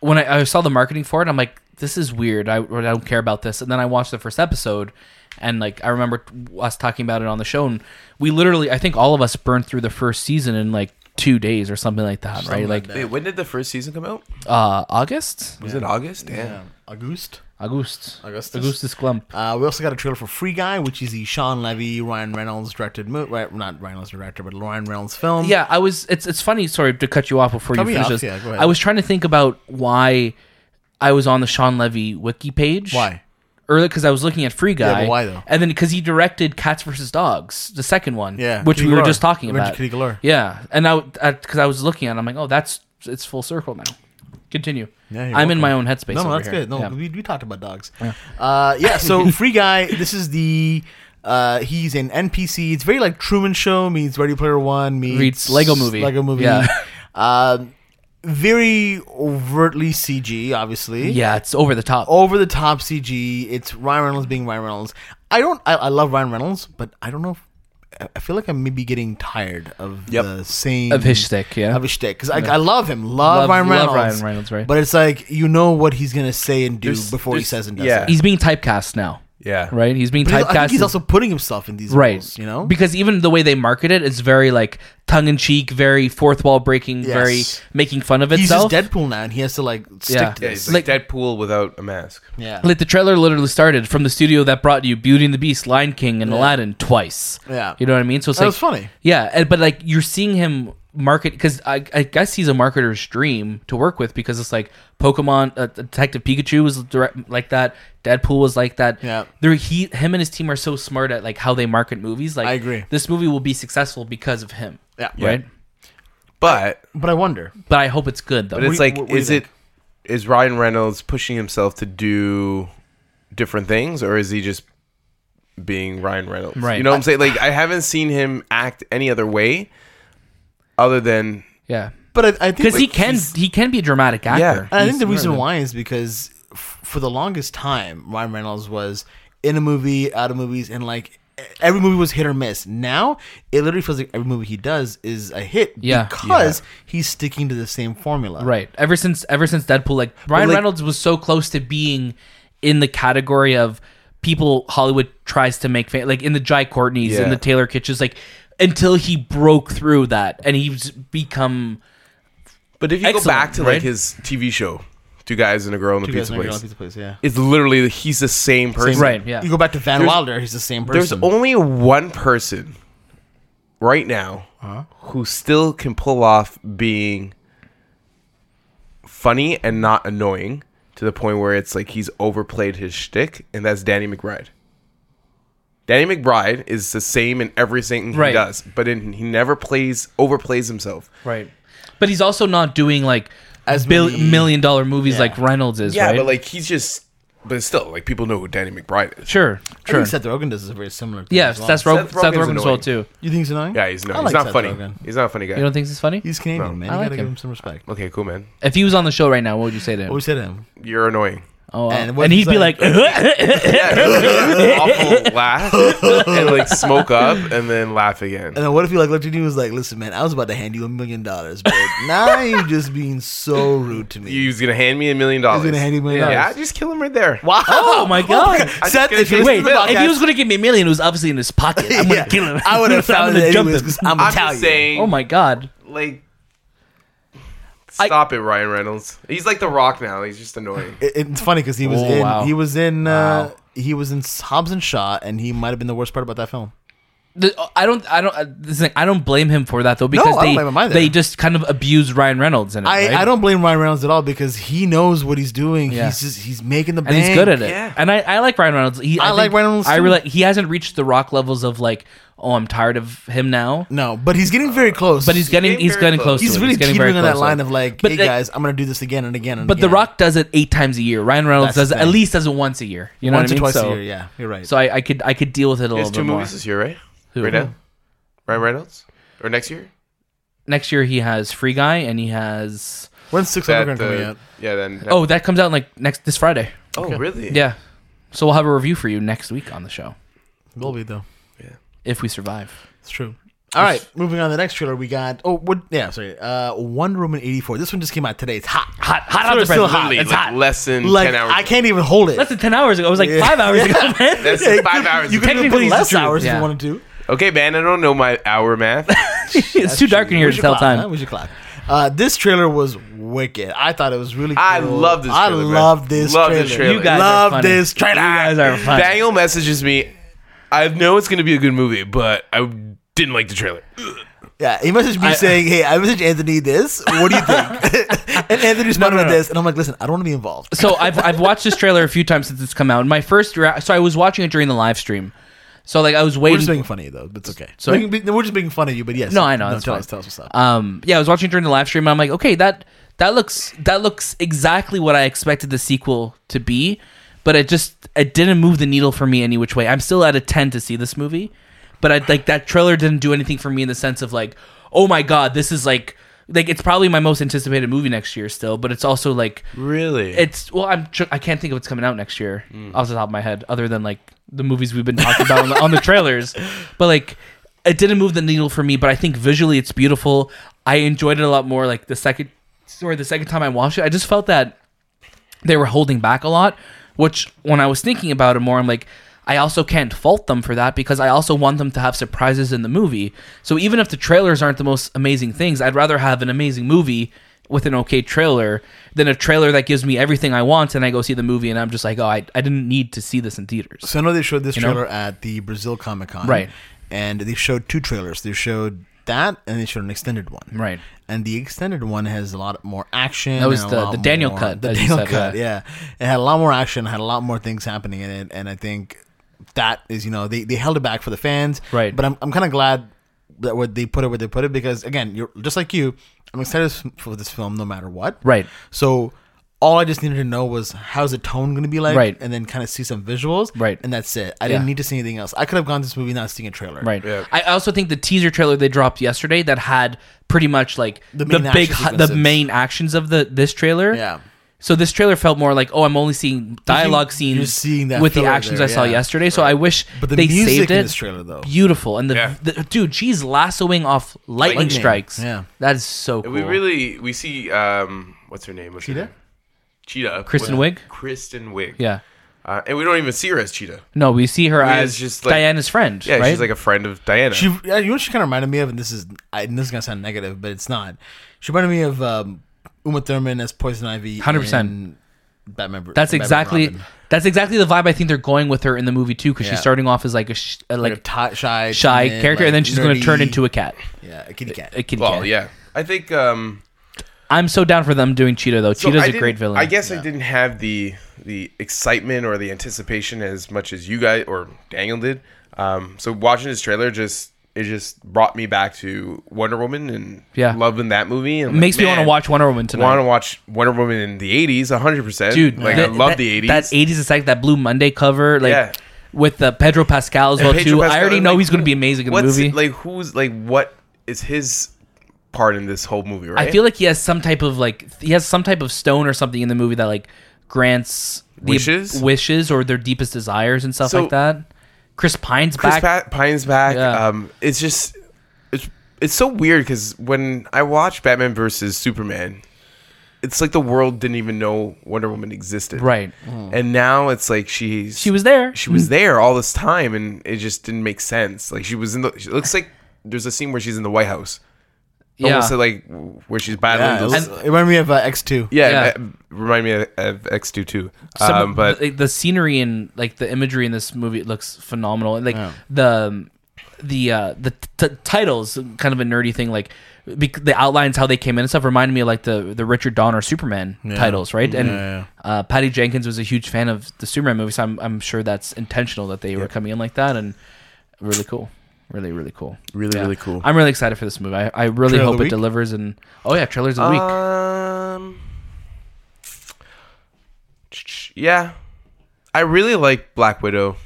[SPEAKER 2] when I, I saw the marketing for it, I'm like, this is weird. I, I don't care about this. And then I watched the first episode, and like I remember us talking about it on the show, and we literally, I think all of us burned through the first season in like two days or something like that, right? Like
[SPEAKER 3] Wait, when did the first season come out?
[SPEAKER 2] uh, August,
[SPEAKER 3] Was it August? Damn.
[SPEAKER 1] Yeah. August.
[SPEAKER 2] August,
[SPEAKER 1] Augustus.
[SPEAKER 2] Augustus Glump.
[SPEAKER 1] Uh, we also got a trailer for Free Guy, which is the Sean Levy, Ryan Reynolds directed movie. Right, not Ryan Reynolds director, but Ryan Reynolds film.
[SPEAKER 2] yeah, I was. It's it's funny. Sorry to cut you off before
[SPEAKER 1] Cut
[SPEAKER 2] you
[SPEAKER 1] me
[SPEAKER 2] finish
[SPEAKER 1] off,
[SPEAKER 2] this.
[SPEAKER 1] yeah, go ahead.
[SPEAKER 2] I was trying to think about why I was on the Sean Levy wiki page.
[SPEAKER 1] Why?
[SPEAKER 2] Earlier, because I was looking at Free
[SPEAKER 1] Yeah,
[SPEAKER 2] Guy.
[SPEAKER 1] but why, though?
[SPEAKER 2] And then because he directed Cats versus Dogs, the second one.
[SPEAKER 1] Yeah,
[SPEAKER 2] which
[SPEAKER 1] Kitty
[SPEAKER 2] we were
[SPEAKER 1] Galore.
[SPEAKER 2] just talking
[SPEAKER 1] Revenge of
[SPEAKER 2] about.
[SPEAKER 1] Kitty Galore.
[SPEAKER 2] Yeah, and I because I was looking at, it, I'm like, oh, that's it's full circle now. Continue.
[SPEAKER 1] Yeah,
[SPEAKER 2] I'm
[SPEAKER 1] you're
[SPEAKER 2] in
[SPEAKER 1] welcome.
[SPEAKER 2] my own headspace.
[SPEAKER 1] No,
[SPEAKER 2] over
[SPEAKER 1] that's
[SPEAKER 2] here.
[SPEAKER 1] good. No,
[SPEAKER 2] Yeah.
[SPEAKER 1] we, we talked about dogs. Yeah. Uh, yeah. So free guy. This is the. Uh, he's an NPC. It's very like Truman Show meets Ready Player One meets
[SPEAKER 2] Reads Lego Movie.
[SPEAKER 1] Lego movie.
[SPEAKER 2] Yeah.
[SPEAKER 1] Um, very overtly CG, obviously.
[SPEAKER 2] Yeah, it's over the top.
[SPEAKER 1] Over the top CG. It's Ryan Reynolds being Ryan Reynolds. I don't. I, I love Ryan Reynolds, but I don't know. If, I- I feel like I'm maybe getting tired of
[SPEAKER 3] Yep.
[SPEAKER 1] the same
[SPEAKER 2] Of his shtick, yeah.
[SPEAKER 1] of his shtick because I, I love him, love,
[SPEAKER 2] Love-
[SPEAKER 1] Ryan Reynolds,
[SPEAKER 2] love Ryan Reynolds, right.
[SPEAKER 1] But it's like you know what he's gonna say and do
[SPEAKER 3] There's-
[SPEAKER 1] before he
[SPEAKER 3] there's-
[SPEAKER 1] says and does.
[SPEAKER 3] yeah.
[SPEAKER 1] Yeah,
[SPEAKER 2] He's being typecast now,
[SPEAKER 3] Yeah.
[SPEAKER 2] right? He's being
[SPEAKER 1] but he's-
[SPEAKER 2] typecast.
[SPEAKER 1] I think he's
[SPEAKER 2] as-
[SPEAKER 1] also putting himself in these
[SPEAKER 2] right,
[SPEAKER 1] roles. You know,
[SPEAKER 2] because even the way they market it is very like tongue in cheek, very fourth wall breaking, very
[SPEAKER 1] Yes.
[SPEAKER 2] making fun of
[SPEAKER 1] he's
[SPEAKER 2] itself.
[SPEAKER 1] just Deadpool now, and he has to like stick
[SPEAKER 2] Yeah.
[SPEAKER 1] to
[SPEAKER 3] Yeah,
[SPEAKER 1] this.
[SPEAKER 3] it's like, Deadpool without a mask.
[SPEAKER 1] Yeah,
[SPEAKER 2] Like the trailer literally started from the studio that brought you Beauty and the Beast, Lion King, and Aladdin twice.
[SPEAKER 1] Yeah.
[SPEAKER 2] you know what I mean. So it's
[SPEAKER 1] that
[SPEAKER 2] like
[SPEAKER 1] was funny.
[SPEAKER 2] Yeah, and- but like you're seeing him market because I, I guess he's a marketer's dream to work with because it's like Pokemon, uh, Detective Pikachu was direct, like that, Deadpool was like that.
[SPEAKER 1] Yeah.
[SPEAKER 2] they're he him and his team are so smart at like how they market movies. Like
[SPEAKER 1] I agree.
[SPEAKER 2] this movie will be successful because of him,
[SPEAKER 1] Yeah,
[SPEAKER 2] right?
[SPEAKER 3] But
[SPEAKER 1] But I wonder.
[SPEAKER 2] But I hope it's good though.
[SPEAKER 3] But
[SPEAKER 1] What-
[SPEAKER 3] it's like,
[SPEAKER 1] what- what do you
[SPEAKER 3] is it is Ryan Reynolds pushing himself to do different things, or is he just being Ryan Reynolds?
[SPEAKER 2] Right.
[SPEAKER 3] You know what I'm saying? Like, I haven't seen him act any other way other than
[SPEAKER 2] yeah,
[SPEAKER 1] But I, I think
[SPEAKER 2] because he
[SPEAKER 1] like,
[SPEAKER 2] can
[SPEAKER 1] he's-
[SPEAKER 2] he can be a dramatic actor.
[SPEAKER 1] And I think
[SPEAKER 2] He's
[SPEAKER 1] the reason
[SPEAKER 2] smart.
[SPEAKER 1] why is because f- for the longest time, Ryan Reynolds was in a movie, out of movies, and like e- every movie was hit or miss. Now it literally feels like every movie he does is a hit
[SPEAKER 2] Yeah.
[SPEAKER 1] because he's sticking to the same formula.
[SPEAKER 2] Right. Ever since ever since Deadpool, like Ryan
[SPEAKER 1] like-
[SPEAKER 2] Reynolds was so close to being in the category of people Hollywood tries to make fam- like in the Jai Courtneys
[SPEAKER 3] Yeah.
[SPEAKER 2] and the Taylor Kitsch's, like until he broke through that and he's become
[SPEAKER 3] But if you go
[SPEAKER 2] Excellent,
[SPEAKER 3] back to
[SPEAKER 2] right?
[SPEAKER 3] like his TV show, Two Guys and a Girl in a
[SPEAKER 1] Two guys
[SPEAKER 3] Pizza
[SPEAKER 1] and a girl
[SPEAKER 3] Place,
[SPEAKER 1] on a pizza place. Yeah.
[SPEAKER 3] it's literally he's the same person.
[SPEAKER 2] right. Yeah.
[SPEAKER 1] You go back to Van
[SPEAKER 3] There's-
[SPEAKER 1] Wilder, he's the same
[SPEAKER 3] There's
[SPEAKER 1] person.
[SPEAKER 3] only one person right now
[SPEAKER 1] Uh-huh.
[SPEAKER 3] who still can pull off being funny and not annoying to the point where it's like he's overplayed his shtick, and that's Danny McBride. Danny McBride is the same in everything he
[SPEAKER 2] Right.
[SPEAKER 3] does, but in, he never plays overplays himself.
[SPEAKER 2] Right. But he's also not doing like
[SPEAKER 1] As
[SPEAKER 2] as bill-
[SPEAKER 1] many-
[SPEAKER 2] million dollar movies
[SPEAKER 1] Yeah.
[SPEAKER 2] like Reynolds is.
[SPEAKER 3] Yeah,
[SPEAKER 2] right?
[SPEAKER 3] but like he's just, but still, like people know who Danny MCbride is.
[SPEAKER 2] sure,
[SPEAKER 1] I think
[SPEAKER 2] sure.
[SPEAKER 1] Seth Rogen does a very similar thing.
[SPEAKER 2] Yes,
[SPEAKER 1] as well.
[SPEAKER 2] that's Ro-
[SPEAKER 3] Seth
[SPEAKER 2] Seth Rogen
[SPEAKER 3] Rogen's
[SPEAKER 2] as well
[SPEAKER 3] annoying.
[SPEAKER 2] too.
[SPEAKER 1] You think he's annoying?
[SPEAKER 3] Yeah, he's no,
[SPEAKER 1] I
[SPEAKER 3] he's
[SPEAKER 1] like
[SPEAKER 3] not
[SPEAKER 1] Seth
[SPEAKER 3] funny.
[SPEAKER 1] Rogen.
[SPEAKER 3] He's not a funny guy.
[SPEAKER 2] You don't think this is funny?
[SPEAKER 1] He's Canadian, man.
[SPEAKER 2] I
[SPEAKER 1] you
[SPEAKER 2] like
[SPEAKER 1] gotta
[SPEAKER 2] him.
[SPEAKER 1] give him some respect.
[SPEAKER 3] okay, cool, man.
[SPEAKER 2] If he was on the show right now, what would you say to him?
[SPEAKER 1] What we said to him?
[SPEAKER 3] You're annoying.
[SPEAKER 2] oh, wow.
[SPEAKER 1] And
[SPEAKER 2] and,
[SPEAKER 1] what
[SPEAKER 2] he'd
[SPEAKER 1] he's
[SPEAKER 2] be
[SPEAKER 1] like-
[SPEAKER 2] like,
[SPEAKER 3] Yeah, awful laugh and like smoke up and then laugh again.
[SPEAKER 1] And then what if he like looked at you and was like, "Listen, man, I was about to hand you a million dollars, but now you're just being so rude to me."
[SPEAKER 3] You was gonna hand me a million dollars.
[SPEAKER 1] gonna hand you a million
[SPEAKER 3] Yeah,
[SPEAKER 1] dollars.
[SPEAKER 3] just kill him right there.
[SPEAKER 1] Wow.
[SPEAKER 2] Oh my god.
[SPEAKER 3] I'm
[SPEAKER 1] Seth,
[SPEAKER 3] just gonna
[SPEAKER 1] if you
[SPEAKER 3] kill
[SPEAKER 1] listen
[SPEAKER 2] Wait,
[SPEAKER 1] to the
[SPEAKER 3] him.
[SPEAKER 2] if
[SPEAKER 1] podcast-
[SPEAKER 2] he was going to give me a million, it was obviously in his pocket. I'm going
[SPEAKER 1] Yeah.
[SPEAKER 2] to kill him.
[SPEAKER 1] I would have
[SPEAKER 2] I'm
[SPEAKER 1] found
[SPEAKER 2] gonna
[SPEAKER 1] it
[SPEAKER 2] jump
[SPEAKER 1] anyways
[SPEAKER 2] him.
[SPEAKER 1] because I'm,
[SPEAKER 3] I'm
[SPEAKER 1] Italian.
[SPEAKER 3] just saying.
[SPEAKER 2] Oh my god.
[SPEAKER 3] Like,
[SPEAKER 2] I-
[SPEAKER 3] stop it, Ryan Reynolds. He's like The Rock now. He's just annoying.
[SPEAKER 1] It- it's funny because he was
[SPEAKER 2] Oh,
[SPEAKER 1] in
[SPEAKER 2] wow.
[SPEAKER 1] he was in uh, he was in Hobbs and Shaw, and he might have been the worst part about that film.
[SPEAKER 2] The- I don't I don't uh, this thing, I don't blame him for that though because
[SPEAKER 1] I don't
[SPEAKER 2] they
[SPEAKER 1] blame him either.
[SPEAKER 2] they just kind of abused Ryan Reynolds in it.
[SPEAKER 1] I,
[SPEAKER 2] right?
[SPEAKER 1] I don't blame Ryan Reynolds at all because he knows what he's doing.
[SPEAKER 2] Yeah.
[SPEAKER 1] He's just he's making the
[SPEAKER 2] and
[SPEAKER 1] bank.
[SPEAKER 2] he's good at it.
[SPEAKER 3] Yeah.
[SPEAKER 2] And I, I like Ryan Reynolds. He,
[SPEAKER 1] I like
[SPEAKER 2] think-
[SPEAKER 1] Ryan Reynolds,
[SPEAKER 2] I
[SPEAKER 1] too.
[SPEAKER 2] really he hasn't reached the rock levels of like oh I'm tired of him now.
[SPEAKER 1] No, but he's getting very close.
[SPEAKER 2] But he's getting
[SPEAKER 3] getting
[SPEAKER 2] he's
[SPEAKER 3] very
[SPEAKER 2] getting close.
[SPEAKER 3] close.
[SPEAKER 1] he's
[SPEAKER 2] to it.
[SPEAKER 1] really
[SPEAKER 2] getting very
[SPEAKER 1] teetering on that
[SPEAKER 2] close to
[SPEAKER 1] line
[SPEAKER 2] it.
[SPEAKER 1] of like,
[SPEAKER 2] But
[SPEAKER 1] hey
[SPEAKER 2] like-
[SPEAKER 1] guys, I'm gonna do this again and again and.
[SPEAKER 2] But The
[SPEAKER 1] again."
[SPEAKER 2] Rock does it eight times a year. Ryan Reynolds
[SPEAKER 1] That's
[SPEAKER 2] does
[SPEAKER 1] the
[SPEAKER 2] it at
[SPEAKER 1] thing.
[SPEAKER 2] least does it once a year. You know
[SPEAKER 1] once
[SPEAKER 2] what I mean?
[SPEAKER 1] or twice
[SPEAKER 2] so,
[SPEAKER 1] a year. Yeah, you're right.
[SPEAKER 2] So I, I could I could deal with it a
[SPEAKER 3] He has
[SPEAKER 2] little
[SPEAKER 3] two
[SPEAKER 2] bit more.
[SPEAKER 3] movies this year, right?
[SPEAKER 2] Who?
[SPEAKER 3] Right now, Ryan Reynolds or next year?
[SPEAKER 2] Next year he has Free Guy and he has
[SPEAKER 1] when's Six
[SPEAKER 3] That,
[SPEAKER 1] Underground coming
[SPEAKER 3] uh,
[SPEAKER 1] out?
[SPEAKER 3] yeah, then. that-
[SPEAKER 2] Oh, that comes out like next this Friday.
[SPEAKER 3] oh, really?
[SPEAKER 2] Yeah. So we'll have a review for you next week on the show
[SPEAKER 1] Will be though.
[SPEAKER 2] if we survive.
[SPEAKER 1] It's true. All right, moving on to the next trailer we got. Oh, what? Yeah, sorry. Uh, Wonder Woman eighty four. This one just came out today. It's hot.
[SPEAKER 2] Hot, hot
[SPEAKER 1] Sort
[SPEAKER 2] out the
[SPEAKER 1] of still
[SPEAKER 2] press.
[SPEAKER 1] hot.
[SPEAKER 3] Literally,
[SPEAKER 2] It's
[SPEAKER 3] like
[SPEAKER 2] hot.
[SPEAKER 3] less than
[SPEAKER 1] Like
[SPEAKER 3] ten hours.
[SPEAKER 1] I can't even hold it.
[SPEAKER 2] Less than ten hours ago. It was like
[SPEAKER 1] Yeah.
[SPEAKER 2] five hours ago, man.
[SPEAKER 3] That's
[SPEAKER 1] Yeah,
[SPEAKER 3] five
[SPEAKER 1] you-
[SPEAKER 3] hours.
[SPEAKER 1] You could have put
[SPEAKER 2] Technically, it's
[SPEAKER 1] less
[SPEAKER 2] true.
[SPEAKER 1] hours if
[SPEAKER 2] Yeah.
[SPEAKER 1] you wanted to.
[SPEAKER 3] okay, man. I don't know my hour math.
[SPEAKER 2] it's too dark in here
[SPEAKER 1] We
[SPEAKER 2] to
[SPEAKER 1] should
[SPEAKER 2] tell
[SPEAKER 1] clap. Huh?
[SPEAKER 2] time.
[SPEAKER 1] We should clap. Uh, this trailer was wicked. I thought it was really. Cool.
[SPEAKER 3] I love this
[SPEAKER 1] I
[SPEAKER 3] trailer, man.
[SPEAKER 1] love this
[SPEAKER 3] Love
[SPEAKER 1] trailer.
[SPEAKER 3] this trailer.
[SPEAKER 2] You guys
[SPEAKER 1] love
[SPEAKER 2] are funny.
[SPEAKER 1] this trailer.
[SPEAKER 2] You guys are funny.
[SPEAKER 3] Daniel messages me. I know it's going to be a good movie, but I didn't like the trailer.
[SPEAKER 1] Yeah, he messaged me
[SPEAKER 2] I-
[SPEAKER 1] saying, "Hey, I messaged Anthony this. What do you think?" and Anthony responded
[SPEAKER 2] no,
[SPEAKER 1] with
[SPEAKER 2] no.
[SPEAKER 1] this, and I'm like, "Listen, I don't want to be involved."
[SPEAKER 2] so I've I've watched this trailer a few times since it's come out. My first ra- so I was watching it during the live stream. So like I was
[SPEAKER 1] We're just
[SPEAKER 2] waiting.
[SPEAKER 1] making fun of you, though. It's okay.
[SPEAKER 2] Sorry?
[SPEAKER 1] We're being- we're just making fun of you, but yes.
[SPEAKER 2] No, I know. that's
[SPEAKER 1] tell
[SPEAKER 2] fine.
[SPEAKER 1] us, tell us what's up.
[SPEAKER 2] Um, yeah, I was watching it during the live stream. and I'm like, okay, that that looks that looks exactly what I expected the sequel to be, but it just it didn't move the needle for me any which way. I'm still at a ten to see this movie, but I like that trailer didn't do anything for me in the sense of like, oh my god, this is like Like it's probably my most anticipated movie next year still, but it's also like
[SPEAKER 3] Really?
[SPEAKER 2] it's well I'm tr- I can't think of what's coming out next year off the top of my head other than like the movies we've been talking about on, the, on the trailers, but like it didn't move the needle for me. But I think visually it's beautiful. I enjoyed it a lot more. Like the second or the second time I watched it, I just felt that they were holding back a lot, which when I was thinking about it more, I'm like, I also can't fault them for that because I also want them to have surprises in the movie. So even if the trailers aren't the most amazing things, I'd rather have an amazing movie with an okay trailer than a trailer that gives me everything I want and I go see the movie and I'm just like, oh, I, I didn't need to see this in theaters.
[SPEAKER 1] So I know they showed this
[SPEAKER 2] know?
[SPEAKER 1] trailer at the Brazil Comic Con,
[SPEAKER 2] Right.
[SPEAKER 1] And they showed two trailers. They showed that, and they showed an extended one,
[SPEAKER 2] Right.
[SPEAKER 1] And the extended one has a lot more action.
[SPEAKER 2] That was
[SPEAKER 1] and a
[SPEAKER 2] the-
[SPEAKER 1] lot
[SPEAKER 2] the Daniel
[SPEAKER 1] more-
[SPEAKER 2] cut,
[SPEAKER 1] The
[SPEAKER 2] as you
[SPEAKER 1] Daniel
[SPEAKER 2] said,
[SPEAKER 1] cut, yeah. It had a lot more action, had a lot more things happening in it, and I think that is, you know, they, they held it back for the fans,
[SPEAKER 2] Right.
[SPEAKER 1] But I'm I'm kind of glad that what they put it where they put it because again, you're just like you. I'm excited for this film no matter what,
[SPEAKER 2] Right.
[SPEAKER 1] so all I just needed to know was how's the tone going to be like,
[SPEAKER 2] Right.
[SPEAKER 1] and then kind of see some visuals,
[SPEAKER 2] Right.
[SPEAKER 1] And that's it. I
[SPEAKER 2] Yeah.
[SPEAKER 1] didn't need to see anything else. I could have gone to this movie not seeing a trailer,
[SPEAKER 2] Right.
[SPEAKER 3] Yeah.
[SPEAKER 2] I also think the teaser trailer they dropped yesterday that had pretty much like the,
[SPEAKER 1] The main
[SPEAKER 2] big
[SPEAKER 1] action
[SPEAKER 2] hi- the
[SPEAKER 1] sequences.
[SPEAKER 2] main actions of the this trailer.
[SPEAKER 1] Yeah.
[SPEAKER 2] So this trailer felt more like, oh, I'm only seeing dialogue
[SPEAKER 1] you're
[SPEAKER 2] scenes
[SPEAKER 1] seeing that
[SPEAKER 2] with the
[SPEAKER 1] filler
[SPEAKER 2] actions
[SPEAKER 1] there,
[SPEAKER 2] I saw
[SPEAKER 1] yeah.
[SPEAKER 2] yesterday. So I wish
[SPEAKER 1] But the
[SPEAKER 2] they
[SPEAKER 1] music
[SPEAKER 2] saved
[SPEAKER 1] in
[SPEAKER 2] it.
[SPEAKER 1] this trailer, though.
[SPEAKER 2] beautiful and the,
[SPEAKER 3] Yeah.
[SPEAKER 2] the dude, she's lassoing off lightning,
[SPEAKER 1] Lightning.
[SPEAKER 2] strikes.
[SPEAKER 1] Yeah.
[SPEAKER 2] that is so cool.
[SPEAKER 3] We really we see um what's her name? What's
[SPEAKER 1] Cheetah?
[SPEAKER 3] Her name? Cheetah.
[SPEAKER 2] Kristen
[SPEAKER 3] What-
[SPEAKER 2] Wiig?
[SPEAKER 3] Kristen Wiig.
[SPEAKER 2] yeah.
[SPEAKER 3] Uh, and we don't even see her as Cheetah.
[SPEAKER 2] No, we see her
[SPEAKER 3] Yeah,
[SPEAKER 2] as
[SPEAKER 3] it's just
[SPEAKER 2] just
[SPEAKER 3] like-
[SPEAKER 2] Diana's friend.
[SPEAKER 3] Yeah,
[SPEAKER 2] right?
[SPEAKER 3] she's like a friend of Diana.
[SPEAKER 1] She, yeah, you know, what she kind of reminded me of, and this is, I, and this is gonna sound negative, but it's not. She reminded me of um, Uma Thurman as Poison Ivy,
[SPEAKER 2] 100%.
[SPEAKER 1] in Batman.
[SPEAKER 2] That's
[SPEAKER 1] Batman
[SPEAKER 2] exactly
[SPEAKER 1] Robin.
[SPEAKER 2] that's exactly the vibe I think they're going with her in the movie too, because
[SPEAKER 1] Yeah.
[SPEAKER 2] she's starting off as like a sh- uh,
[SPEAKER 1] like,
[SPEAKER 2] like
[SPEAKER 1] a ti- shy,
[SPEAKER 2] shy
[SPEAKER 1] timid,
[SPEAKER 2] character,
[SPEAKER 1] like,
[SPEAKER 2] and then she's going to
[SPEAKER 1] nerdy-
[SPEAKER 2] turn into a cat,
[SPEAKER 1] yeah, a kitty cat.
[SPEAKER 2] a kitty
[SPEAKER 3] well,
[SPEAKER 2] cat.
[SPEAKER 3] yeah. I think um
[SPEAKER 2] I'm so down for them doing Cheetah though.
[SPEAKER 3] so
[SPEAKER 2] Cheetah's
[SPEAKER 3] I
[SPEAKER 2] a
[SPEAKER 3] didn't-
[SPEAKER 2] great villain.
[SPEAKER 3] I guess I didn't have the the excitement or the anticipation as much as you guys or Daniel did. Um, so watching this trailer just it just brought me back to Wonder Woman and
[SPEAKER 2] Yeah.
[SPEAKER 3] loving that movie and
[SPEAKER 2] It makes me want to
[SPEAKER 3] man,
[SPEAKER 2] watch Wonder Woman tonight.
[SPEAKER 3] want to watch Wonder Woman in the 80s 100%.
[SPEAKER 2] dude.
[SPEAKER 3] like I
[SPEAKER 2] that-
[SPEAKER 3] love
[SPEAKER 2] that-
[SPEAKER 3] the 80s.
[SPEAKER 2] That eighties is like that Blue Monday cover, like
[SPEAKER 3] Yeah.
[SPEAKER 2] with the Pedro Pascal as well
[SPEAKER 3] Pedro
[SPEAKER 2] too. I
[SPEAKER 3] Pascal,
[SPEAKER 2] already
[SPEAKER 3] and,
[SPEAKER 2] know
[SPEAKER 3] like,
[SPEAKER 2] he's going to
[SPEAKER 3] who-
[SPEAKER 2] be amazing in the
[SPEAKER 3] what's-
[SPEAKER 2] movie.
[SPEAKER 3] Like who's like what is his part in this whole movie, right?
[SPEAKER 2] I feel like he has some type of like he has some type of stone or something in the movie that like grants the
[SPEAKER 3] Wishes?
[SPEAKER 2] wishes or their deepest desires and stuff
[SPEAKER 3] So-
[SPEAKER 2] like that. Chris Pine's
[SPEAKER 3] Chris
[SPEAKER 2] back.
[SPEAKER 3] Pa- Pine's back.
[SPEAKER 2] Yeah.
[SPEAKER 3] Um, it's just it's it's so weird because when I watch Batman versus Superman, it's like the world didn't even know Wonder Woman existed,
[SPEAKER 2] right.
[SPEAKER 3] And now it's like she's
[SPEAKER 2] She was there.
[SPEAKER 3] she was there all this time, and it just didn't make sense. Like she was in the. It looks like there's a scene where she's in the White House.
[SPEAKER 2] yeah.
[SPEAKER 3] Almost like where
[SPEAKER 1] Yeah,
[SPEAKER 3] she's
[SPEAKER 1] it,
[SPEAKER 3] battling.
[SPEAKER 1] was-
[SPEAKER 3] those-
[SPEAKER 1] it reminded me of uh, X two.
[SPEAKER 3] Yeah,
[SPEAKER 2] Yeah.
[SPEAKER 3] it remind me of, of X two too.
[SPEAKER 2] Some
[SPEAKER 3] Um,
[SPEAKER 2] of
[SPEAKER 3] but
[SPEAKER 2] the, the scenery and like the imagery in this movie it looks phenomenal. And like the um, the uh, the t- titles, kind of a nerdy thing. Like bec- the outlines, how they came in and stuff, reminded me of like the the Richard Donner Superman titles, right? And
[SPEAKER 1] Yeah.
[SPEAKER 2] Uh, Patty Jenkins was a huge fan of the Superman movie, so I'm I'm sure that's intentional that they were coming in like that and really cool. Really, really cool.
[SPEAKER 3] Really, really cool.
[SPEAKER 2] I'm really excited for this movie. I, I really
[SPEAKER 1] Trailer of
[SPEAKER 2] hope
[SPEAKER 1] the
[SPEAKER 2] it
[SPEAKER 1] week? Uh,
[SPEAKER 2] delivers. And oh yeah, trailers of the week.
[SPEAKER 3] Um, yeah, I really like Black Widow,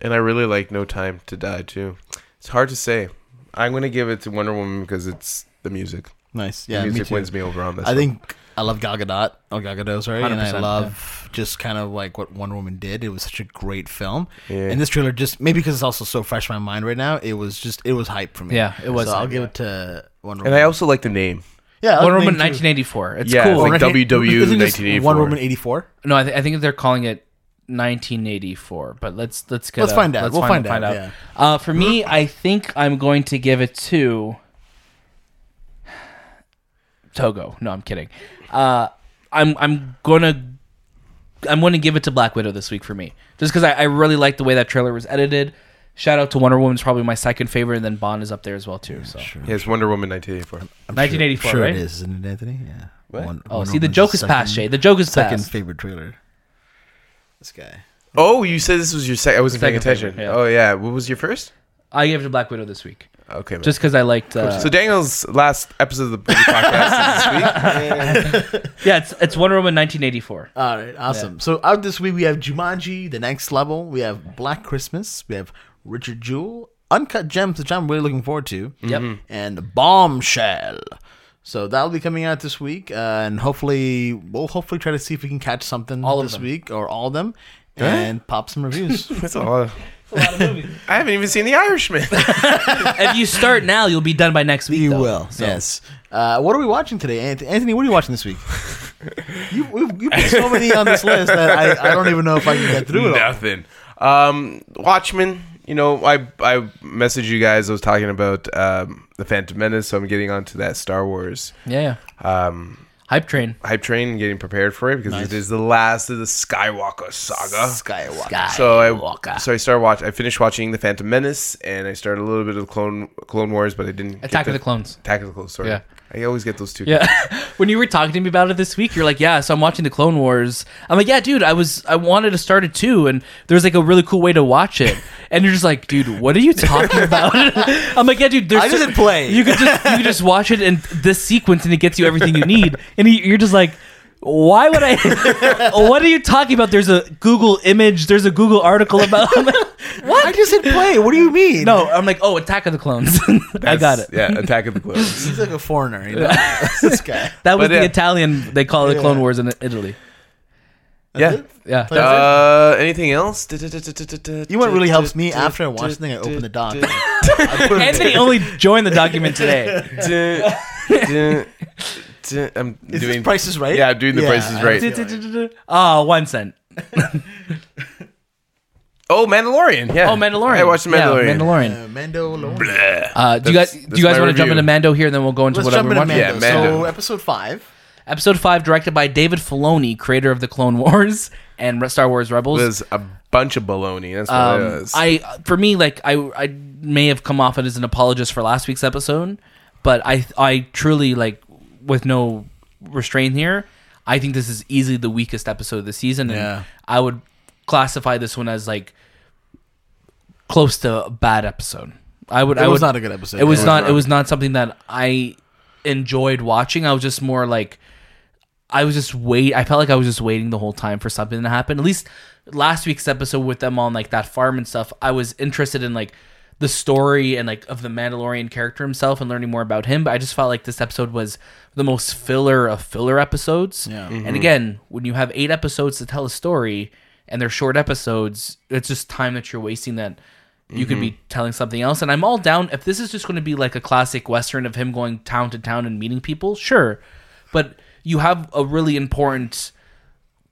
[SPEAKER 3] and I really like No Time to Die too. It's hard to say. I'm gonna give it to Wonder Woman because it's the music.
[SPEAKER 1] Nice.
[SPEAKER 3] The
[SPEAKER 1] Yeah, me
[SPEAKER 3] music
[SPEAKER 1] too.
[SPEAKER 3] wins me over on this.
[SPEAKER 1] I
[SPEAKER 3] one.
[SPEAKER 1] think I love Gal Gadot. Oh, Gal Gadot, sorry. And I
[SPEAKER 2] 100%,
[SPEAKER 1] love just kind of like what Wonder Woman did. It was such a great film.
[SPEAKER 3] Yeah.
[SPEAKER 1] And this trailer just maybe because it's also so fresh in my mind right now. It was just it was hype for me.
[SPEAKER 2] Yeah, it was
[SPEAKER 1] So I'll
[SPEAKER 2] hype,
[SPEAKER 1] give it to Wonder Woman.
[SPEAKER 3] and I also like the name.
[SPEAKER 1] yeah,
[SPEAKER 2] Wonder Woman
[SPEAKER 1] nineteen
[SPEAKER 2] 1984. It's
[SPEAKER 3] Yeah,
[SPEAKER 2] cool.
[SPEAKER 3] it's like E WW
[SPEAKER 1] Isn't this
[SPEAKER 3] 1984?
[SPEAKER 1] Wonder Woman eighty four.
[SPEAKER 2] No, I, th- I think they're calling it 1984, but let's let's get
[SPEAKER 1] Let's
[SPEAKER 2] a-
[SPEAKER 1] find out. We'll find out,
[SPEAKER 2] Uh, for me, I think I'm going to give it to Togo. No, I'm kidding. Uh, I'm I'm gonna I'm going to give it to Black Widow this week for me, just because I, I really like the way that trailer was edited. Shout out to Wonder Woman is probably my second favorite, and then Bond is up there as well too. So
[SPEAKER 3] Yeah, it's Wonder Woman 1984.
[SPEAKER 2] 1984,
[SPEAKER 1] Sure
[SPEAKER 2] right?
[SPEAKER 1] it is, isn't it, Anthony? Yeah.
[SPEAKER 3] What?
[SPEAKER 1] Won-
[SPEAKER 2] Oh,
[SPEAKER 1] Wonder
[SPEAKER 2] see, the
[SPEAKER 1] Woman's
[SPEAKER 2] joke is past,
[SPEAKER 1] second-
[SPEAKER 2] Jay. The joke is
[SPEAKER 1] Second
[SPEAKER 2] past.
[SPEAKER 1] favorite trailer. This guy.
[SPEAKER 3] Oh, you said this was your second. I wasn't paying
[SPEAKER 2] Second
[SPEAKER 3] attention.
[SPEAKER 2] favorite, yeah.
[SPEAKER 3] Oh yeah, what was your first?
[SPEAKER 2] I gave it to Black Widow this week,
[SPEAKER 3] Okay, man.
[SPEAKER 2] just because I liked. Uh,
[SPEAKER 3] so Daniel's last episode of the podcast is this week.
[SPEAKER 2] yeah, it's it's Wonder Woman 1984.
[SPEAKER 1] All right, awesome. So out this week we have Jumanji, The Next Level, we have Black Christmas, we have Richard Jewell, Uncut Gems, which I'm really looking forward to,
[SPEAKER 2] Yep.
[SPEAKER 1] and Bombshell. So that'll be coming out this week, uh, and hopefully we'll hopefully try to see if we can catch something
[SPEAKER 2] All of
[SPEAKER 1] this
[SPEAKER 2] them. Eh?
[SPEAKER 1] week or all of them, and pop some reviews.
[SPEAKER 3] That's a lot. Of, I haven't even seen The Irishman.
[SPEAKER 2] if you start now, you'll be done by next week.
[SPEAKER 1] you
[SPEAKER 2] though.
[SPEAKER 1] will.
[SPEAKER 2] So-
[SPEAKER 1] Yes. Uh, what are we watching today, Ant- Anthony? What are you watching this week? you we've, you put so many on this list that I, I don't even know if I can get through it. All.
[SPEAKER 3] Nothing. Um, Watchmen. You know, I I messaged you guys. I was talking about um, the Phantom Menace, so I'm getting onto that Star Wars
[SPEAKER 2] Yeah. yeah.
[SPEAKER 3] um,
[SPEAKER 2] Hype train.
[SPEAKER 3] hype train and getting prepared for it because it is the last of the Skywalker saga.
[SPEAKER 1] Skywalker.
[SPEAKER 3] so I
[SPEAKER 2] Skywalker.
[SPEAKER 3] so I started watch. I finished watching the Phantom Menace, and I started a little bit of Clone Clone Wars, but I didn't. get
[SPEAKER 2] Attack of
[SPEAKER 3] to-
[SPEAKER 2] the Clones.
[SPEAKER 3] Attack of the Clones. Sorry,
[SPEAKER 2] Yeah.
[SPEAKER 3] I always get those two.
[SPEAKER 2] Yeah. when you were talking to me about it this week, you're like, "Yeah, so I'm watching the Clone Wars." I'm like, "Yeah, dude, I was I wanted to start it too, and there's like a really cool way to watch it." And you're just like, "Dude, what are you talking about?" I'm like, "Yeah, dude, there's
[SPEAKER 1] I just
[SPEAKER 2] so-
[SPEAKER 1] hit play.
[SPEAKER 2] You could just you could just watch it in this sequence, and it gets you everything you need." And you- you're just like. Why would I? what are you talking about? There's a Google image. There's a Google article about.
[SPEAKER 1] I just hit play. What do you mean?
[SPEAKER 2] no, I'm like, oh, Attack of the Clones. I got it.
[SPEAKER 3] That's- Yeah, Attack of the Clones.
[SPEAKER 1] he's like a foreigner. You know? this guy.
[SPEAKER 2] That was
[SPEAKER 3] But
[SPEAKER 2] the
[SPEAKER 3] yeah.
[SPEAKER 2] Italian. They call it the Clone Wars in Italy.
[SPEAKER 3] yeah.
[SPEAKER 2] Yeah.
[SPEAKER 1] That's it?
[SPEAKER 3] Uh, anything else?
[SPEAKER 1] You know what really helps me after I watch the thing? I open the doc. I put it
[SPEAKER 2] Anthony
[SPEAKER 1] there.
[SPEAKER 2] only joined the document today.
[SPEAKER 3] I'm
[SPEAKER 1] Is this
[SPEAKER 3] doing
[SPEAKER 1] Price is Right?
[SPEAKER 3] Yeah, I'm doing the Price is
[SPEAKER 1] I
[SPEAKER 3] Right.
[SPEAKER 1] feel like-
[SPEAKER 2] Ah, one cent.
[SPEAKER 3] Oh, Mandalorian. Yeah.
[SPEAKER 2] Oh, Mandalorian.
[SPEAKER 3] I watched the Mandalorian.
[SPEAKER 2] Yeah, Mandalorian.
[SPEAKER 1] Uh, Mando. Lone-
[SPEAKER 2] Uh, do you guys
[SPEAKER 3] That's-
[SPEAKER 2] do
[SPEAKER 3] that's
[SPEAKER 2] you guys
[SPEAKER 3] my
[SPEAKER 2] want to jump
[SPEAKER 3] review.
[SPEAKER 2] into Mando here, and then we'll go into
[SPEAKER 1] Let's
[SPEAKER 2] whatever
[SPEAKER 1] jump
[SPEAKER 2] we're
[SPEAKER 1] into
[SPEAKER 2] watching?
[SPEAKER 1] Mando.
[SPEAKER 3] Yeah, Mando.
[SPEAKER 1] So episode five.
[SPEAKER 2] Episode five, directed by David Filoni, creator of the Clone Wars and Star Wars Rebels.
[SPEAKER 3] was a bunch of baloney. That's what
[SPEAKER 2] Um,
[SPEAKER 3] it was.
[SPEAKER 2] I for me like I I may have come off as an apologist for last week's episode, but I I truly like with no restraint here. I think this is easily the weakest episode of the season, and
[SPEAKER 1] Yeah.
[SPEAKER 2] I would classify this one as like close to a bad episode. I would.
[SPEAKER 1] It
[SPEAKER 2] I
[SPEAKER 1] was
[SPEAKER 2] would,
[SPEAKER 1] not a good episode.
[SPEAKER 2] It was,
[SPEAKER 1] It was
[SPEAKER 2] not, It was not something that I enjoyed watching. I was just more like, I was just wait. I felt like I was just waiting the whole time for something to happen. At least last week's episode with them on like that farm and stuff. I was interested in like the story and like of the Mandalorian character himself and learning more about him. But I just felt like this episode was the most filler of filler episodes.
[SPEAKER 1] Yeah.
[SPEAKER 2] And again, when you have eight episodes to tell a story and they're short episodes, it's just time that you're wasting that you could
[SPEAKER 3] Mm-hmm.
[SPEAKER 2] be telling something else. And I'm all down if this is just going to be like a classic western of him going town to town and meeting people, sure. But you have a really important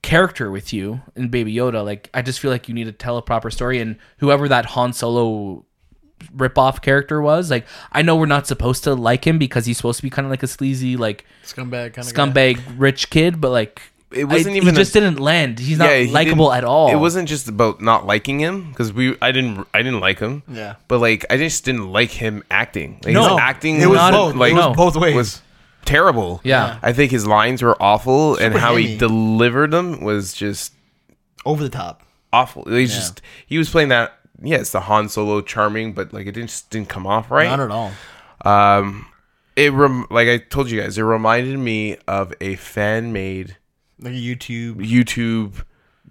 [SPEAKER 2] character with you in Baby Yoda. Like I just feel like you need to tell a proper story and whoever that Han Solo ripoff character was, like I know we're not supposed to like him because he's supposed to be kind of like a sleazy like
[SPEAKER 1] scumbag kind of
[SPEAKER 2] scumbag rich kid, but like
[SPEAKER 3] It wasn't
[SPEAKER 2] I-
[SPEAKER 3] even
[SPEAKER 2] He
[SPEAKER 3] a-
[SPEAKER 2] just didn't land. He's not
[SPEAKER 3] Yeah, he
[SPEAKER 2] likable
[SPEAKER 3] didn't-
[SPEAKER 2] at all.
[SPEAKER 3] It wasn't just about not liking him because we. I didn't. I didn't like him.
[SPEAKER 1] Yeah.
[SPEAKER 3] But like, I just didn't like him acting. Like,
[SPEAKER 2] No,
[SPEAKER 3] his acting.
[SPEAKER 1] it was
[SPEAKER 3] not-
[SPEAKER 1] both. It
[SPEAKER 3] Like,
[SPEAKER 1] was both ways.
[SPEAKER 3] Was terrible.
[SPEAKER 2] Yeah.
[SPEAKER 3] I think his lines were awful, and
[SPEAKER 1] Super
[SPEAKER 3] how
[SPEAKER 1] hammy.
[SPEAKER 3] he delivered them was just
[SPEAKER 1] over the top.
[SPEAKER 3] awful. He's just he was playing that. Yeah, it's the Han Solo charming, but like it didn't just didn't come off right.
[SPEAKER 1] Not at all.
[SPEAKER 3] Um, it rem- like I told you guys, it reminded me of a fan made
[SPEAKER 1] Like a YouTube.
[SPEAKER 3] YouTube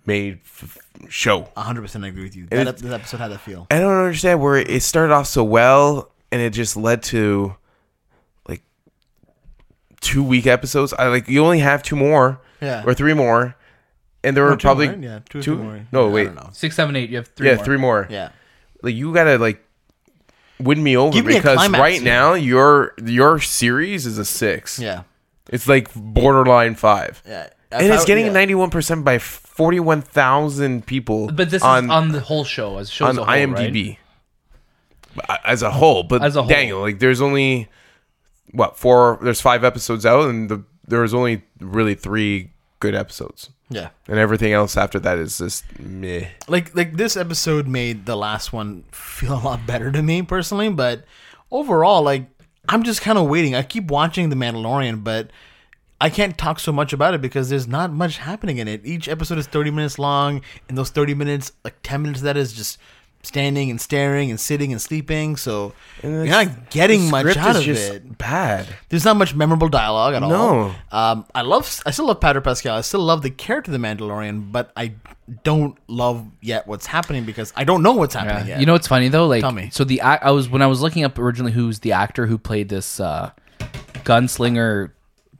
[SPEAKER 3] made f- f- show.
[SPEAKER 1] 100% I agree with you. That,
[SPEAKER 3] it's-
[SPEAKER 1] ep- that episode had that feel.
[SPEAKER 3] I don't understand where it started off so well and it just led to like two week episodes. I like you only have two more
[SPEAKER 1] Yeah.
[SPEAKER 3] or three more, and there were
[SPEAKER 1] two
[SPEAKER 3] probably
[SPEAKER 1] more, yeah, two or three more.
[SPEAKER 3] No,
[SPEAKER 1] I
[SPEAKER 3] wait,
[SPEAKER 1] don't know.
[SPEAKER 2] Six, seven, eight. You have three.
[SPEAKER 3] yeah,
[SPEAKER 2] more.
[SPEAKER 3] three more.
[SPEAKER 1] Yeah.
[SPEAKER 3] like you gotta like win me over
[SPEAKER 1] Give me a
[SPEAKER 3] because
[SPEAKER 1] climax,
[SPEAKER 3] right
[SPEAKER 1] yeah.
[SPEAKER 3] now your your series is a six.
[SPEAKER 1] Yeah.
[SPEAKER 3] It's like borderline five.
[SPEAKER 1] Yeah.
[SPEAKER 3] And it's getting
[SPEAKER 1] yeah.
[SPEAKER 3] a ninety-one percent by forty-one thousand people.
[SPEAKER 2] But this
[SPEAKER 3] on
[SPEAKER 2] is on the whole show as show
[SPEAKER 3] on
[SPEAKER 2] as a whole, right?
[SPEAKER 3] IMDb Uh, as a whole. But
[SPEAKER 2] As a whole.
[SPEAKER 3] Daniel, like there's only what four? There's five episodes out, and the, there was only really three good episodes,
[SPEAKER 1] Yeah.
[SPEAKER 3] and everything else after that is just meh.
[SPEAKER 1] Like like this episode made the last one feel a lot better to me personally, but overall like I'm just kind of waiting. I keep watching The Mandalorian, but I can't talk so much about it because there's not much happening in it. Each episode is 30 minutes long, and those 30 minutes, like 10 minutes of that is just standing and staring and sitting and sleeping. So you're not getting much out of it.
[SPEAKER 3] bad.
[SPEAKER 1] There's not much memorable dialogue at all.
[SPEAKER 3] No.
[SPEAKER 1] Um, I love. I still love Pedro Pascal. I still love the character of the Mandalorian, but I don't love yet what's happening because I don't know what's happening yet.
[SPEAKER 2] You know what's funny though? Like,
[SPEAKER 1] Tell me.
[SPEAKER 2] so the ac- I was when I was looking up originally who's the actor who played this uh, gunslinger,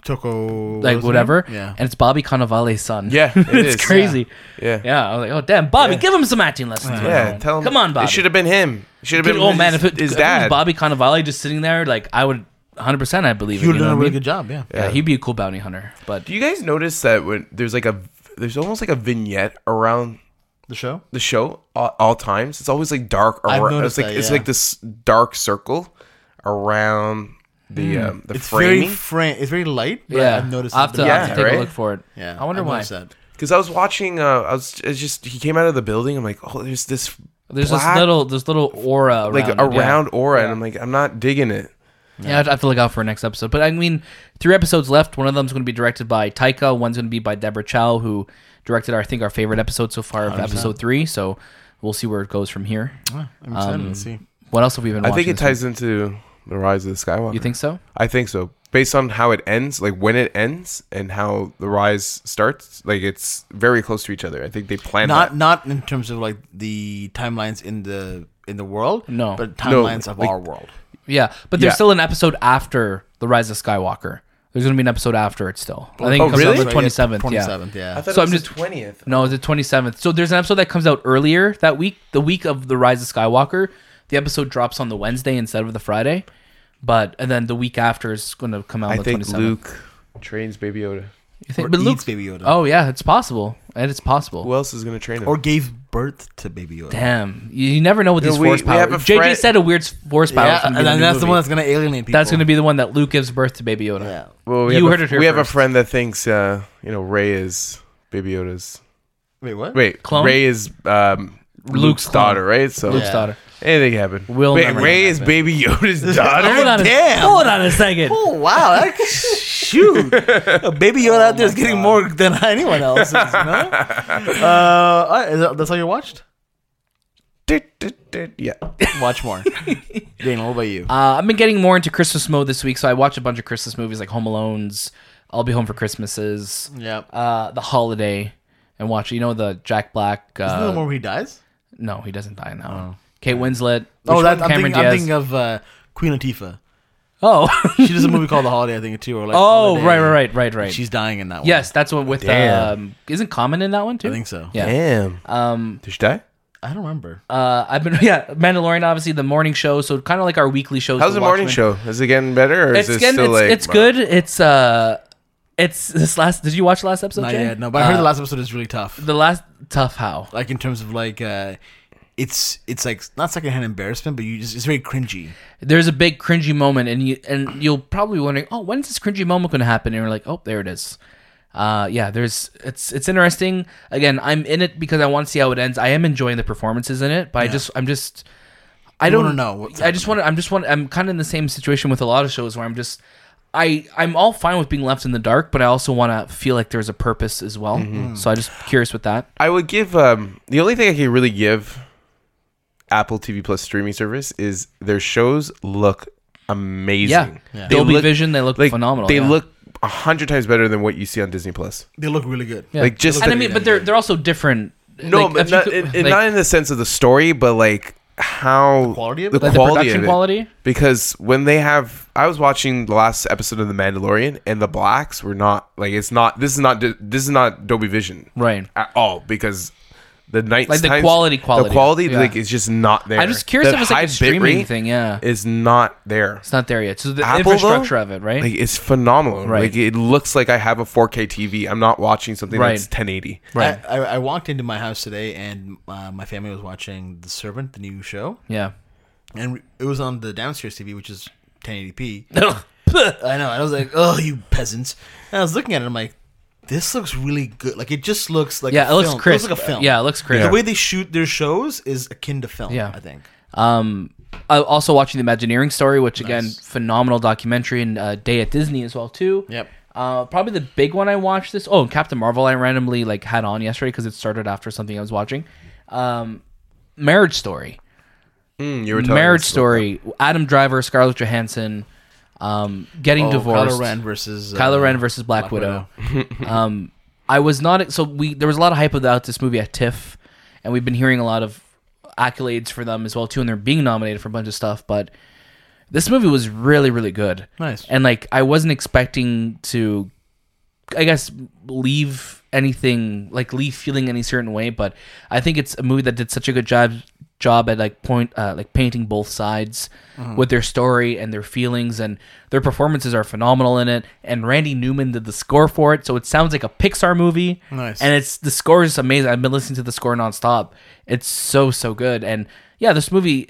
[SPEAKER 1] Toko, what was
[SPEAKER 2] like
[SPEAKER 1] his
[SPEAKER 2] whatever.
[SPEAKER 1] name? Yeah.
[SPEAKER 2] And it's Bobby Cannavale's son.
[SPEAKER 3] Yeah, it
[SPEAKER 2] it's
[SPEAKER 3] is, yeah.
[SPEAKER 2] crazy.
[SPEAKER 3] Yeah.
[SPEAKER 2] Yeah, I was like, oh damn, Bobby, give him some acting lessons. man.
[SPEAKER 3] Yeah, tell him.
[SPEAKER 2] Come on, Bobby.
[SPEAKER 3] It should have been him. It should have
[SPEAKER 2] Dude,
[SPEAKER 3] been.
[SPEAKER 2] oh man, if it,
[SPEAKER 3] his
[SPEAKER 2] if it was
[SPEAKER 3] dad.
[SPEAKER 2] Bobby Cannavale just sitting there, like I would 100, percent I believe. it,
[SPEAKER 1] He would have
[SPEAKER 2] know
[SPEAKER 1] done a
[SPEAKER 2] what I
[SPEAKER 1] really
[SPEAKER 2] mean?
[SPEAKER 1] good job. Yeah.
[SPEAKER 2] Yeah, he'd be a cool bounty hunter. But
[SPEAKER 3] Do you guys notice that when there's like a there's almost like a vignette around
[SPEAKER 1] The show.
[SPEAKER 3] the show all, all times? It's always like dark.
[SPEAKER 1] I've
[SPEAKER 3] Around,
[SPEAKER 1] noticed
[SPEAKER 3] it's like
[SPEAKER 1] that,
[SPEAKER 3] it's
[SPEAKER 1] yeah.
[SPEAKER 3] like this dark circle around the
[SPEAKER 2] Hmm.
[SPEAKER 3] um, the
[SPEAKER 1] It's
[SPEAKER 3] framing.
[SPEAKER 1] very fra- It's very light. But
[SPEAKER 2] yeah,
[SPEAKER 1] I've noticed.
[SPEAKER 2] I have
[SPEAKER 1] it,
[SPEAKER 2] to,
[SPEAKER 1] but-
[SPEAKER 2] I'll have to
[SPEAKER 3] Yeah,
[SPEAKER 2] take a
[SPEAKER 3] right?
[SPEAKER 2] look for it.
[SPEAKER 1] Yeah.
[SPEAKER 2] I wonder
[SPEAKER 1] I've
[SPEAKER 2] why.
[SPEAKER 1] noticed that.
[SPEAKER 3] Because I was watching, uh, I was it's just he came out of the building. I'm like, oh, there's this
[SPEAKER 2] There's
[SPEAKER 3] black,
[SPEAKER 2] this little, this little aura around,
[SPEAKER 3] like
[SPEAKER 2] it,
[SPEAKER 3] around,
[SPEAKER 2] yeah.
[SPEAKER 3] aura, and I'm like, I'm not digging it.
[SPEAKER 2] Yeah, I'd have to look out for our next episode. But I mean, three episodes left. One of them's going to be directed by Taika. One's going to be by Deborah Chow, who directed, our, I think, our favorite episode so far of episode three. So we'll see where it goes from here.
[SPEAKER 1] I'm excited
[SPEAKER 2] Um,
[SPEAKER 1] to see.
[SPEAKER 2] What else have we been
[SPEAKER 3] I
[SPEAKER 2] watching?
[SPEAKER 3] think it
[SPEAKER 2] this week?
[SPEAKER 3] ties into the rise of the Skywalker.
[SPEAKER 2] You think so?
[SPEAKER 3] I think so. Based on how it ends, like when it ends and how the rise starts, like it's very close to each other. I think they planned
[SPEAKER 1] Not
[SPEAKER 3] that.
[SPEAKER 1] not in terms of like the timelines in the in the world.
[SPEAKER 2] No.
[SPEAKER 1] but timelines of
[SPEAKER 3] like-
[SPEAKER 1] our world.
[SPEAKER 2] Yeah, but there's
[SPEAKER 3] Yeah.
[SPEAKER 2] still an episode after the Rise of Skywalker. There's going to be an episode after it still. I think
[SPEAKER 3] Oh,
[SPEAKER 2] it comes
[SPEAKER 3] really?
[SPEAKER 2] out on the 27th.
[SPEAKER 1] Twenty
[SPEAKER 2] yeah.
[SPEAKER 1] seventh. Yeah.
[SPEAKER 2] So it I'm was the just-
[SPEAKER 3] twentieth.
[SPEAKER 2] No, it's the 27th. So there's an episode that comes out earlier that week, the week of the Rise of Skywalker. The episode drops on the Wednesday instead of the Friday, but and then the week after is going to come out.
[SPEAKER 3] I
[SPEAKER 2] on the
[SPEAKER 3] think
[SPEAKER 2] 27th.
[SPEAKER 3] Luke trains Baby Yoda.
[SPEAKER 2] You think,
[SPEAKER 1] Or
[SPEAKER 2] but Luke,
[SPEAKER 1] eats Baby Yoda.
[SPEAKER 2] Oh yeah, it's possible, and it's possible.
[SPEAKER 3] Who else is gonna train him?
[SPEAKER 1] Or gave birth to Baby Yoda.
[SPEAKER 2] Damn, you, you never know with
[SPEAKER 3] Yeah,
[SPEAKER 2] these
[SPEAKER 3] we-
[SPEAKER 2] force
[SPEAKER 3] we have
[SPEAKER 2] powers.
[SPEAKER 3] a
[SPEAKER 2] JJ
[SPEAKER 3] friend-
[SPEAKER 2] said a weird force power.
[SPEAKER 1] Yeah,
[SPEAKER 2] Yeah,
[SPEAKER 1] and that's the one that's gonna alienate people.
[SPEAKER 2] that's going to be the one that Luke gives birth to Baby Yoda.
[SPEAKER 1] Yeah.
[SPEAKER 3] well,
[SPEAKER 2] you
[SPEAKER 3] have
[SPEAKER 2] heard
[SPEAKER 3] a,
[SPEAKER 2] it here
[SPEAKER 3] We have a
[SPEAKER 2] first.
[SPEAKER 3] friend that thinks uh, you know Ray is Baby Yoda's.
[SPEAKER 1] Wait, what?
[SPEAKER 3] Wait,
[SPEAKER 2] Clone?
[SPEAKER 3] Ray is um, Luke's,
[SPEAKER 2] clone.
[SPEAKER 3] daughter, right? So
[SPEAKER 2] Luke's
[SPEAKER 1] Yeah.
[SPEAKER 2] daughter.
[SPEAKER 3] anything happened.
[SPEAKER 2] Will
[SPEAKER 3] Wait,
[SPEAKER 2] never
[SPEAKER 3] Ray is Baby Yoda's daughter.
[SPEAKER 2] Hold on, a,
[SPEAKER 1] Damn.
[SPEAKER 2] hold on a second.
[SPEAKER 1] Oh wow! That, shoot, a baby Yoda
[SPEAKER 2] Oh
[SPEAKER 1] out there is getting more than anyone else. You know? uh, all right, is that- that's all you watched.
[SPEAKER 3] yeah.
[SPEAKER 1] Watch more. Dane, what about you?
[SPEAKER 2] Uh, I've been getting more into Christmas mode this week, so I watched a bunch of Christmas movies like Home Alone's, I'll Be Home for Christmases,
[SPEAKER 1] yeah,
[SPEAKER 2] uh, The Holiday, and watch you know the Jack Black.
[SPEAKER 1] isn't that the
[SPEAKER 2] Uh,
[SPEAKER 1] one where he dies?
[SPEAKER 2] no, he doesn't die in that one. Kate Winslet.
[SPEAKER 1] Oh,
[SPEAKER 2] Which
[SPEAKER 1] that,
[SPEAKER 2] one?
[SPEAKER 1] I'm,
[SPEAKER 2] Cameron
[SPEAKER 1] thinking, I'm
[SPEAKER 2] Diaz.
[SPEAKER 1] thinking of uh, Queen Latifah.
[SPEAKER 2] oh,
[SPEAKER 1] She does a movie called The Holiday, I think, too. Or like
[SPEAKER 2] oh,
[SPEAKER 1] Holiday.
[SPEAKER 2] right, right, right, right, right.
[SPEAKER 1] She's dying in that one.
[SPEAKER 2] yes, that's one with
[SPEAKER 3] Damn.
[SPEAKER 2] um, isn't Common in that one too?
[SPEAKER 1] I think so.
[SPEAKER 2] Yeah.
[SPEAKER 3] Damn.
[SPEAKER 2] Um,
[SPEAKER 3] Did she die?
[SPEAKER 1] I don't remember.
[SPEAKER 2] uh, I've been yeah, Mandalorian obviously the morning show, so kind of like our weekly show.
[SPEAKER 3] How's the morning show? Is it getting better or
[SPEAKER 2] It's
[SPEAKER 3] is it
[SPEAKER 2] getting, it's,
[SPEAKER 3] still like
[SPEAKER 2] it's good. It's uh, it's this last. Did you watch the last episode?
[SPEAKER 1] Not
[SPEAKER 2] Jay?
[SPEAKER 1] yet. No, but I
[SPEAKER 2] Uh,
[SPEAKER 1] heard the last episode is really tough.
[SPEAKER 2] The last tough how.
[SPEAKER 1] like in terms of like, uh, it's it's like not secondhand embarrassment, but you just it's very cringy.
[SPEAKER 2] There's a big cringy moment, and you and you'll probably be wondering, oh, when's this cringy moment going to happen? And you're like, oh, there it is. Uh, yeah, there's it's it's interesting. Again, I'm in it because I want to see how it ends. I am enjoying the performances in it, but I just I'm just I
[SPEAKER 1] You
[SPEAKER 2] don't
[SPEAKER 1] wanna know what's
[SPEAKER 2] I just want to. I'm just want. I'm kind of in the same situation with a lot of shows where I'm just. I, I'm all fine with being left in the dark, but I also want to feel like there's a purpose as well.
[SPEAKER 3] Mm-hmm.
[SPEAKER 2] So I'm just curious with that.
[SPEAKER 3] I would give um the only thing I can really give Apple TV Plus streaming service is their shows look amazing.
[SPEAKER 2] Yeah,
[SPEAKER 1] Yeah.
[SPEAKER 3] They
[SPEAKER 2] Dolby
[SPEAKER 3] look
[SPEAKER 2] Vision, they look
[SPEAKER 3] like
[SPEAKER 2] phenomenal.
[SPEAKER 3] They
[SPEAKER 2] yeah.
[SPEAKER 3] look a hundred times better than what you see on Disney Plus.
[SPEAKER 1] They look really good.
[SPEAKER 2] Yeah.
[SPEAKER 3] Like just
[SPEAKER 2] and
[SPEAKER 3] the-
[SPEAKER 2] I mean, but they're they're also different.
[SPEAKER 3] No,
[SPEAKER 2] Like, if
[SPEAKER 3] but
[SPEAKER 2] you
[SPEAKER 3] not,
[SPEAKER 2] could-
[SPEAKER 3] it- it-
[SPEAKER 2] like,
[SPEAKER 3] not in the sense of the story, but like how the
[SPEAKER 1] quality of it?
[SPEAKER 2] like the
[SPEAKER 3] quality
[SPEAKER 2] production
[SPEAKER 3] of it.
[SPEAKER 2] quality.
[SPEAKER 3] Because when they have, I was watching the last episode of The Mandalorian, and the blacks were not like it's not. This is not this is not Dolby Vision
[SPEAKER 2] Right.
[SPEAKER 3] at all because the night
[SPEAKER 2] Like the quality- quality.
[SPEAKER 3] the quality
[SPEAKER 2] Yeah.
[SPEAKER 3] like is just not there.
[SPEAKER 2] I'm just curious
[SPEAKER 3] The
[SPEAKER 2] if it's like
[SPEAKER 3] high
[SPEAKER 2] a
[SPEAKER 3] bit
[SPEAKER 2] streaming
[SPEAKER 3] rate
[SPEAKER 2] thing. Yeah,
[SPEAKER 3] Is not there.
[SPEAKER 2] it's not there yet. So the
[SPEAKER 3] Apple,
[SPEAKER 2] infrastructure
[SPEAKER 3] though,
[SPEAKER 2] of it, right?
[SPEAKER 3] Like it's phenomenal.
[SPEAKER 2] Right.
[SPEAKER 3] Like it looks like I have a 4K TV. I'm not watching something
[SPEAKER 2] Right.
[SPEAKER 3] that's 1080.
[SPEAKER 2] Right.
[SPEAKER 1] I, I, I walked into my house today and uh, my family was watching The Servant, the new show,
[SPEAKER 2] yeah.
[SPEAKER 1] and it was on the downstairs TV, which is 1080p.
[SPEAKER 2] Ugh.
[SPEAKER 1] I know. I was like, oh, you peasants. And I was looking at it, I'm like, this looks really good. Like, it just looks like
[SPEAKER 2] yeah,
[SPEAKER 1] a
[SPEAKER 2] it looks
[SPEAKER 1] film.
[SPEAKER 2] crisp.
[SPEAKER 1] It looks like a film.
[SPEAKER 2] Yeah, it looks crisp.
[SPEAKER 1] The way they shoot their shows is akin to film,
[SPEAKER 2] Yeah.
[SPEAKER 1] I think.
[SPEAKER 2] Um, I- also watching the Imagineering story, which again, phenomenal documentary, and uh, Day at Disney as well too.
[SPEAKER 1] Yep.
[SPEAKER 2] Uh, probably the big one I watched this. Oh, and Captain Marvel I randomly like had on yesterday because it started after something I was watching. Um, Marriage Story.
[SPEAKER 3] Mm, you were telling
[SPEAKER 2] Marriage
[SPEAKER 3] us.
[SPEAKER 2] Story. Adam Driver, Scarlett Johansson, um, getting
[SPEAKER 1] Oh,
[SPEAKER 2] divorced.
[SPEAKER 1] Kylo Ren versus. Uh,
[SPEAKER 2] Kylo Ren versus Black,
[SPEAKER 1] Black
[SPEAKER 2] Widow. um, I was not so we there was a lot of hype about this movie at TIFF, and we've been hearing a lot of accolades for them as well too, and they're being nominated for a bunch of stuff. But This movie was really, really good.
[SPEAKER 1] Nice.
[SPEAKER 2] And like, I wasn't expecting to, I guess, leave anything like leave feeling any certain way. But I think it's a movie that did such a good job job at like point uh, like painting both sides with their story and their feelings and their performances are phenomenal in it and Randy Newman did the score for it so it sounds like a Pixar movie
[SPEAKER 1] Nice.
[SPEAKER 2] and it's the score is amazing I've been listening to the score nonstop it's so so good and yeah this movie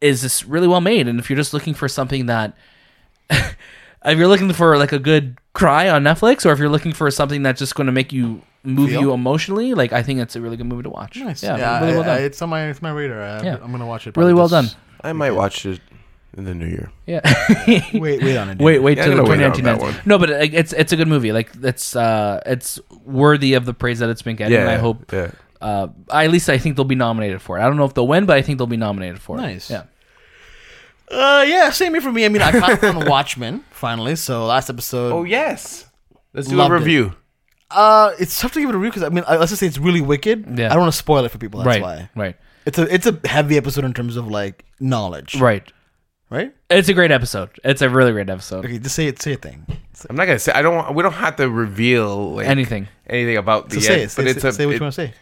[SPEAKER 2] is just really well made and if you're just looking for something that if you're looking for like a good cry on Netflix, or if you're looking for something that's just going to make you move
[SPEAKER 1] Feel?
[SPEAKER 2] you emotionally, like I think it's a really good movie to watch.
[SPEAKER 1] Nice.
[SPEAKER 2] Yeah,
[SPEAKER 1] Yeah,
[SPEAKER 2] really well
[SPEAKER 1] I-
[SPEAKER 2] done.
[SPEAKER 1] I- it's on my it's my radar. I,
[SPEAKER 2] Yeah.
[SPEAKER 1] I'm gonna watch it.
[SPEAKER 2] Really
[SPEAKER 1] probably
[SPEAKER 2] well
[SPEAKER 1] this-
[SPEAKER 3] I might watch it in the new year.
[SPEAKER 2] yeah.
[SPEAKER 1] Wait, wait on it. dude.
[SPEAKER 2] Wait, wait
[SPEAKER 3] Yeah,
[SPEAKER 2] till
[SPEAKER 3] I'm
[SPEAKER 2] the
[SPEAKER 3] gonna wait on
[SPEAKER 2] 2019
[SPEAKER 3] that
[SPEAKER 2] ends.
[SPEAKER 3] one.
[SPEAKER 2] No, but like, it's it's a good movie. Like it's uh it's worthy of the praise that it's been getting. and I hope
[SPEAKER 3] Yeah.
[SPEAKER 2] uh at least I think they'll be nominated for it. I don't know if they'll win, but I think they'll be nominated for it.
[SPEAKER 1] Nice.
[SPEAKER 2] Yeah.
[SPEAKER 1] Uh, yeah, same here for me. I mean, I caught up on Watchmen finally. So last episode.
[SPEAKER 3] Oh yes. Let's do
[SPEAKER 1] Loved
[SPEAKER 3] a
[SPEAKER 1] it.
[SPEAKER 3] review.
[SPEAKER 1] Uh, it's tough to give it a review because I mean, I- let's just say it's really wicked.
[SPEAKER 2] Yeah.
[SPEAKER 1] I don't want to spoil it for people. That's
[SPEAKER 2] right.
[SPEAKER 1] why
[SPEAKER 2] Right.
[SPEAKER 1] it's a it's a heavy episode in terms of like knowledge.
[SPEAKER 2] Right.
[SPEAKER 1] Right.
[SPEAKER 2] It's a great episode. It's a really great episode.
[SPEAKER 1] Okay, just say it. Say a thing.
[SPEAKER 3] I'm not gonna say. I don't. Want, we don't have to reveal like,
[SPEAKER 2] Anything.
[SPEAKER 3] anything about the
[SPEAKER 1] So say
[SPEAKER 3] end,
[SPEAKER 1] it. Say,
[SPEAKER 3] but
[SPEAKER 1] say,
[SPEAKER 3] it's a.
[SPEAKER 1] say what
[SPEAKER 3] it-
[SPEAKER 1] you want to say.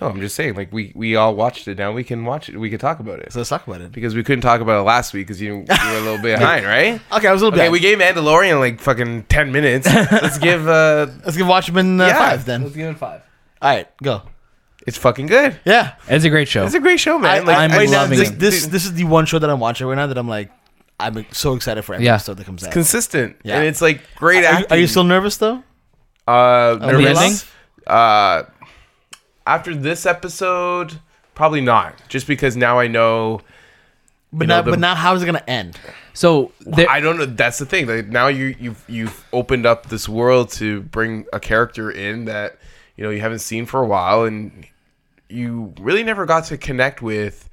[SPEAKER 3] No, I'm just saying. Like we we all watched it now. We can watch it. We can talk about it
[SPEAKER 1] So let's talk about it.
[SPEAKER 3] because we couldn't talk about it last week because you, you were a little bit behind, right?
[SPEAKER 1] Okay, I was a little
[SPEAKER 3] Okay,
[SPEAKER 1] bit.
[SPEAKER 3] we gave Mandalorian like fucking ten minutes. Let's give. uh
[SPEAKER 1] let's give Watchmen uh,
[SPEAKER 3] Yeah.
[SPEAKER 1] five then.
[SPEAKER 2] give it five.
[SPEAKER 1] All right, go.
[SPEAKER 3] It's fucking good.
[SPEAKER 1] Yeah.
[SPEAKER 2] It's a great show.
[SPEAKER 3] It's a great show, man.
[SPEAKER 1] I,
[SPEAKER 3] like,
[SPEAKER 1] I'm
[SPEAKER 2] I-
[SPEAKER 1] loving
[SPEAKER 2] this-
[SPEAKER 1] it. This this is the one show that I'm watching right now that I'm like, I'm so excited for every
[SPEAKER 2] Yeah.
[SPEAKER 1] episode that comes out.
[SPEAKER 3] consistent,
[SPEAKER 1] Yeah.
[SPEAKER 3] and it's like great
[SPEAKER 1] Are you,
[SPEAKER 3] acting.
[SPEAKER 1] are you still nervous though?
[SPEAKER 3] uh,
[SPEAKER 1] the
[SPEAKER 3] nervous? Uh, after this episode, probably not. Just because now I know.
[SPEAKER 1] But
[SPEAKER 3] You know,
[SPEAKER 1] now,
[SPEAKER 3] the-
[SPEAKER 1] but now, how is it gonna end?
[SPEAKER 2] So there,
[SPEAKER 3] I don't know. That's the thing. Like now you you've you've opened up this world to bring a character in that you know you haven't seen for a while, and you really never got to connect with.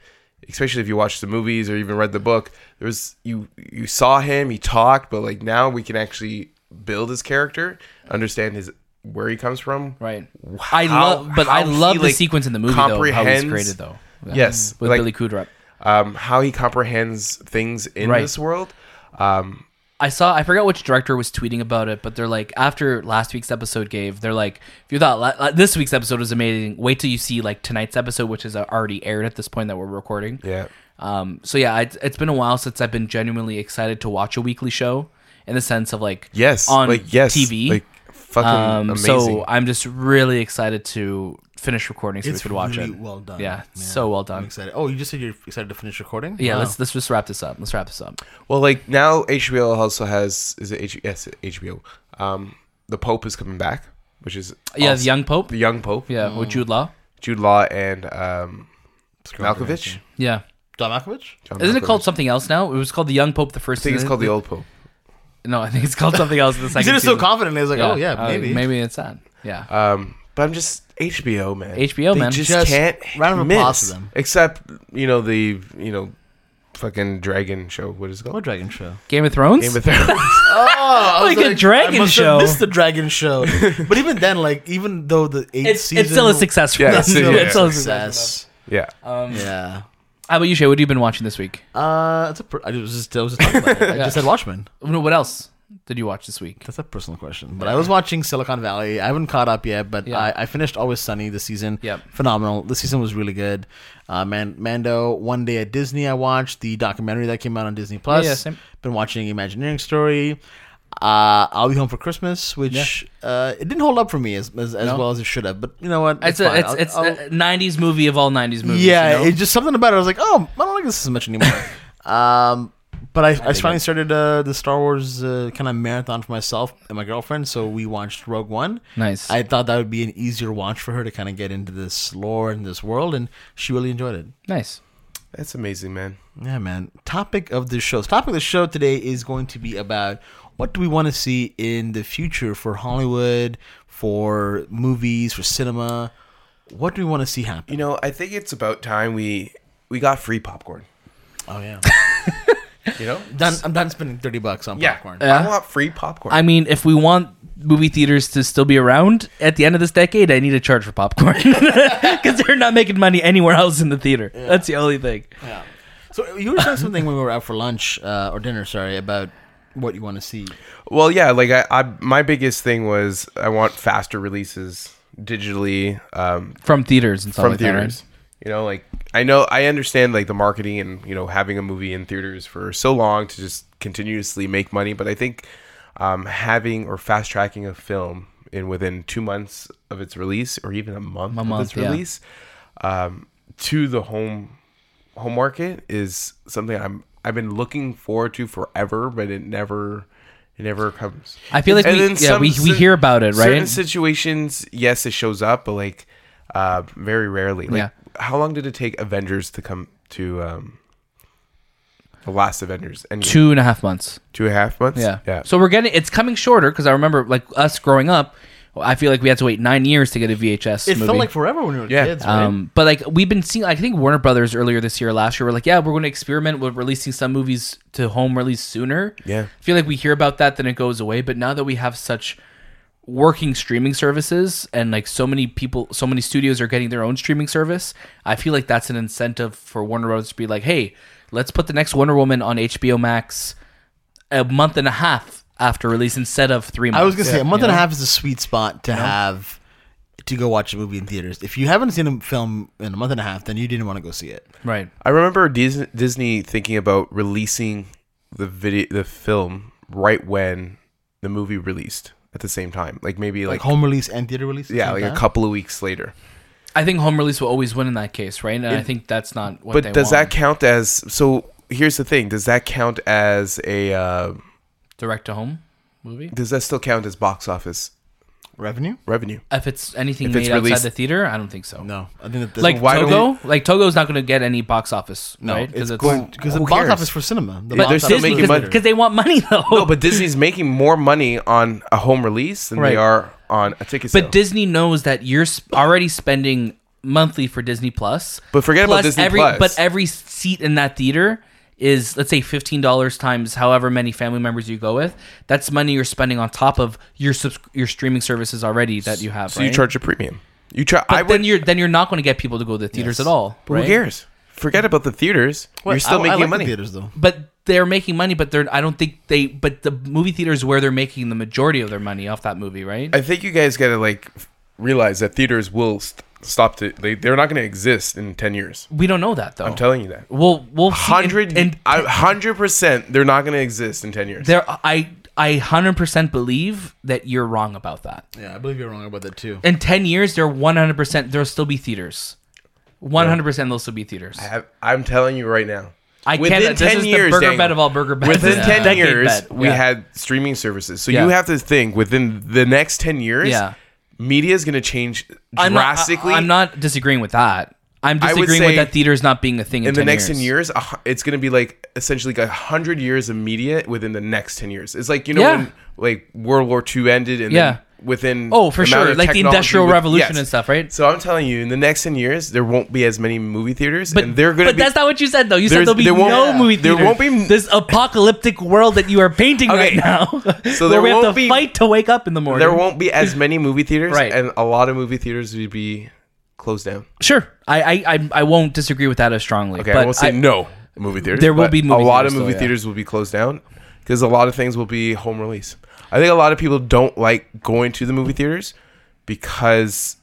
[SPEAKER 3] Especially if you watched the movies or even read the book, there was you you saw him, he talked, but like now we can actually build his character, understand his where he comes from.
[SPEAKER 2] Right.
[SPEAKER 3] wh-
[SPEAKER 2] I
[SPEAKER 3] how-
[SPEAKER 2] love, but
[SPEAKER 3] how
[SPEAKER 2] I
[SPEAKER 3] he,
[SPEAKER 2] love the
[SPEAKER 3] like,
[SPEAKER 2] sequence in the movie though. How it's
[SPEAKER 3] comprehends-
[SPEAKER 2] created though. Yeah.
[SPEAKER 3] Yes,
[SPEAKER 2] with
[SPEAKER 3] like-
[SPEAKER 2] Billy Kudrup.
[SPEAKER 3] Um, how he comprehends things in
[SPEAKER 2] Right.
[SPEAKER 3] this world. Um,
[SPEAKER 2] I saw. I forgot which director was tweeting about it, but they're like, after last week's episode gave, they're like, if you thought la- la- this week's episode was amazing, wait till you see like tonight's episode, which is uh, already aired at this point that we're recording.
[SPEAKER 3] yeah.
[SPEAKER 2] Um. So yeah, I, it's been a while since I've been genuinely excited to watch a weekly show, in the sense of like
[SPEAKER 3] Yes.
[SPEAKER 2] on
[SPEAKER 3] like yes.
[SPEAKER 2] TV.
[SPEAKER 3] Like fucking
[SPEAKER 2] um.
[SPEAKER 3] amazing.
[SPEAKER 2] So I'm just really excited to finish recording so we could watch
[SPEAKER 1] really
[SPEAKER 2] it.
[SPEAKER 1] well done.
[SPEAKER 2] Yeah, so well done.
[SPEAKER 1] I'm excited. Oh, you just said you're excited to finish recording.
[SPEAKER 2] Yeah,
[SPEAKER 1] Wow.
[SPEAKER 2] let's let's just wrap this up. Let's wrap this up.
[SPEAKER 3] well, like now HBO also has is it H- yes HBO. Um, the Pope is coming back, which is
[SPEAKER 2] Yeah,
[SPEAKER 3] awesome.
[SPEAKER 2] the young pope.
[SPEAKER 3] the young Pope.
[SPEAKER 2] Yeah, with Jude Law.
[SPEAKER 3] Jude Law and um,
[SPEAKER 1] Scrub
[SPEAKER 3] Malkovich.
[SPEAKER 2] Yeah.
[SPEAKER 1] John Malkovich.
[SPEAKER 3] John
[SPEAKER 2] Isn't it
[SPEAKER 3] Malkovich.
[SPEAKER 2] called something else now? It was called the Young Pope the
[SPEAKER 3] I
[SPEAKER 2] first.
[SPEAKER 3] think it's
[SPEAKER 2] season.
[SPEAKER 3] called the old Pope.
[SPEAKER 2] No, I think it's called something else. in The
[SPEAKER 1] He
[SPEAKER 2] second.
[SPEAKER 1] said it so
[SPEAKER 2] season.
[SPEAKER 1] confidently. I was like, oh yeah,
[SPEAKER 2] Uh,
[SPEAKER 1] maybe.
[SPEAKER 2] maybe it's that. Yeah.
[SPEAKER 3] Um, but I'm just HBO man.
[SPEAKER 2] HBO,
[SPEAKER 3] They
[SPEAKER 2] man.
[SPEAKER 3] Just,
[SPEAKER 1] Just
[SPEAKER 3] can't
[SPEAKER 1] round of
[SPEAKER 3] miss.
[SPEAKER 1] applause to them.
[SPEAKER 3] Except you know the you know fucking dragon show. What is it
[SPEAKER 1] What
[SPEAKER 3] called?
[SPEAKER 1] dragon show?
[SPEAKER 2] Game of Thrones.
[SPEAKER 3] Game of Thrones.
[SPEAKER 1] Oh, I was
[SPEAKER 2] Like a dragon
[SPEAKER 1] I must
[SPEAKER 2] show.
[SPEAKER 1] Have missed the dragon show. but even then, like, even though the eighth
[SPEAKER 2] it's,
[SPEAKER 1] season,
[SPEAKER 2] it's still a success. for
[SPEAKER 3] Yeah,
[SPEAKER 2] them.
[SPEAKER 1] That's
[SPEAKER 3] it's
[SPEAKER 1] still
[SPEAKER 3] yeah.
[SPEAKER 1] a
[SPEAKER 2] It's still a success.
[SPEAKER 1] success.
[SPEAKER 3] yeah.
[SPEAKER 2] Um,
[SPEAKER 1] Yeah.
[SPEAKER 2] How about you, Shay? What have you been watching this week?
[SPEAKER 1] Uh, it's a. Per- I was just. I was just talking about it. I
[SPEAKER 2] Yeah.
[SPEAKER 1] just said Watchmen.
[SPEAKER 2] No, What else did you watch this week?
[SPEAKER 1] That's a personal question. But I was watching Silicon Valley. I haven't caught up yet, but
[SPEAKER 2] Yeah.
[SPEAKER 1] I, I finished Always Sunny this season.
[SPEAKER 2] Yep.
[SPEAKER 1] Phenomenal. This season was really good. Uh, Man- Mando, One Day at Disney, I watched the documentary that came out on Disney Plus.
[SPEAKER 2] yeah, same.
[SPEAKER 1] Been watching Imagineering Story. Uh, I'll be home for Christmas, which uh, it didn't hold up for me as as, as
[SPEAKER 2] No.
[SPEAKER 1] well as it should have. But you know what?
[SPEAKER 2] It's
[SPEAKER 1] fine.
[SPEAKER 2] a, it's,
[SPEAKER 1] I'll-
[SPEAKER 2] it's uh,
[SPEAKER 1] I'll-
[SPEAKER 2] a '90s movie of all '90s movies.
[SPEAKER 1] yeah,
[SPEAKER 2] you know?
[SPEAKER 1] it's just something about it. I was like, oh, I don't like this as much anymore. um, but I, I, finally started uh, the Star Wars uh, kind of marathon for myself and my girlfriend. So we watched Rogue One.
[SPEAKER 2] nice.
[SPEAKER 1] I thought that would be an easier watch for her to kind of get into this lore and this world, and she really enjoyed it.
[SPEAKER 2] nice.
[SPEAKER 3] That's amazing, man.
[SPEAKER 1] Yeah, man. Topic of this show. Topic of the show today is going to be about what do we want to see in the future for Hollywood, for movies, for cinema. What do we want to see happen?
[SPEAKER 3] You know, I think it's about time we we got free popcorn.
[SPEAKER 1] Oh yeah,
[SPEAKER 3] You know?
[SPEAKER 1] done, I'm done spending thirty bucks on
[SPEAKER 3] Yeah.
[SPEAKER 1] popcorn.
[SPEAKER 2] Yeah.
[SPEAKER 3] I want free popcorn.
[SPEAKER 2] I mean, if we want movie theaters to still be around at the end of this decade, I need to charge for popcorn because they're not making money anywhere else in the theater. That's the only thing.
[SPEAKER 1] Yeah. So you were saying something when we were out for lunch uh, or dinner, sorry, about what you want to see.
[SPEAKER 3] Well, yeah, like I, I my biggest thing was I want faster releases digitally um,
[SPEAKER 2] from theaters and stuff
[SPEAKER 3] from
[SPEAKER 2] like
[SPEAKER 3] theaters. You know, like I know I understand like the marketing and you know having a movie in theaters for so long to just continuously make money, but I think um, having or fast tracking a film in within two months of its release or even a month of
[SPEAKER 2] month,
[SPEAKER 3] its
[SPEAKER 2] yeah.
[SPEAKER 3] release um, to the home home market is something I'm I've been looking forward to forever, but it never it never comes.
[SPEAKER 2] that. I feel like
[SPEAKER 3] And
[SPEAKER 2] we,
[SPEAKER 3] then
[SPEAKER 2] yeah,
[SPEAKER 3] some
[SPEAKER 2] we, we
[SPEAKER 3] cer-
[SPEAKER 2] hear about it,
[SPEAKER 3] Certain
[SPEAKER 2] right?
[SPEAKER 3] situations, yes, it shows up, but like uh, very rarely. Like,
[SPEAKER 2] Yeah.
[SPEAKER 3] How long did it take Avengers to come to um, the last Avengers? And two,
[SPEAKER 2] Two and a half months.
[SPEAKER 3] two and a half months.
[SPEAKER 2] Yeah.
[SPEAKER 3] yeah.
[SPEAKER 2] So we're getting it's coming shorter because I remember like us growing up, I feel like we had to wait nine years to get a VHS.
[SPEAKER 1] It
[SPEAKER 2] movie.
[SPEAKER 1] felt like forever when we were
[SPEAKER 3] Yeah.
[SPEAKER 1] kids, right?
[SPEAKER 2] Um, but like we've been seeing, I think Warner Brothers earlier this year, last year, were like, yeah, we're going to experiment with releasing some movies to home release sooner.
[SPEAKER 3] Yeah.
[SPEAKER 2] I feel like we hear about that, then it goes away. But now that we have such working streaming services and like so many people, so many studios are getting their own streaming service, I feel like that's an incentive for Warner Brothers to be like, hey, let's put the next Wonder Woman on HBO Max a month and a half after release instead of three months.
[SPEAKER 1] I was gonna say a month
[SPEAKER 2] you
[SPEAKER 1] and a
[SPEAKER 2] know?
[SPEAKER 1] half is a sweet spot to have to go watch a movie in theaters. If you haven't seen a film in a month and a half, then you didn't want to go see it.
[SPEAKER 2] Right.
[SPEAKER 3] I remember Dis- Disney thinking about releasing the video, the film, right when the movie released at the same time. Like maybe
[SPEAKER 1] Like
[SPEAKER 3] like,
[SPEAKER 1] home release and theater release. at the
[SPEAKER 3] yeah,
[SPEAKER 1] same
[SPEAKER 3] like
[SPEAKER 1] time?
[SPEAKER 3] a couple of weeks later.
[SPEAKER 2] I think home release will always win in that case, right? And I think that's not what. they
[SPEAKER 3] but does
[SPEAKER 2] want.
[SPEAKER 3] that count as? So here's the thing: Does that count as a? Uh,
[SPEAKER 2] direct to home movie.
[SPEAKER 3] does that still count as box office
[SPEAKER 1] revenue.
[SPEAKER 3] revenue?
[SPEAKER 2] If it's anything
[SPEAKER 3] If
[SPEAKER 2] made
[SPEAKER 3] it's
[SPEAKER 2] outside
[SPEAKER 3] released-
[SPEAKER 2] the theater, I don't think so.
[SPEAKER 1] No, I think that that's
[SPEAKER 2] Like
[SPEAKER 3] why don't
[SPEAKER 2] Togo, like Togo's not going to get any box office,
[SPEAKER 1] no,
[SPEAKER 2] right?
[SPEAKER 1] it's
[SPEAKER 2] it's
[SPEAKER 1] going because the
[SPEAKER 3] who
[SPEAKER 1] box
[SPEAKER 3] cares?
[SPEAKER 1] office for cinema. The
[SPEAKER 2] but
[SPEAKER 1] box
[SPEAKER 3] they're still
[SPEAKER 1] office
[SPEAKER 2] Disney
[SPEAKER 3] making
[SPEAKER 1] for
[SPEAKER 3] money.
[SPEAKER 1] theater.
[SPEAKER 2] because they want money though.
[SPEAKER 3] No, but Disney's making more money on a home release than
[SPEAKER 2] Right.
[SPEAKER 3] they are on a ticket sale.
[SPEAKER 2] but Disney knows that you're sp- already spending monthly for Disney Plus.
[SPEAKER 3] But forget about
[SPEAKER 2] Plus
[SPEAKER 3] Disney
[SPEAKER 2] every,
[SPEAKER 3] Plus.
[SPEAKER 2] But every seat in that theater is let's say fifteen dollars times however many family members you go with. That's money you're spending on top of your subs- your streaming services already that you have.
[SPEAKER 3] so
[SPEAKER 2] right?
[SPEAKER 3] you charge a premium. You try. I
[SPEAKER 2] But then
[SPEAKER 3] would.
[SPEAKER 2] you're then you're not going to get people to go to the theaters
[SPEAKER 1] Yes.
[SPEAKER 2] at all.
[SPEAKER 3] But who
[SPEAKER 2] right?
[SPEAKER 3] cares? Forget about the theaters.
[SPEAKER 1] What?
[SPEAKER 3] You're still
[SPEAKER 1] I- I
[SPEAKER 3] making
[SPEAKER 1] like the
[SPEAKER 3] money.
[SPEAKER 1] theaters though.
[SPEAKER 2] but they're making money but they're i don't think they but the movie theater is where they're making the majority of their money off that movie right
[SPEAKER 3] I think you guys gotta like f- realize that theaters will st- stop. To, they they're not gonna exist in ten years.
[SPEAKER 2] we don't know that though
[SPEAKER 3] I'm telling you that.
[SPEAKER 2] we'll we'll see in-
[SPEAKER 3] Hundred
[SPEAKER 2] in-
[SPEAKER 3] and hundred percent, they're not gonna exist in ten years.
[SPEAKER 2] there i i 100% believe that you're wrong about that
[SPEAKER 1] Yeah, I believe you're wrong about that too.
[SPEAKER 2] in 10 years there 100% there'll still be theaters 100% there'll still be theaters
[SPEAKER 3] I have, I'm telling you right now.
[SPEAKER 2] I
[SPEAKER 3] Within
[SPEAKER 2] can't- this
[SPEAKER 3] 10
[SPEAKER 2] is the
[SPEAKER 3] years,
[SPEAKER 2] burger
[SPEAKER 3] Daniel.
[SPEAKER 2] bet of all burger bets.
[SPEAKER 3] Within
[SPEAKER 2] Yeah.
[SPEAKER 3] ten
[SPEAKER 2] Decade
[SPEAKER 3] years,
[SPEAKER 2] bet.
[SPEAKER 3] we
[SPEAKER 2] Yeah.
[SPEAKER 3] had streaming services. So
[SPEAKER 2] Yeah.
[SPEAKER 3] you have to think within the next ten years,
[SPEAKER 2] Yeah.
[SPEAKER 3] media is going to change
[SPEAKER 2] I'm not- I-
[SPEAKER 3] drastically.
[SPEAKER 2] i'm not disagreeing with that i'm
[SPEAKER 3] I would
[SPEAKER 2] disagreeing with
[SPEAKER 3] say
[SPEAKER 2] that theaters not being a thing in,
[SPEAKER 3] in the next ten years. a hu- It's going to be like essentially like a hundred years of media within the next ten years. It's like you know
[SPEAKER 2] Yeah.
[SPEAKER 3] when like World War II ended and
[SPEAKER 2] Yeah.
[SPEAKER 3] then within
[SPEAKER 2] Oh, for
[SPEAKER 3] the amount
[SPEAKER 2] sure.
[SPEAKER 3] of
[SPEAKER 2] Like the
[SPEAKER 3] technology
[SPEAKER 2] Industrial
[SPEAKER 3] with-
[SPEAKER 2] Revolution
[SPEAKER 3] yes.
[SPEAKER 2] and stuff, right?
[SPEAKER 3] So I'm telling you, in the next ten years, there won't be as many movie theaters,
[SPEAKER 2] But,
[SPEAKER 3] and they're going to
[SPEAKER 2] but
[SPEAKER 3] be.
[SPEAKER 2] that's not what you said though. You said
[SPEAKER 3] There's-
[SPEAKER 2] there'll be
[SPEAKER 3] there won't-
[SPEAKER 2] no
[SPEAKER 3] yeah.
[SPEAKER 2] movie
[SPEAKER 3] There
[SPEAKER 2] theater.
[SPEAKER 3] won't be-
[SPEAKER 2] this apocalyptic world that you are painting right
[SPEAKER 3] Okay.
[SPEAKER 2] now.
[SPEAKER 3] So
[SPEAKER 2] where
[SPEAKER 3] there
[SPEAKER 2] we have to
[SPEAKER 3] won't be-
[SPEAKER 2] fight to wake up in the morning.
[SPEAKER 3] there won't be as many movie theaters,
[SPEAKER 2] Right.
[SPEAKER 3] and a lot of movie theaters would be closed down.
[SPEAKER 2] Sure, I I, I I won't disagree with that as strongly.
[SPEAKER 3] Okay,
[SPEAKER 2] but
[SPEAKER 3] I won't say no movie theaters.
[SPEAKER 2] There will
[SPEAKER 3] but
[SPEAKER 2] be movie
[SPEAKER 3] a lot
[SPEAKER 2] theaters
[SPEAKER 3] of movie
[SPEAKER 2] still, yeah.
[SPEAKER 3] theaters will be closed down because a lot of things will be home release. I think a lot of people don't like going to the movie theaters because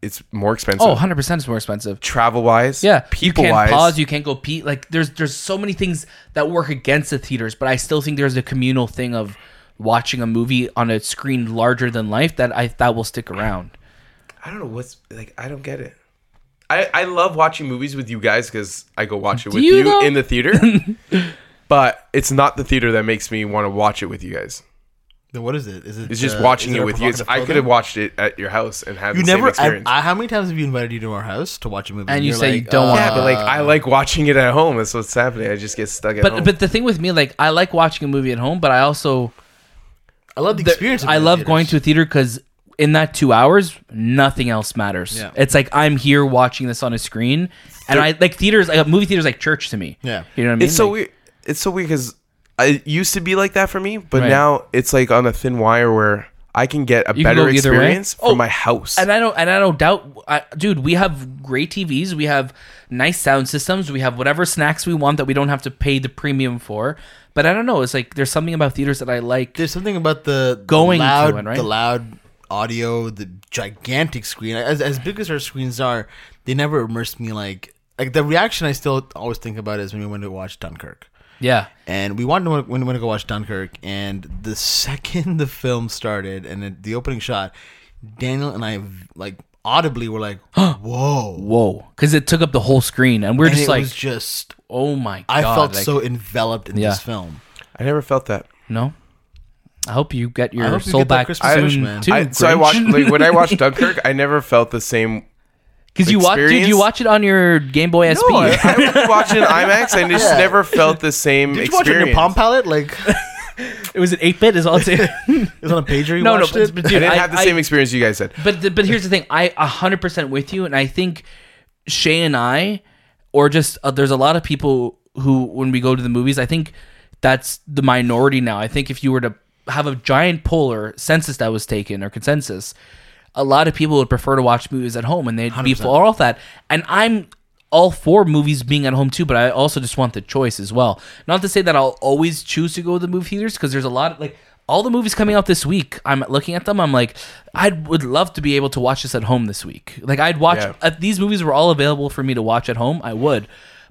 [SPEAKER 3] it's more expensive.
[SPEAKER 2] Oh, 100 percent is more expensive.
[SPEAKER 3] travel wise,
[SPEAKER 2] Yeah,
[SPEAKER 3] people
[SPEAKER 2] you can't
[SPEAKER 3] wise.
[SPEAKER 2] pause. You can't go pee. Like there's there's so many things that work against the theaters, but I still think there's a communal thing of watching a movie on a screen larger than life that I that will stick around.
[SPEAKER 3] I don't know what's like. I don't get it. I, I love watching movies with you guys because I go watch it with
[SPEAKER 2] you,
[SPEAKER 3] you,
[SPEAKER 2] though?
[SPEAKER 3] in the theater. but it's not the theater that makes me want to watch it with you guys.
[SPEAKER 1] Then what is it? Is it?
[SPEAKER 3] It's just
[SPEAKER 1] uh,
[SPEAKER 3] watching
[SPEAKER 1] is
[SPEAKER 3] it
[SPEAKER 1] a
[SPEAKER 3] with you. guys.
[SPEAKER 1] provocative
[SPEAKER 3] I
[SPEAKER 1] photo?
[SPEAKER 3] could have watched it at your house and had
[SPEAKER 1] You
[SPEAKER 3] the same
[SPEAKER 1] never. I,
[SPEAKER 3] experience.
[SPEAKER 1] I, how many times have you invited you to our house to watch a movie?
[SPEAKER 2] And you
[SPEAKER 1] you're "Uh,
[SPEAKER 2] say you don't want
[SPEAKER 3] Yeah, but like I like watching it at home. That's what's happening. I just get stuck at
[SPEAKER 2] Uh, But
[SPEAKER 3] home.
[SPEAKER 2] but the thing with me, like I like watching a movie at home, but I also
[SPEAKER 1] I love the
[SPEAKER 2] the-
[SPEAKER 1] experience. of
[SPEAKER 2] I
[SPEAKER 1] the
[SPEAKER 2] love
[SPEAKER 1] theaters.
[SPEAKER 2] going to a theater because in that two hours, nothing else matters.
[SPEAKER 1] Yeah.
[SPEAKER 2] It's like I'm here watching this on a screen, and I like theaters. Like movie theaters, like church to me.
[SPEAKER 1] Yeah.
[SPEAKER 2] you know what I mean.
[SPEAKER 3] it's so
[SPEAKER 2] Like,
[SPEAKER 3] weird. It's so weird because it used to be like that for me, but
[SPEAKER 2] Right.
[SPEAKER 3] now it's like on a thin wire where I can get a
[SPEAKER 2] You can
[SPEAKER 3] better
[SPEAKER 2] go either way.
[SPEAKER 3] experience from
[SPEAKER 2] Oh,
[SPEAKER 3] my house.
[SPEAKER 2] And I don't, and I don't doubt, I, dude. We have great TVs. We have nice sound systems. We have whatever snacks we want that we don't have to pay the premium for. But I don't know. It's like there's something about theaters that I like.
[SPEAKER 1] There's something about the the
[SPEAKER 2] Going to
[SPEAKER 1] loud,
[SPEAKER 2] it, right?
[SPEAKER 1] the loud audio, the gigantic screen. As as big as our screens are, they never immersed me like like the reaction. I still always think about is when we went to watch Dunkirk,
[SPEAKER 2] Yeah,
[SPEAKER 1] and we wanted to when we went to go watch Dunkirk, and the second the film started and it, the opening shot, Daniel and I like audibly were like, "Whoa!"
[SPEAKER 2] whoa, because it took up the whole screen, and we're
[SPEAKER 1] And
[SPEAKER 2] just
[SPEAKER 1] it
[SPEAKER 2] like,
[SPEAKER 1] was just
[SPEAKER 2] oh my god.
[SPEAKER 1] I felt
[SPEAKER 2] like-
[SPEAKER 1] so enveloped in
[SPEAKER 2] Yeah.
[SPEAKER 1] this film.
[SPEAKER 3] I never felt that.
[SPEAKER 2] No. I hope you get
[SPEAKER 1] I
[SPEAKER 2] your
[SPEAKER 1] hope you
[SPEAKER 2] soul
[SPEAKER 1] get that
[SPEAKER 2] back
[SPEAKER 1] Christmas
[SPEAKER 2] soon,
[SPEAKER 1] wish, man.
[SPEAKER 2] too.
[SPEAKER 3] I, so I watched like when I watched Dunkirk, I never felt the same.
[SPEAKER 2] because you watch, dude. You
[SPEAKER 3] experience.
[SPEAKER 2] watch it on your Game Boy SP.
[SPEAKER 3] No, I, I would watch it in IMAX and just
[SPEAKER 1] Yeah.
[SPEAKER 3] never felt the same
[SPEAKER 1] Did you watch it on
[SPEAKER 3] experience.
[SPEAKER 1] your palm palette? Like it
[SPEAKER 2] it was an eight bit, is all. It's
[SPEAKER 1] was on a pager. You
[SPEAKER 2] No, no,
[SPEAKER 1] watched
[SPEAKER 2] but-
[SPEAKER 1] it?
[SPEAKER 2] but
[SPEAKER 3] I
[SPEAKER 2] dude,
[SPEAKER 3] didn't
[SPEAKER 2] I-
[SPEAKER 3] have the
[SPEAKER 2] I-
[SPEAKER 3] same experience you guys had.
[SPEAKER 2] But the, but here's the thing. I 100% with you, and I think Shay and I, or just uh, there's a lot of people who when we go to the movies, I think that's the minority now. I think if you were to have a giant poll or census that was taken or consensus, a lot of people would prefer to watch movies at home, and they'd be for all that. And I'm all for movies being at home too, but I also just want the choice as well. Not to say that I'll always choose to go to the movie theaters because there's a lot of, like all the movies coming out this week. I'm looking at them. I'm like, I would love to be able to watch this at home this week. Like I'd watch
[SPEAKER 3] Yeah.
[SPEAKER 2] if these movies were all available for me to watch at home. I would,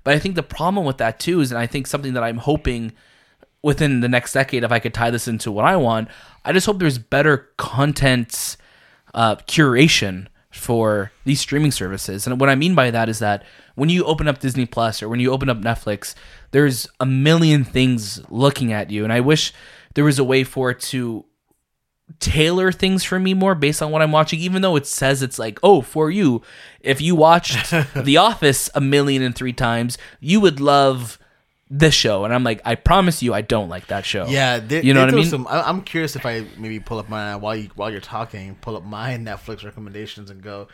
[SPEAKER 2] but I think the problem with that too is, and I think something that I'm hoping within the next decade, if I could tie this into what I want, I just hope there's better content uh, curation for these streaming services. And what I mean by that is that when you open up Disney Plus or when you open up Netflix, there's a million things looking at you. And I wish there was a way for it to tailor things for me more based on what I'm watching, even though it says it's like, oh, for you, if you watched The Office a million and three times, you would love this show. And I'm like, I promise you, I don't like that show.
[SPEAKER 1] Yeah, they,
[SPEAKER 2] you know
[SPEAKER 1] they
[SPEAKER 2] what I
[SPEAKER 1] throw
[SPEAKER 2] mean?
[SPEAKER 1] Some, I, I'm curious if I maybe pull up my while you while you're talking, pull up my Netflix recommendations and go.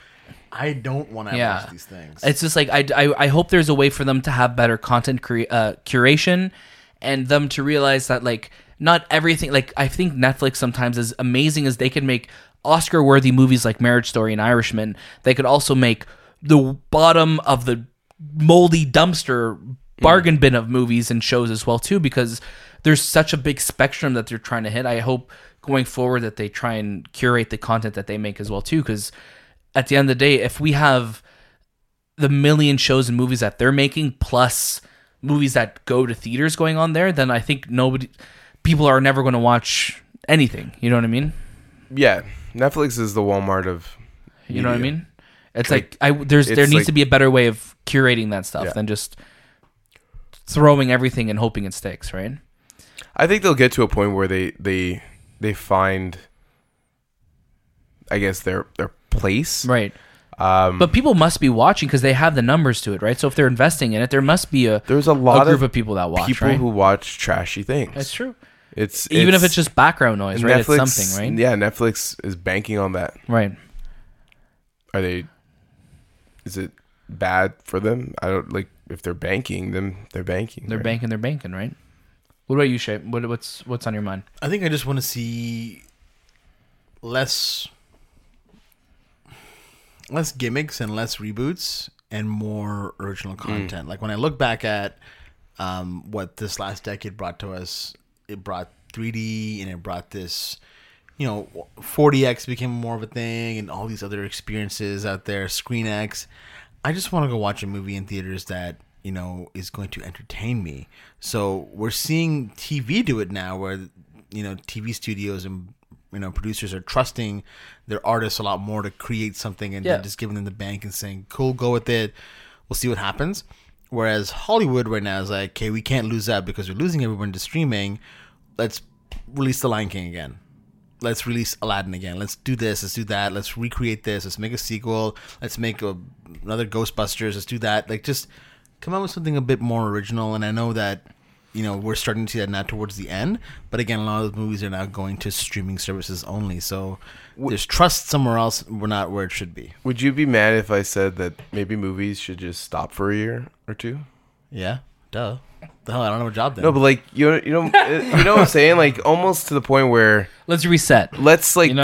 [SPEAKER 1] I don't want to
[SPEAKER 2] Yeah.
[SPEAKER 1] watch these things.
[SPEAKER 2] It's just like I, I, I hope there's a way for them to have better content cre- uh, curation and them to realize that like not everything like I think Netflix sometimes as amazing as they can make Oscar worthy movies like Marriage Story and Irishman, they could also make the bottom of the moldy dumpster
[SPEAKER 1] Mm.
[SPEAKER 2] bargain bin of movies and shows as well too because there's such a big spectrum that they're trying to hit. I hope going forward that they try and curate the content that they make as well too cuz at the end of the day if we have the million shows and movies that they're making plus movies that go to theaters going on there then i think nobody people are never going to watch anything you know what i mean
[SPEAKER 3] Yeah, Netflix is the Walmart of.
[SPEAKER 2] you know what i
[SPEAKER 3] media.
[SPEAKER 2] mean it's like i there's there
[SPEAKER 3] it's
[SPEAKER 2] needs
[SPEAKER 3] like-
[SPEAKER 2] to be a better way of curating that stuff
[SPEAKER 3] Yeah.
[SPEAKER 2] than just throwing everything and hoping it sticks right
[SPEAKER 3] I think they'll get to a point where they they they find, I guess their their place.
[SPEAKER 2] right um, but people must be watching because they have the numbers to it, right? So if they're investing in it, there must be a
[SPEAKER 3] There's a lot
[SPEAKER 2] group
[SPEAKER 3] of
[SPEAKER 2] of people that watch,
[SPEAKER 3] People
[SPEAKER 2] right?
[SPEAKER 3] who watch trashy things.
[SPEAKER 2] That's true.
[SPEAKER 3] It's
[SPEAKER 2] Even if it's just background noise, right? it's something, right?
[SPEAKER 3] Yeah, Netflix is banking on that.
[SPEAKER 2] Right.
[SPEAKER 3] Are they? Is it bad for them? I don't like if they're banking. Then they're banking.
[SPEAKER 2] They're
[SPEAKER 3] right?
[SPEAKER 2] banking. They're banking, right? What about you, Shay? What, what's what's on your mind?
[SPEAKER 1] I think I just want to see less less gimmicks and less reboots and more original content. Like when I look back at um, what this last decade brought to us, it brought 3D and it brought this, you know, 40x became more of a thing, and all these other experiences out there, ScreenX. I just want to go watch a movie in theaters that you know is going to entertain me. So we're seeing TV do it now, where you know TV studios and you know producers are trusting their artists a lot more to create something and
[SPEAKER 2] Yeah.
[SPEAKER 1] just giving them the bank and saying, "Cool, go with it. We'll see what happens." Whereas Hollywood right now is like, "Okay, we can't lose that because we're losing everyone to streaming. Let's release The Lion King again." let's release Aladdin again. Let's do this. Let's do that. Let's recreate this. Let's make a sequel. Let's make a, another Ghostbusters. Let's do that. Like just come out with something a bit more original. And I know that you know we're starting to see that now towards the end. But again, a lot of those movies are now going to streaming services only. So there's trust somewhere else. We're not where it should be.
[SPEAKER 3] Would you be mad if I said that maybe movies should just stop for a year or two?
[SPEAKER 1] Yeah. Duh. The hell, I don't have a job then.
[SPEAKER 3] No, but like you know, you know, you know what I'm saying? Like almost to the point where
[SPEAKER 2] Let's reset.
[SPEAKER 3] let's like
[SPEAKER 2] You know?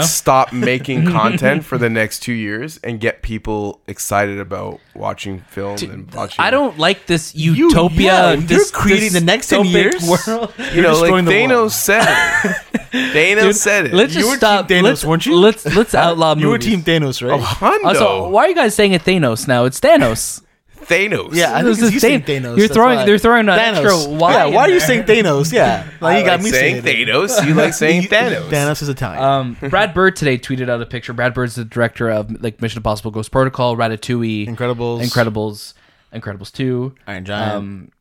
[SPEAKER 3] stop making content for the next two years and get people excited about watching film and watching.
[SPEAKER 2] I don't like this
[SPEAKER 1] You- yeah,
[SPEAKER 2] utopia.
[SPEAKER 1] you're
[SPEAKER 2] this,
[SPEAKER 1] creating the next 10
[SPEAKER 2] dystopic
[SPEAKER 1] years?
[SPEAKER 2] World.
[SPEAKER 3] You know, like
[SPEAKER 1] destroying the
[SPEAKER 3] Thanos
[SPEAKER 1] world.
[SPEAKER 3] said it. Thanos
[SPEAKER 2] Dude,
[SPEAKER 3] said it.
[SPEAKER 2] Let's just
[SPEAKER 1] were Team
[SPEAKER 2] stop.
[SPEAKER 1] Thanos,
[SPEAKER 2] let's,
[SPEAKER 1] weren't you?
[SPEAKER 2] Let's let's outlaw
[SPEAKER 1] you were
[SPEAKER 2] movies.
[SPEAKER 1] Team Thanos, right?
[SPEAKER 3] Hondo.
[SPEAKER 2] Also, why are you guys saying it Thanos now? It's Thanos.
[SPEAKER 3] Thanos.
[SPEAKER 1] Yeah, I think
[SPEAKER 2] This
[SPEAKER 1] it's
[SPEAKER 2] is
[SPEAKER 1] you saying
[SPEAKER 2] Than-
[SPEAKER 1] Thanos.
[SPEAKER 2] you're
[SPEAKER 1] that's
[SPEAKER 2] throwing-
[SPEAKER 1] why.
[SPEAKER 2] they're throwing an extra Y
[SPEAKER 1] Yeah,
[SPEAKER 2] in
[SPEAKER 1] why are you
[SPEAKER 2] there.
[SPEAKER 1] saying Thanos? Yeah, now
[SPEAKER 3] I
[SPEAKER 1] you got
[SPEAKER 3] like
[SPEAKER 1] me
[SPEAKER 3] saying
[SPEAKER 1] saying, it.
[SPEAKER 3] Thanos. You like saying Thanos.
[SPEAKER 1] Thanos is Italian.
[SPEAKER 2] Um, Brad Bird today tweeted out a picture. Brad Bird's the director of like Mission Impossible: Ghost Protocol, Ratatouille,
[SPEAKER 1] Incredibles.
[SPEAKER 2] Incredibles, Incredibles Two.
[SPEAKER 1] Iron Giant.
[SPEAKER 2] Um,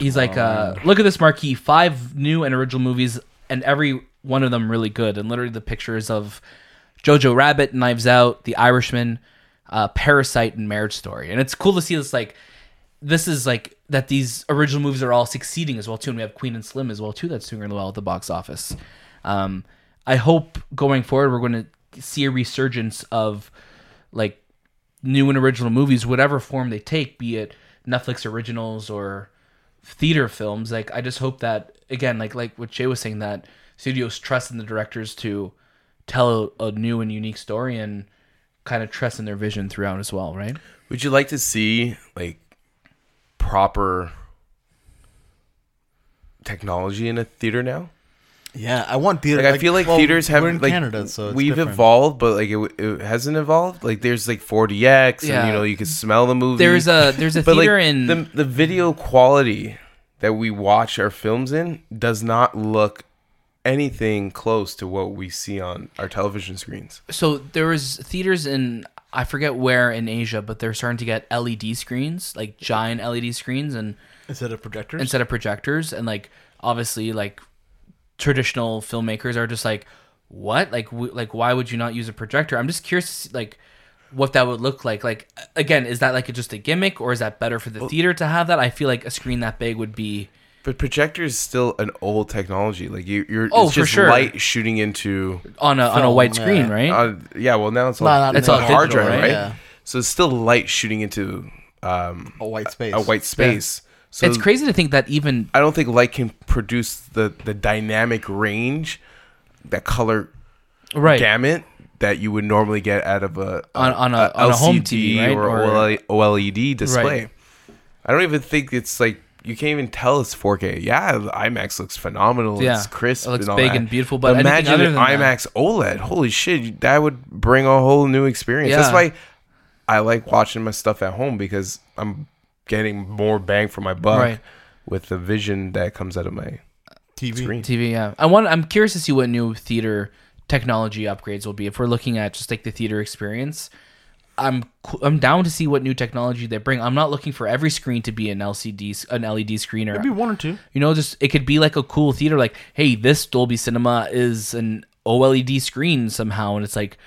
[SPEAKER 2] he's like, uh, look at this marquee: five new and original movies, and every one of them really good. And literally, the pictures of Jojo Rabbit, Knives Out, The Irishman, uh, Parasite, and Marriage Story. And it's cool to see this like. This is like that these original movies are all succeeding as well too, and we have Queen and Slim as well too that's doing really well at the box office. Um, I hope going forward we're going to see a resurgence of like new and original movies, whatever form they take, be it Netflix originals or theater films. Like I just hope that again, like like what Jay was saying, that studios trust in the directors to tell a, new and unique story and kind of trust in their vision throughout as well, right?
[SPEAKER 3] Would you like to see like proper technology in a theater now?
[SPEAKER 1] yeah, I want theater.
[SPEAKER 3] Like, I feel like
[SPEAKER 1] well,
[SPEAKER 3] theaters have
[SPEAKER 1] we're in
[SPEAKER 3] like
[SPEAKER 1] Canada, so it's
[SPEAKER 3] we've
[SPEAKER 1] different.
[SPEAKER 3] evolved, but like it, it hasn't evolved. Like there's like 4DX, and
[SPEAKER 2] Yeah.
[SPEAKER 3] you know you can smell the movie.
[SPEAKER 2] There's a there's a
[SPEAKER 3] but like
[SPEAKER 2] theater in
[SPEAKER 3] the the video quality that we watch our films in does not look anything close to what we see on our television screens.
[SPEAKER 2] so there was theaters in I forget where in Asia, but they're starting to get LED screens, like giant LED screens and
[SPEAKER 1] instead of projectors.
[SPEAKER 2] instead of projectors and like obviously like traditional filmmakers are just like what like w- like why would you not use a projector i'm just curious to see, like what that would look like like again is that like just a gimmick or is that better for the theater to have that i feel like a screen that big would be
[SPEAKER 3] But projector is still an old technology. Like you, you're
[SPEAKER 2] Oh,
[SPEAKER 3] it's
[SPEAKER 2] for
[SPEAKER 3] just
[SPEAKER 2] sure.
[SPEAKER 3] light shooting into.
[SPEAKER 2] on a on a
[SPEAKER 1] Film,
[SPEAKER 2] white
[SPEAKER 1] yeah.
[SPEAKER 2] screen right
[SPEAKER 3] Uh, yeah, well now it's all,
[SPEAKER 1] No, no,
[SPEAKER 3] it's
[SPEAKER 1] no.
[SPEAKER 3] all
[SPEAKER 1] It's all
[SPEAKER 3] hard
[SPEAKER 2] digital,
[SPEAKER 3] drive, right?
[SPEAKER 2] right?
[SPEAKER 1] Yeah.
[SPEAKER 3] So it's still light shooting into um,
[SPEAKER 1] a white space.
[SPEAKER 3] a white space. So
[SPEAKER 2] it's crazy to think that even
[SPEAKER 3] I don't think light can produce the the dynamic range, that color
[SPEAKER 2] right
[SPEAKER 3] gamut that you would normally get out of a, a-
[SPEAKER 2] On- on a- on a home TV, right?
[SPEAKER 3] or, E,
[SPEAKER 2] Or-
[SPEAKER 3] OLED display.
[SPEAKER 2] Right.
[SPEAKER 3] I don't even think it's like you can't even tell it's 4K. Yeah, the IMAX looks phenomenal.
[SPEAKER 2] Yeah,
[SPEAKER 3] it's crisp.
[SPEAKER 2] it looks
[SPEAKER 3] and all
[SPEAKER 2] big
[SPEAKER 3] that.
[SPEAKER 2] and beautiful, but anything
[SPEAKER 3] imagine
[SPEAKER 2] other
[SPEAKER 3] an
[SPEAKER 2] than that-
[SPEAKER 3] IMAX OLED. Holy shit, that would bring a whole new experience. That's
[SPEAKER 2] Yeah.
[SPEAKER 3] why I like watching my stuff at home because I'm getting more bang for my buck
[SPEAKER 2] Right.
[SPEAKER 3] with the vision that comes out of my
[SPEAKER 1] TV.
[SPEAKER 3] screen.
[SPEAKER 2] TV, yeah. I want. I'm curious to see what new theater technology upgrades will be. If we're looking at just like the theater experience, I'm cu- I'm down to see what new technology they bring. I'm not looking for every screen to be an LCD, s- an LED screen, or
[SPEAKER 1] Maybe one or two.
[SPEAKER 2] you know, just it could be like a cool theater. Like, hey, this Dolby Cinema is an OLED screen somehow, and it's like.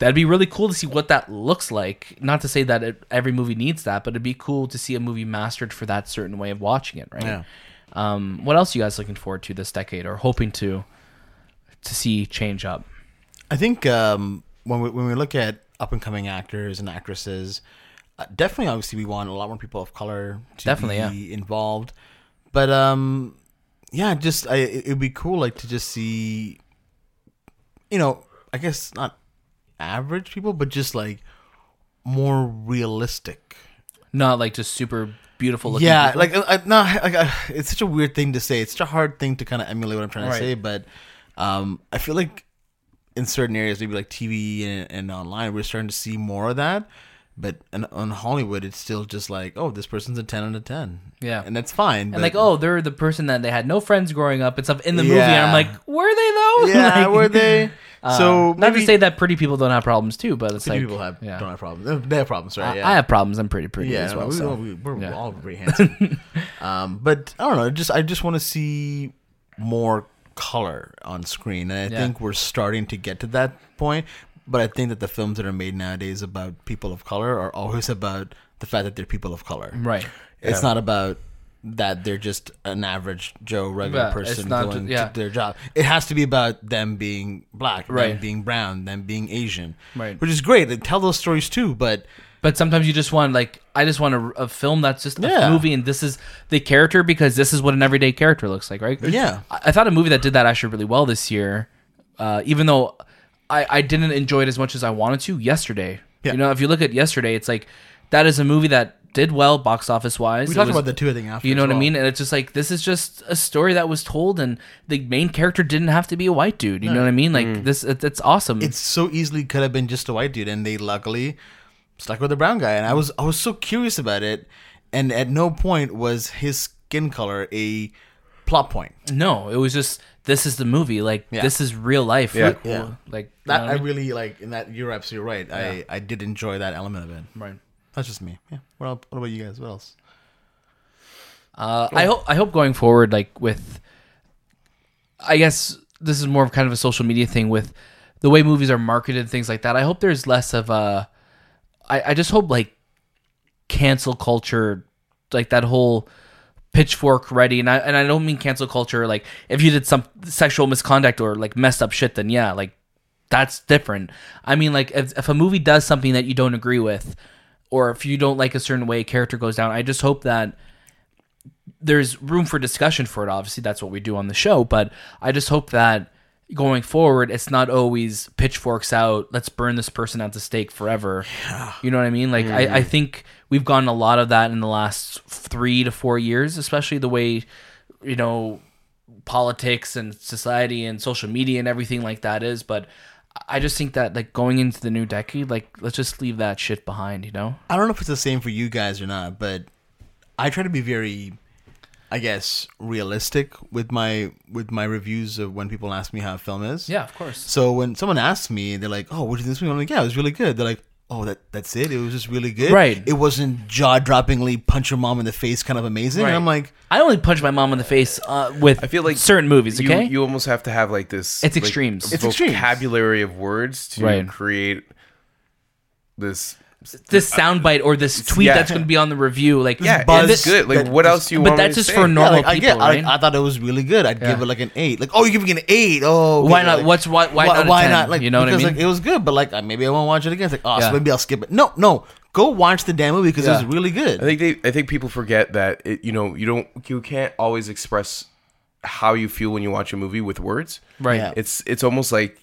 [SPEAKER 2] That'd be really cool to see what that looks like. Not to say that it, every movie needs that, but it'd be cool to see a movie mastered for that certain way of watching it, right?
[SPEAKER 1] Yeah.
[SPEAKER 2] Um, what else are you guys looking forward to this decade or hoping to to see change up?
[SPEAKER 1] I think um, when we when we look at up and coming actors and actresses, uh, definitely obviously we want a lot more people of color to
[SPEAKER 2] Definitely,
[SPEAKER 1] be involved. But um, yeah, just I it would be cool like to just see, you know, I guess not average people, but just like more realistic.
[SPEAKER 2] Not like just super beautiful looking.
[SPEAKER 1] Yeah,
[SPEAKER 2] people.
[SPEAKER 1] like I, I- no, like, I, it's such a weird thing to say. It's such a hard thing to kind of emulate what I'm trying
[SPEAKER 2] Right.
[SPEAKER 1] to say, but um, I feel like in certain areas, maybe like TV and, and online, we're starting to see more of that. But in, on Hollywood, it's still just like, oh, this person's a ten out of ten.
[SPEAKER 2] Yeah.
[SPEAKER 1] and that's fine.
[SPEAKER 2] and like oh, they're the person that they had no friends growing up and stuff in the movie. And I'm
[SPEAKER 1] Yeah.
[SPEAKER 2] like, were they though?
[SPEAKER 1] yeah,
[SPEAKER 2] Like,
[SPEAKER 1] were they?
[SPEAKER 2] uh,
[SPEAKER 1] so
[SPEAKER 2] not
[SPEAKER 1] maybe
[SPEAKER 2] to say that pretty people don't have problems too, but it's like
[SPEAKER 1] people have
[SPEAKER 2] yeah.
[SPEAKER 1] don't have problems. They have problems, right?
[SPEAKER 2] I,
[SPEAKER 1] yeah.
[SPEAKER 2] I have problems. I'm pretty pretty
[SPEAKER 1] Yeah,
[SPEAKER 2] as well.
[SPEAKER 1] we,
[SPEAKER 2] so.
[SPEAKER 1] we, we're
[SPEAKER 2] yeah.
[SPEAKER 1] all very handsome. um, but I don't know. Just I just want to see more color on screen, and I
[SPEAKER 2] Yeah.
[SPEAKER 1] think we're starting to get to that point. But I think that the films that are made nowadays about people of color are always about the fact that they're people of color.
[SPEAKER 2] Right.
[SPEAKER 1] It's not about that they're just an average Joe regular
[SPEAKER 2] Yeah, it's
[SPEAKER 1] person
[SPEAKER 2] not
[SPEAKER 1] going
[SPEAKER 2] ju- yeah.
[SPEAKER 1] to their job. It has to be about them being black,
[SPEAKER 2] Right.
[SPEAKER 1] them being brown, them being Asian,
[SPEAKER 2] Right.
[SPEAKER 1] Which is great. They tell those stories too, but
[SPEAKER 2] But sometimes you just want like I just want a, a film that's just
[SPEAKER 1] Yeah.
[SPEAKER 2] a movie, and this is the character because this is what an everyday character looks like, right?
[SPEAKER 1] Yeah.
[SPEAKER 2] I, I thought a movie that did that actually really well this year, uh, even though I, I didn't enjoy it as much as I wanted to yesterday.
[SPEAKER 1] Yeah.
[SPEAKER 2] You know, if you look at yesterday, it's like that is a movie that did well box office wise.
[SPEAKER 1] We talked about that too, I think, after.
[SPEAKER 2] You know
[SPEAKER 1] as
[SPEAKER 2] what I
[SPEAKER 1] well.
[SPEAKER 2] mean? And it's just like this is just a story that was told, and the main character didn't have to be a white dude. You know what I mean? Like this, it, it's awesome.
[SPEAKER 1] Mm. It so easily could have been just a white dude, and they luckily stuck with the brown guy. And I was I was so curious about it, and at no point was his skin color a plot point.
[SPEAKER 2] No, it was just this is the movie. Like
[SPEAKER 1] Yeah.
[SPEAKER 2] this is real life.
[SPEAKER 3] Yeah.
[SPEAKER 2] Like,
[SPEAKER 1] Yeah.
[SPEAKER 2] Like you
[SPEAKER 1] That
[SPEAKER 2] know
[SPEAKER 1] I
[SPEAKER 2] what I mean?
[SPEAKER 1] really like. In that, you're absolutely right. I I did enjoy that element of it.
[SPEAKER 2] Right.
[SPEAKER 1] That's just me. Yeah. What, el- what about you guys? What else?
[SPEAKER 2] Uh, I hope I hope going forward, like with, I guess this is more of kind of a social media thing with the way movies are marketed and things like that. I hope there's less of a. I I just hope like cancel culture, like that whole pitchfork ready, and I and I don't mean cancel culture like if you did some sexual misconduct or like messed up shit, then yeah, like that's different. I mean, like if, if a movie does something that you don't agree with, or if you don't like a certain way a character goes down, I just hope that there's room for discussion for it. Obviously, that's what we do on the show, but I just hope that going forward, it's not always pitchforks out. Let's burn this person at the stake forever. You know what I mean? Like I, I think we've gotten a lot of that in the last three to four years, especially the way you know politics and society and social media and everything like that is. But I just think that like going into the new decade, like let's just leave that shit behind. You know?
[SPEAKER 1] I don't know if it's the same for you guys or not, but I try to be very, I guess, realistic with my with my reviews of when people ask me how a film is.
[SPEAKER 2] of course.
[SPEAKER 1] So when someone asks me, they're like, "Oh, what did this mean?" I'm like, "Yeah, it was really good." They're like, "Oh, that that's it. It was just really good.
[SPEAKER 2] Right.
[SPEAKER 1] It wasn't jaw-droppingly punch your mom in the face kind of amazing." And I'm
[SPEAKER 2] Right.
[SPEAKER 1] like,
[SPEAKER 2] I only punch my mom in the face uh, with
[SPEAKER 3] I feel like
[SPEAKER 2] certain movies.
[SPEAKER 3] you,
[SPEAKER 2] Okay,
[SPEAKER 3] you almost have to have like this.
[SPEAKER 2] It's
[SPEAKER 3] like,
[SPEAKER 2] extremes.
[SPEAKER 1] It's extremes.
[SPEAKER 3] vocabulary of words to
[SPEAKER 2] Right.
[SPEAKER 3] create this.
[SPEAKER 2] this soundbite or this tweet
[SPEAKER 3] yeah.
[SPEAKER 2] that's going to be on the review, like
[SPEAKER 3] Yeah,
[SPEAKER 1] buzz
[SPEAKER 3] it's good. Like,
[SPEAKER 1] that
[SPEAKER 3] what
[SPEAKER 1] just-
[SPEAKER 3] else do you
[SPEAKER 2] but
[SPEAKER 3] want? me
[SPEAKER 2] that's
[SPEAKER 3] to
[SPEAKER 2] just
[SPEAKER 3] say?
[SPEAKER 2] for
[SPEAKER 1] yeah,
[SPEAKER 2] normal
[SPEAKER 1] like, I
[SPEAKER 2] people,
[SPEAKER 1] get, I-
[SPEAKER 2] right?
[SPEAKER 1] I, thought it was really good. I'd give
[SPEAKER 2] Yeah.
[SPEAKER 1] it like an eight. Like, oh, you're giving it an eight. Oh, okay,
[SPEAKER 2] Why not?
[SPEAKER 1] like,
[SPEAKER 2] What's why? Why, not? a 10?
[SPEAKER 1] Like,
[SPEAKER 2] you know what I
[SPEAKER 1] because,
[SPEAKER 2] mean?
[SPEAKER 1] Like, it was good, but like, I- maybe I won't watch it again. It's like, oh,
[SPEAKER 2] Yeah.
[SPEAKER 1] so maybe I'll skip it. No, no, go watch the damn movie because it
[SPEAKER 2] Yeah.
[SPEAKER 1] was really good.
[SPEAKER 3] I think they. I think people forget that it, you know you don't you can't always express how you feel when you watch a movie with words.
[SPEAKER 2] right.
[SPEAKER 1] Yeah.
[SPEAKER 3] It's it's almost like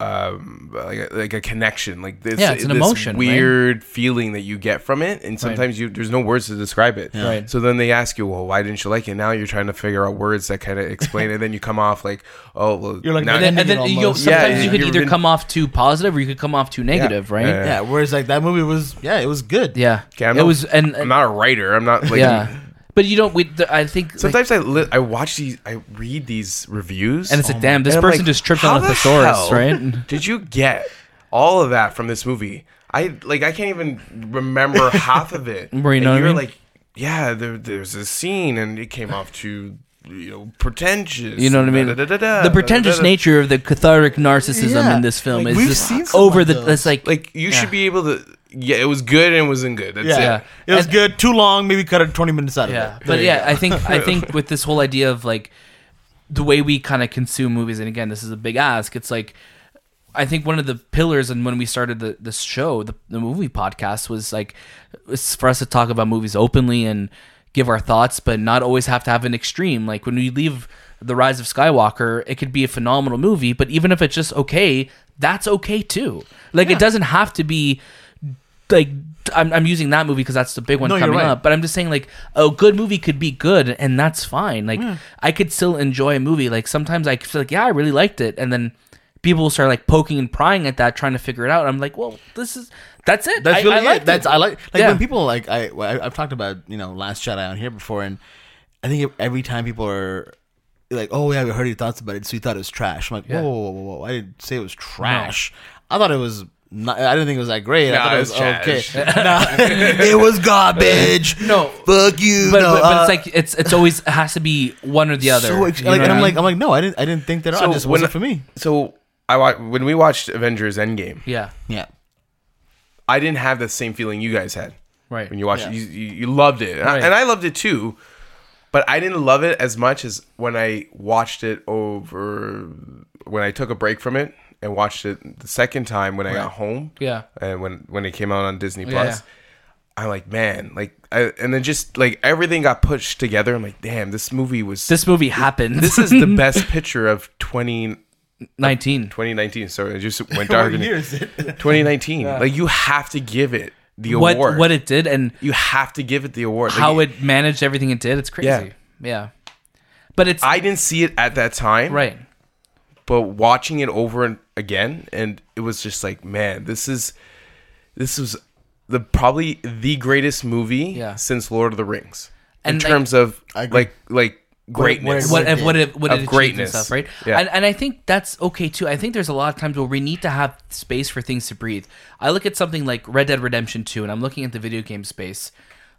[SPEAKER 3] um like a, like a connection like this
[SPEAKER 2] Yeah, it's an
[SPEAKER 3] this
[SPEAKER 2] emotion, right?
[SPEAKER 3] weird feeling that you get from it and sometimes you there's no words to describe it
[SPEAKER 2] Right.
[SPEAKER 3] so then they ask you well why didn't you like it now you're trying to figure out words that kind of explain it then you come off like oh well
[SPEAKER 1] You're like,
[SPEAKER 3] now-
[SPEAKER 1] but
[SPEAKER 2] And,
[SPEAKER 1] Ending
[SPEAKER 2] then
[SPEAKER 1] it
[SPEAKER 2] you
[SPEAKER 1] almost.
[SPEAKER 2] sometimes
[SPEAKER 3] Yeah,
[SPEAKER 2] you could
[SPEAKER 3] you're
[SPEAKER 2] either
[SPEAKER 3] in-
[SPEAKER 2] come off too positive or you could come off too negative, right?
[SPEAKER 3] Yeah.
[SPEAKER 2] Yeah.
[SPEAKER 1] yeah. Whereas like that movie was, yeah, it was good.
[SPEAKER 3] okay, I'm
[SPEAKER 2] it
[SPEAKER 3] not-
[SPEAKER 2] was, and
[SPEAKER 3] I'm not a writer I'm not like
[SPEAKER 2] yeah, but you don't. We, th- I think like,
[SPEAKER 3] sometimes I li- I watch these I read these reviews
[SPEAKER 2] and it's
[SPEAKER 1] Oh
[SPEAKER 2] like, damn, this
[SPEAKER 3] And I'm
[SPEAKER 2] person
[SPEAKER 3] like,
[SPEAKER 2] just tripped on
[SPEAKER 3] "How
[SPEAKER 2] a
[SPEAKER 3] the
[SPEAKER 2] thesaurus,
[SPEAKER 3] hell
[SPEAKER 2] right?
[SPEAKER 3] Did you get all of that from this movie? I like I can't even remember half of it.
[SPEAKER 2] Right, you know what
[SPEAKER 3] and
[SPEAKER 2] I
[SPEAKER 3] you're
[SPEAKER 2] mean?
[SPEAKER 3] like, yeah, there, there's a scene, and it came off too, you know, pretentious.
[SPEAKER 2] You know what I mean?
[SPEAKER 3] da-da-da-da,
[SPEAKER 2] the pretentious
[SPEAKER 3] da-da-da-da.
[SPEAKER 2] nature of the cathartic narcissism
[SPEAKER 1] Yeah.
[SPEAKER 2] in this film
[SPEAKER 1] Like,
[SPEAKER 2] is
[SPEAKER 1] we've
[SPEAKER 2] just
[SPEAKER 1] seen some
[SPEAKER 2] over
[SPEAKER 1] of
[SPEAKER 2] the.
[SPEAKER 1] those.
[SPEAKER 2] It's like,
[SPEAKER 3] Like you
[SPEAKER 2] Yeah.
[SPEAKER 3] should be able to. Yeah, it was good and it wasn't good. That's
[SPEAKER 1] Yeah.
[SPEAKER 3] it.
[SPEAKER 2] Yeah.
[SPEAKER 1] It was
[SPEAKER 2] And-
[SPEAKER 1] good. Too long. Maybe cut it 20 minutes out of it.
[SPEAKER 2] yeah,
[SPEAKER 1] There
[SPEAKER 2] but
[SPEAKER 1] you
[SPEAKER 2] yeah,
[SPEAKER 1] go.
[SPEAKER 2] I think I think with this whole idea of like the way we kind of consume movies, and again, this is a big ask. It's like I think one of the pillars, and when we started the this show, the, the movie podcast was like it's for us to talk about movies openly and give our thoughts, but not always have to have an extreme. Like when we leave the Rise of Skywalker, it could be a phenomenal movie, but even if it's just okay, that's okay too. Like it doesn't have to be like I'm, I'm using that movie because that's the big one
[SPEAKER 1] No, you're
[SPEAKER 2] coming
[SPEAKER 1] right.
[SPEAKER 2] up but i'm just saying like a good movie could be good and that's fine like i could still enjoy a movie like sometimes i feel like yeah i really liked it and then people will start like poking and prying at that trying to figure it out i'm like well this is that's it
[SPEAKER 1] That's
[SPEAKER 2] I,
[SPEAKER 1] really
[SPEAKER 2] I
[SPEAKER 1] it.
[SPEAKER 2] liked
[SPEAKER 1] That's
[SPEAKER 2] it.
[SPEAKER 1] I like like
[SPEAKER 2] Yeah.
[SPEAKER 1] when people like I, I I've talked about you know Last Jedi on here before, and I think every time people are like, oh yeah, we heard your thoughts about it, so you thought it was trash. I'm like, whoa, whoa, whoa, whoa, I didn't say it was trash. I thought it was. Not, I didn't think it was that great. I
[SPEAKER 3] Nah,
[SPEAKER 1] thought
[SPEAKER 3] it
[SPEAKER 1] it
[SPEAKER 3] was
[SPEAKER 1] was,
[SPEAKER 3] trash.
[SPEAKER 1] okay. Nah, it was garbage.
[SPEAKER 2] No.
[SPEAKER 1] fuck you.
[SPEAKER 2] but,
[SPEAKER 1] no,
[SPEAKER 2] but, but
[SPEAKER 1] uh,
[SPEAKER 2] it's like it's it's always it has to be one or the other
[SPEAKER 1] so ex-
[SPEAKER 2] you know
[SPEAKER 1] like,
[SPEAKER 2] what
[SPEAKER 1] and
[SPEAKER 2] I
[SPEAKER 1] I'm
[SPEAKER 2] mean?
[SPEAKER 1] like, I'm like, no, I didn't. I didn't think that. I just wasn't for me.
[SPEAKER 3] So I wa- when we watched Avengers Endgame,
[SPEAKER 2] yeah
[SPEAKER 1] Yeah,
[SPEAKER 3] I didn't have the same feeling you guys had.
[SPEAKER 2] right
[SPEAKER 3] when you watch
[SPEAKER 1] Yeah.
[SPEAKER 3] it. You, you, you loved it, and, I,
[SPEAKER 2] Right.
[SPEAKER 3] and I loved it too. But I didn't love it as much as when I watched it over when I took a break from it and watched it the second time when I got home.
[SPEAKER 2] Yeah.
[SPEAKER 3] And when when it came out on Disney
[SPEAKER 2] Yeah.
[SPEAKER 3] Plus, I'm like, man, like, I, and then just like everything got pushed together. I'm like, damn, this movie was. This,
[SPEAKER 2] This movie happened.
[SPEAKER 3] this is the best picture of 20,
[SPEAKER 2] 19.
[SPEAKER 3] 2019. Sorry, it just went dark. in-
[SPEAKER 1] it?
[SPEAKER 3] 2019. Like you have to give it the
[SPEAKER 2] What
[SPEAKER 3] award.
[SPEAKER 2] what it did and
[SPEAKER 3] you have to give it the award. Like,
[SPEAKER 2] how it managed everything it did. It's crazy.
[SPEAKER 3] Yeah.
[SPEAKER 2] Yeah. But it's
[SPEAKER 3] I didn't see it at that time.
[SPEAKER 2] right.
[SPEAKER 3] but watching it over and again and it was just like man this is this was the probably the greatest movie
[SPEAKER 2] Yeah.
[SPEAKER 3] since lord of the rings in
[SPEAKER 2] And, like-
[SPEAKER 3] terms of
[SPEAKER 1] I agree.
[SPEAKER 3] like like greatness
[SPEAKER 2] What
[SPEAKER 1] It
[SPEAKER 2] and what it what it
[SPEAKER 3] Of
[SPEAKER 2] achieved and
[SPEAKER 3] greatness.
[SPEAKER 2] stuff, right?
[SPEAKER 3] Yeah.
[SPEAKER 2] And and I think that's okay too. I think there's a lot of times where we need to have space for things to breathe. I look at something like Red Dead Redemption 2 and I'm looking at the video game space.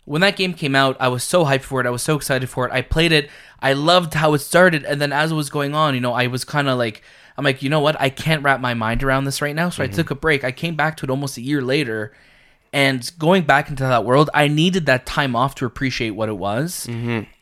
[SPEAKER 2] When that game came out, I was so hyped for it. I was so excited for it. I played it. I loved how it started and then as it was going on, you know, I was kind of like I'm like, "You know what? I can't wrap my mind around this right now." So
[SPEAKER 3] Mm-hmm.
[SPEAKER 2] I took a break. I came back to it almost a year later and going back into that world, I needed that time off to appreciate what it was.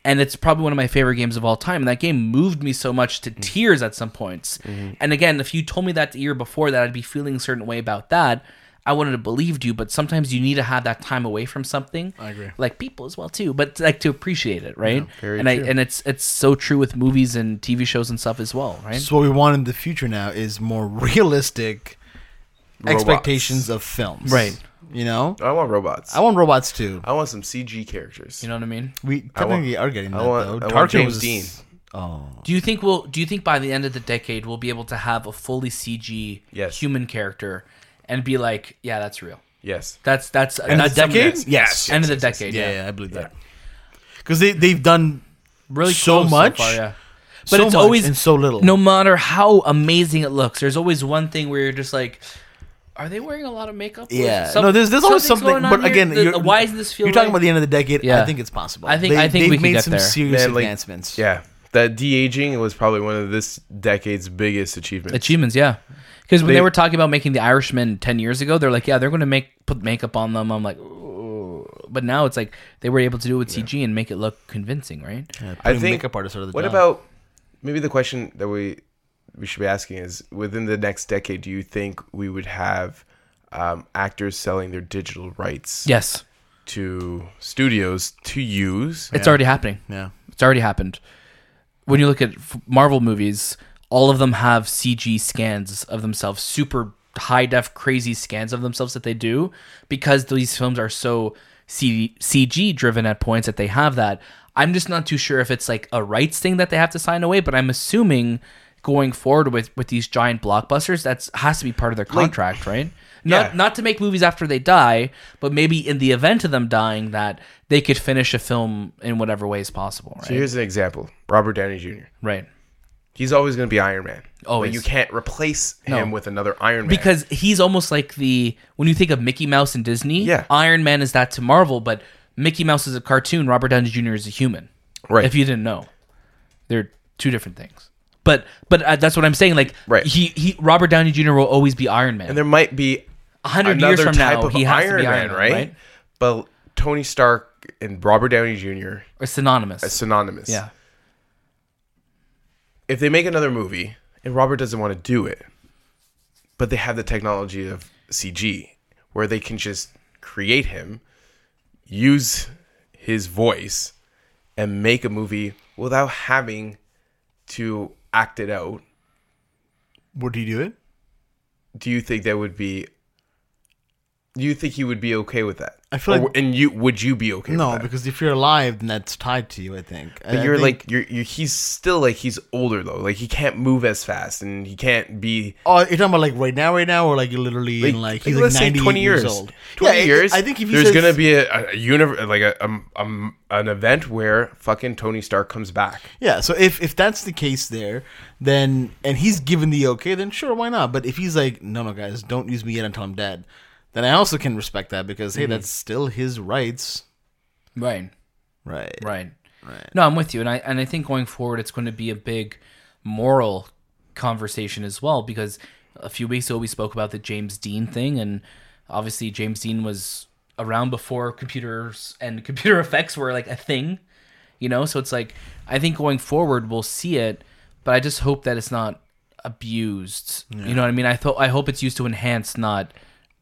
[SPEAKER 2] And it's probably one of my favorite games of all time. And that game moved me so much to tears at some points. And again, if you told me that the year before that I'd be feeling a certain way about that, I wouldn't have believed you. But sometimes you need to have that time away from something. I
[SPEAKER 1] agree.
[SPEAKER 2] Like people as well too, but like to appreciate it, right?
[SPEAKER 3] very
[SPEAKER 2] and I
[SPEAKER 3] true.
[SPEAKER 2] and it's it's so true with movies and TV shows and stuff as well, right?
[SPEAKER 1] So what we want in the future now is more realistic
[SPEAKER 3] Robots.
[SPEAKER 1] expectations of films.
[SPEAKER 2] Right.
[SPEAKER 1] You know?
[SPEAKER 3] i want robots
[SPEAKER 1] I want robots too.
[SPEAKER 3] i want some cg characters
[SPEAKER 2] You know what I mean?
[SPEAKER 1] We technically are getting that
[SPEAKER 3] I want-
[SPEAKER 1] though.
[SPEAKER 3] I
[SPEAKER 1] Tarkin
[SPEAKER 3] want James
[SPEAKER 1] was-
[SPEAKER 3] Dean.
[SPEAKER 1] Oh.
[SPEAKER 2] Do you think we'll? Do you think by the end of the decade we'll be able to have a fully CG
[SPEAKER 3] Yes.
[SPEAKER 2] human character and be like, yeah, that's real.
[SPEAKER 3] yes
[SPEAKER 2] That's that's
[SPEAKER 1] End of
[SPEAKER 2] that's
[SPEAKER 1] the decade?
[SPEAKER 2] something
[SPEAKER 1] Yes.
[SPEAKER 2] that's- End of the decade.
[SPEAKER 1] Yeah,
[SPEAKER 2] Yeah,
[SPEAKER 1] yeah, I believe that. Because they they've done
[SPEAKER 2] really
[SPEAKER 1] So
[SPEAKER 2] close
[SPEAKER 1] much?
[SPEAKER 2] far, yeah.
[SPEAKER 1] but
[SPEAKER 2] But
[SPEAKER 1] so
[SPEAKER 2] it's
[SPEAKER 1] much
[SPEAKER 2] always
[SPEAKER 1] and so little.
[SPEAKER 2] no matter how amazing it looks, there's always one thing where you're just like, are they wearing a lot of makeup? Or is
[SPEAKER 1] Yeah.
[SPEAKER 2] some-
[SPEAKER 1] no, there's there's always
[SPEAKER 2] something's
[SPEAKER 1] something.
[SPEAKER 2] going on
[SPEAKER 1] But
[SPEAKER 2] here?
[SPEAKER 1] again,
[SPEAKER 2] The-
[SPEAKER 1] you're,
[SPEAKER 2] why is this feel?
[SPEAKER 1] You're talking
[SPEAKER 2] right?
[SPEAKER 1] about the end of the decade. I
[SPEAKER 2] Yeah.
[SPEAKER 1] think it's possible.
[SPEAKER 2] I think- I think
[SPEAKER 1] they've
[SPEAKER 2] we could
[SPEAKER 1] made
[SPEAKER 2] get
[SPEAKER 1] some
[SPEAKER 2] there.
[SPEAKER 1] serious
[SPEAKER 3] Man, like-
[SPEAKER 1] advancements.
[SPEAKER 3] yeah that de-aging was probably one of this decade's biggest achievements
[SPEAKER 2] achievements. Yeah, because when
[SPEAKER 3] They-
[SPEAKER 2] they were talking about making the Irishman ten years ago, they're like, yeah, they're going to make put makeup on them. I'm like, Ooh. but now it's like they were able to do it with CG and make it look convincing, right?
[SPEAKER 1] Yeah,
[SPEAKER 3] I
[SPEAKER 1] putting
[SPEAKER 3] think-
[SPEAKER 1] makeup artists are the
[SPEAKER 3] what
[SPEAKER 1] job.
[SPEAKER 3] about maybe the question that we we should be asking is within the next decade do you think we would have um, actors selling their digital rights
[SPEAKER 2] Yes,
[SPEAKER 3] to studios to use
[SPEAKER 2] it's already happening.
[SPEAKER 1] yeah?
[SPEAKER 2] It's already happened. When you look at f- Marvel movies, all of them have CG scans of themselves, super high def, crazy scans of themselves that they do because these films are so C- CG driven at points that they have that. I'm just not too sure if it's like a rights thing that they have to sign away, but I'm assuming going forward with with these giant blockbusters, that's has to be part of their contract, right? Not
[SPEAKER 3] Yeah.
[SPEAKER 2] not to make movies after they die, but maybe in the event of them dying, that they could finish a film in whatever way is possible, right?
[SPEAKER 3] so here's an example robert downey jr
[SPEAKER 2] right.
[SPEAKER 3] he's always going to be iron man
[SPEAKER 2] Always.
[SPEAKER 3] But you can't replace him with another iron man
[SPEAKER 2] Because he's almost like the when you think of Mickey Mouse and Disney,
[SPEAKER 3] Yeah.
[SPEAKER 2] Iron Man is that to Marvel, but Mickey Mouse is a cartoon, Robert Downey Jr. is a human.
[SPEAKER 3] Right.
[SPEAKER 2] If you didn't know, they're two different things. But but uh, that's what I'm saying. Like
[SPEAKER 3] Right.
[SPEAKER 2] he he Robert Downey Jr. will always be Iron Man.
[SPEAKER 3] and there might be
[SPEAKER 2] A hundred years from now, he has to be Iron Man, right?
[SPEAKER 3] but tony stark and robert downey jr
[SPEAKER 2] Or synonymous.
[SPEAKER 3] are synonymous
[SPEAKER 2] yeah.
[SPEAKER 3] if they make another movie and Robert doesn't want to do it, but they have the technology of CG where they can just create him, use his voice, and make a movie without having to act it out,
[SPEAKER 1] Would he do it?
[SPEAKER 3] do you think that would be? Do you think he would be okay with that?
[SPEAKER 1] I feel
[SPEAKER 3] Or-
[SPEAKER 1] like-
[SPEAKER 3] and you would you be okay?
[SPEAKER 1] No,
[SPEAKER 3] with that?
[SPEAKER 1] because if you're alive, then that's tied to you. I think.
[SPEAKER 3] But you're like you're, you're. He's still like he's older though. Like he can't move as fast, and he can't be
[SPEAKER 1] Oh, you're talking about like right now, right now, or like you're literally in like he's like, 90 years, old.
[SPEAKER 3] 20
[SPEAKER 1] Yeah, I-
[SPEAKER 3] years.
[SPEAKER 1] I think if he
[SPEAKER 3] there's
[SPEAKER 1] says-
[SPEAKER 3] gonna be a, a universe, like a, um um an event where fucking Tony Stark comes back.
[SPEAKER 1] Yeah, so if if that's the case there, then and he's given the okay, then sure, why not? But if he's like, no, no, guys, don't use me yet until I'm dead, then I also can respect that because
[SPEAKER 3] Mm-hmm.
[SPEAKER 1] hey, that's still his rights,
[SPEAKER 2] Right.
[SPEAKER 1] right?
[SPEAKER 2] Right. Right. No, I'm with you, and I and I think going forward, it's going to be a big moral conversation as well because a few weeks ago we spoke about the James Dean thing, and obviously James Dean was around before computers and computer effects were like a thing, you know. So it's like I think going forward we'll see it, but I just hope that it's not abused. You know what I mean? I thought I hope it's used to enhance, not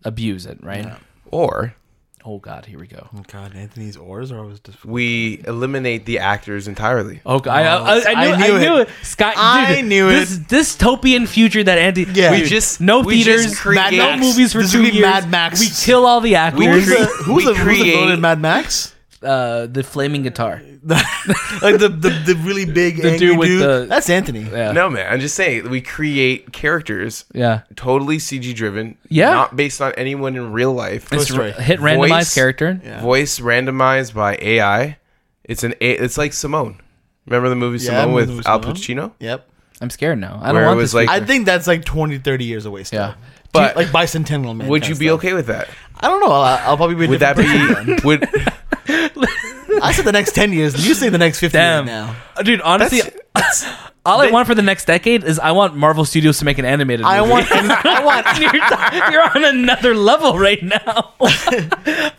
[SPEAKER 2] abuse it. Right?
[SPEAKER 3] Or
[SPEAKER 2] Oh God, here we go.
[SPEAKER 1] God, Anthony's oars are always difficult.
[SPEAKER 3] we eliminate the actors entirely.
[SPEAKER 1] Oh,
[SPEAKER 2] Okay, I, I, I,
[SPEAKER 1] I
[SPEAKER 2] knew, I
[SPEAKER 1] knew
[SPEAKER 2] knew,
[SPEAKER 1] it.
[SPEAKER 2] it. Scott,
[SPEAKER 1] I
[SPEAKER 2] dude,
[SPEAKER 1] knew
[SPEAKER 2] this
[SPEAKER 1] it.
[SPEAKER 2] dystopian future that Andy.
[SPEAKER 1] Yeah. We
[SPEAKER 2] dude,
[SPEAKER 3] just-
[SPEAKER 2] no
[SPEAKER 3] we just
[SPEAKER 2] theaters,
[SPEAKER 3] create-
[SPEAKER 2] no
[SPEAKER 3] Mad Max.
[SPEAKER 2] movies for
[SPEAKER 1] This
[SPEAKER 2] two
[SPEAKER 1] would be
[SPEAKER 2] years.
[SPEAKER 1] Mad Max.
[SPEAKER 2] We kill all the
[SPEAKER 1] Who's
[SPEAKER 2] actors.
[SPEAKER 1] the
[SPEAKER 3] create-
[SPEAKER 1] who's the,
[SPEAKER 3] we
[SPEAKER 1] who's the villain
[SPEAKER 3] create-
[SPEAKER 1] in Mad Max?
[SPEAKER 2] uh, the flaming guitar.
[SPEAKER 1] like the, the the really big
[SPEAKER 2] The
[SPEAKER 1] angry
[SPEAKER 2] dude
[SPEAKER 1] dude.
[SPEAKER 2] with the-
[SPEAKER 1] That's Anthony.
[SPEAKER 2] Yeah.
[SPEAKER 3] No, man. I'm just saying we create characters
[SPEAKER 2] Yeah,
[SPEAKER 3] totally CG driven.
[SPEAKER 2] Yeah.
[SPEAKER 3] Not based on anyone in real life.
[SPEAKER 2] it's
[SPEAKER 1] story.
[SPEAKER 2] r- hit randomized
[SPEAKER 3] Voice.
[SPEAKER 2] character.
[SPEAKER 3] Voice randomized by AI. It's an A- it's like Simone. Remember the movie
[SPEAKER 1] Yeah, I
[SPEAKER 3] Simone
[SPEAKER 1] remember
[SPEAKER 3] with
[SPEAKER 1] the movie
[SPEAKER 3] Al
[SPEAKER 1] Simone.
[SPEAKER 3] Pacino?
[SPEAKER 1] Yep.
[SPEAKER 2] I'm scared now. I don't
[SPEAKER 3] Where it
[SPEAKER 2] want
[SPEAKER 3] was
[SPEAKER 2] this.
[SPEAKER 3] like-
[SPEAKER 2] Like,
[SPEAKER 1] I think that's like 20, 30 years away still.
[SPEAKER 2] yeah,
[SPEAKER 3] But
[SPEAKER 1] like bicentennial man.
[SPEAKER 3] would
[SPEAKER 1] kinda
[SPEAKER 3] you be
[SPEAKER 1] stuff.
[SPEAKER 3] okay with that?
[SPEAKER 1] I don't know. I'll, I'll probably be. a
[SPEAKER 3] Would that
[SPEAKER 1] different person
[SPEAKER 3] be would
[SPEAKER 1] then. I said the next ten years. You say the next fifty years
[SPEAKER 2] damn,
[SPEAKER 1] now.
[SPEAKER 2] dude. Honestly, all I want for the next decade is I want Marvel Studios to make an animated.
[SPEAKER 1] I
[SPEAKER 2] movie.
[SPEAKER 1] want. I want.
[SPEAKER 2] you're, you're on another level right now. Of-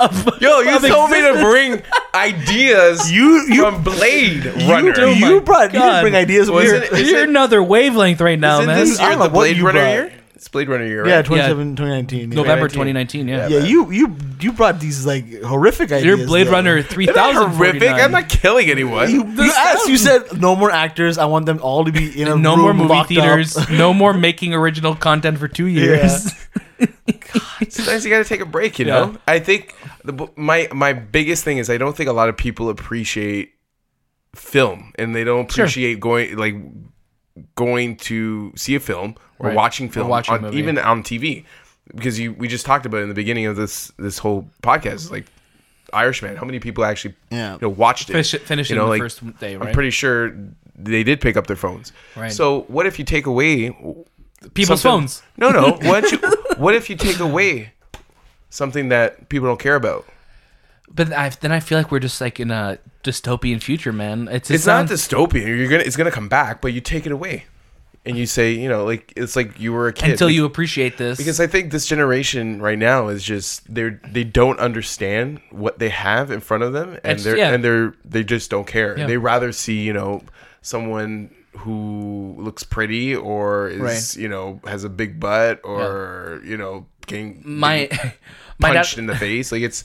[SPEAKER 2] Oh
[SPEAKER 3] Yo, you
[SPEAKER 2] of
[SPEAKER 3] told me to
[SPEAKER 2] existence.
[SPEAKER 3] bring ideas
[SPEAKER 1] You- you-
[SPEAKER 3] from Blade
[SPEAKER 1] You,
[SPEAKER 3] Runner.
[SPEAKER 2] Oh my
[SPEAKER 1] you brought. You
[SPEAKER 2] God.
[SPEAKER 1] didn't bring ideas.
[SPEAKER 3] Was
[SPEAKER 1] Weird.
[SPEAKER 3] it- Is
[SPEAKER 2] You're another wavelength right now,
[SPEAKER 3] Isn't
[SPEAKER 2] man.
[SPEAKER 3] this
[SPEAKER 1] I
[SPEAKER 3] year
[SPEAKER 1] don't know
[SPEAKER 3] the
[SPEAKER 1] what
[SPEAKER 3] Blade
[SPEAKER 1] you
[SPEAKER 3] Runner
[SPEAKER 1] brought.
[SPEAKER 3] year? It's Blade Runner year, right?
[SPEAKER 1] Yeah, 27, 2019. yeah.
[SPEAKER 2] November 2019. Yeah,
[SPEAKER 1] Yeah, you you you brought these like horrific ideas.
[SPEAKER 2] You're Blade
[SPEAKER 1] though.
[SPEAKER 2] Runner
[SPEAKER 3] Isn't that
[SPEAKER 2] 3000.
[SPEAKER 3] horrific. I'm not killing
[SPEAKER 1] You,
[SPEAKER 3] anyone.
[SPEAKER 1] you asked. You said no more actors. I want them all to be in a
[SPEAKER 2] no
[SPEAKER 1] room
[SPEAKER 2] more movie
[SPEAKER 1] locked
[SPEAKER 2] theaters.
[SPEAKER 1] Up.
[SPEAKER 2] no more making original content for two years.
[SPEAKER 3] Sometimes you got to take a break, you
[SPEAKER 2] Yeah.
[SPEAKER 3] know. I think the, my my biggest thing is I don't think a lot of people appreciate film, and they don't
[SPEAKER 2] Sure.
[SPEAKER 3] appreciate going like going to see a film or
[SPEAKER 2] Right.
[SPEAKER 3] watching film,
[SPEAKER 2] watching a
[SPEAKER 3] on,
[SPEAKER 2] movie.
[SPEAKER 3] even on TV, because you we just talked about it in the beginning of this this whole podcast, like Irishman. How many people actually
[SPEAKER 1] Yeah.
[SPEAKER 3] you know, watched it?
[SPEAKER 2] Finish it- finish it in the first day,
[SPEAKER 3] I'm
[SPEAKER 2] right?
[SPEAKER 3] pretty sure they did pick up their phones.
[SPEAKER 2] Right.
[SPEAKER 3] So what if you take away
[SPEAKER 2] People's
[SPEAKER 3] something-
[SPEAKER 2] phones.
[SPEAKER 3] No, no. What you, what if you take away something that people don't care about?
[SPEAKER 2] But I, then I feel like we're just like in a dystopian future, man. It's
[SPEAKER 3] It's not dystopian. You're gonna it's gonna come back, but you take it away, and you say, you know, like it's like you were a kid
[SPEAKER 2] until you appreciate this.
[SPEAKER 3] Because I think this generation right now is just they're they don't understand what they have in front of them, and
[SPEAKER 2] It's-
[SPEAKER 3] they're
[SPEAKER 2] yeah.
[SPEAKER 3] and they're they just don't care.
[SPEAKER 2] Yeah.
[SPEAKER 3] They rather see you know someone who looks pretty or is
[SPEAKER 2] Right.
[SPEAKER 3] you know has a big butt or you know getting
[SPEAKER 2] my my
[SPEAKER 3] punched
[SPEAKER 2] dad,
[SPEAKER 3] in the face. Like it's,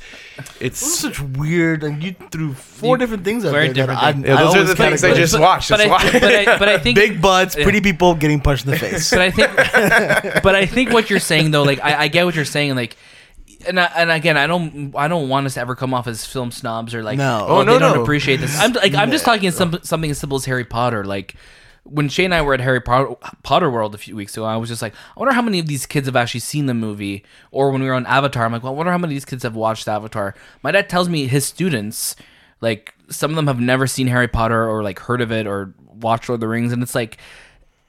[SPEAKER 3] it's.
[SPEAKER 1] Such weird, and you threw four
[SPEAKER 2] You-
[SPEAKER 1] different things out
[SPEAKER 2] very
[SPEAKER 1] there. that
[SPEAKER 2] different
[SPEAKER 1] I-
[SPEAKER 2] things.
[SPEAKER 1] I
[SPEAKER 3] Yeah, those are
[SPEAKER 1] always
[SPEAKER 3] the things I
[SPEAKER 1] categorize.
[SPEAKER 3] just watched.
[SPEAKER 2] but I,
[SPEAKER 3] That's why.
[SPEAKER 2] but I but I think
[SPEAKER 1] Big butts,
[SPEAKER 2] Yeah.
[SPEAKER 1] pretty people getting punched in the face.
[SPEAKER 2] but I think, but I think what you're saying though, like I, I get what you're saying, like, and I, and again, I don't, I don't want us to ever come off as film snobs or like,
[SPEAKER 1] No. Oh,
[SPEAKER 2] oh, no,
[SPEAKER 3] no,
[SPEAKER 2] they don't
[SPEAKER 3] no.
[SPEAKER 2] appreciate this. I'm like, I'm just talking some, something as simple as Harry Potter, like. When Shay and I were at Harry Potter, Potter World a few weeks ago, I was just like, I wonder how many of these kids have actually seen the movie. Or when we were on Avatar, I'm like, well, I wonder how many of these kids have watched Avatar. My dad tells me his students, like, some of them have never seen Harry Potter or like heard of it or watched Lord of the Rings, and it's like,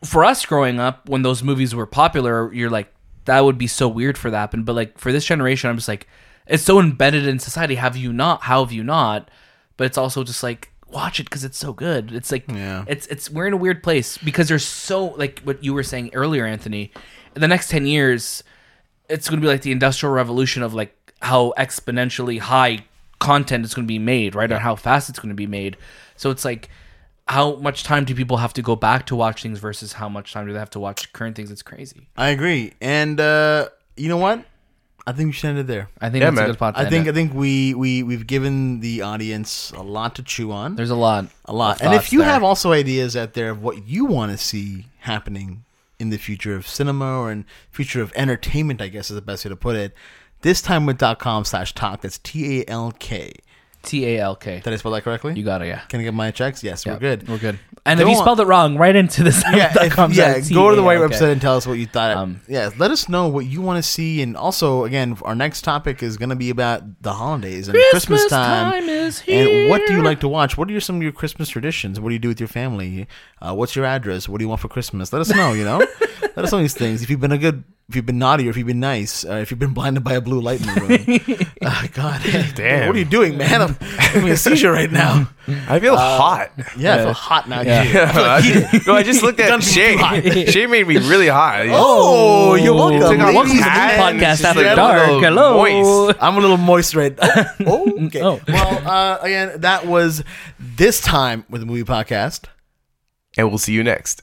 [SPEAKER 2] for us growing up when those movies were popular you're like that would be so weird for that to happen but like for this generation i'm just like it's so embedded in society have you not how have you not but it's also just like watch it because it's so good it's like
[SPEAKER 1] Yeah.
[SPEAKER 2] it's it's we're in a weird place because there's so like what you were saying earlier anthony in the next 10 years it's going to be like the industrial revolution of like how exponentially high content is going to be made right or how fast it's going to be made so it's like how much time do people have to go back to watch things versus how much time do they have to watch current things it's crazy
[SPEAKER 1] I agree, and uh, you know what? I think we should end it there.
[SPEAKER 2] i think
[SPEAKER 3] Yeah,
[SPEAKER 2] that's
[SPEAKER 3] man.
[SPEAKER 2] a good spot to
[SPEAKER 1] I
[SPEAKER 2] end
[SPEAKER 1] think
[SPEAKER 2] it.
[SPEAKER 1] I think we we we've given the audience a lot to chew on.
[SPEAKER 2] there's a lot
[SPEAKER 1] a lot.
[SPEAKER 2] of
[SPEAKER 1] And if
[SPEAKER 2] thoughts
[SPEAKER 1] you
[SPEAKER 2] there.
[SPEAKER 1] have also ideas out there of what you want to see happening in the future of cinema or in future of entertainment, I guess is the best way to put it. This time with .com slash talk. That's T A L K.
[SPEAKER 2] t-a-l-k
[SPEAKER 1] Did I spell that correctly?
[SPEAKER 2] you got it yeah
[SPEAKER 1] Can I get my checks? Yes, we're
[SPEAKER 2] Yep,
[SPEAKER 1] good.
[SPEAKER 2] we're good and
[SPEAKER 1] Go
[SPEAKER 2] if you
[SPEAKER 1] on.
[SPEAKER 2] spelled it wrong right into this
[SPEAKER 1] Yeah, if- yeah. Go to the white
[SPEAKER 2] T-A-L-K.
[SPEAKER 1] website and tell us what you thought.
[SPEAKER 2] Um,
[SPEAKER 1] yeah, let us know what you want to see, and also again, our next topic is going to be about the holidays and Christmas, time.
[SPEAKER 2] is here.
[SPEAKER 1] And what do you like to watch? What are your, some of your Christmas traditions? What do you do with your family? Uh, what's your address? What do you want for Christmas? Let us know. You know, let us know these things. If you've been a good, if you've been naughty, or if you've been nice, uh, if you've been blinded by a blue light in the room. Ah, God, damn! What are you doing, man? I'm having a seizure right now.
[SPEAKER 3] I feel hot.
[SPEAKER 1] Yeah, I feel hot now.
[SPEAKER 2] Yeah.
[SPEAKER 1] dude. I feel like heated.
[SPEAKER 3] no, Uh, I just looked
[SPEAKER 1] Done
[SPEAKER 3] at
[SPEAKER 1] too
[SPEAKER 3] Shay.
[SPEAKER 1] hot.
[SPEAKER 3] Shay made me really hot.
[SPEAKER 1] Oh, you're welcome.
[SPEAKER 3] Took off
[SPEAKER 1] Welcome to the
[SPEAKER 3] hat and
[SPEAKER 2] podcast
[SPEAKER 3] it's just
[SPEAKER 2] after
[SPEAKER 3] like a
[SPEAKER 2] dark
[SPEAKER 3] little
[SPEAKER 2] hello
[SPEAKER 3] moist.
[SPEAKER 1] I'm a little moist right now. okay.
[SPEAKER 2] Oh.
[SPEAKER 1] Well, uh, again, that was this time with the movie podcast.
[SPEAKER 3] And we'll see you next.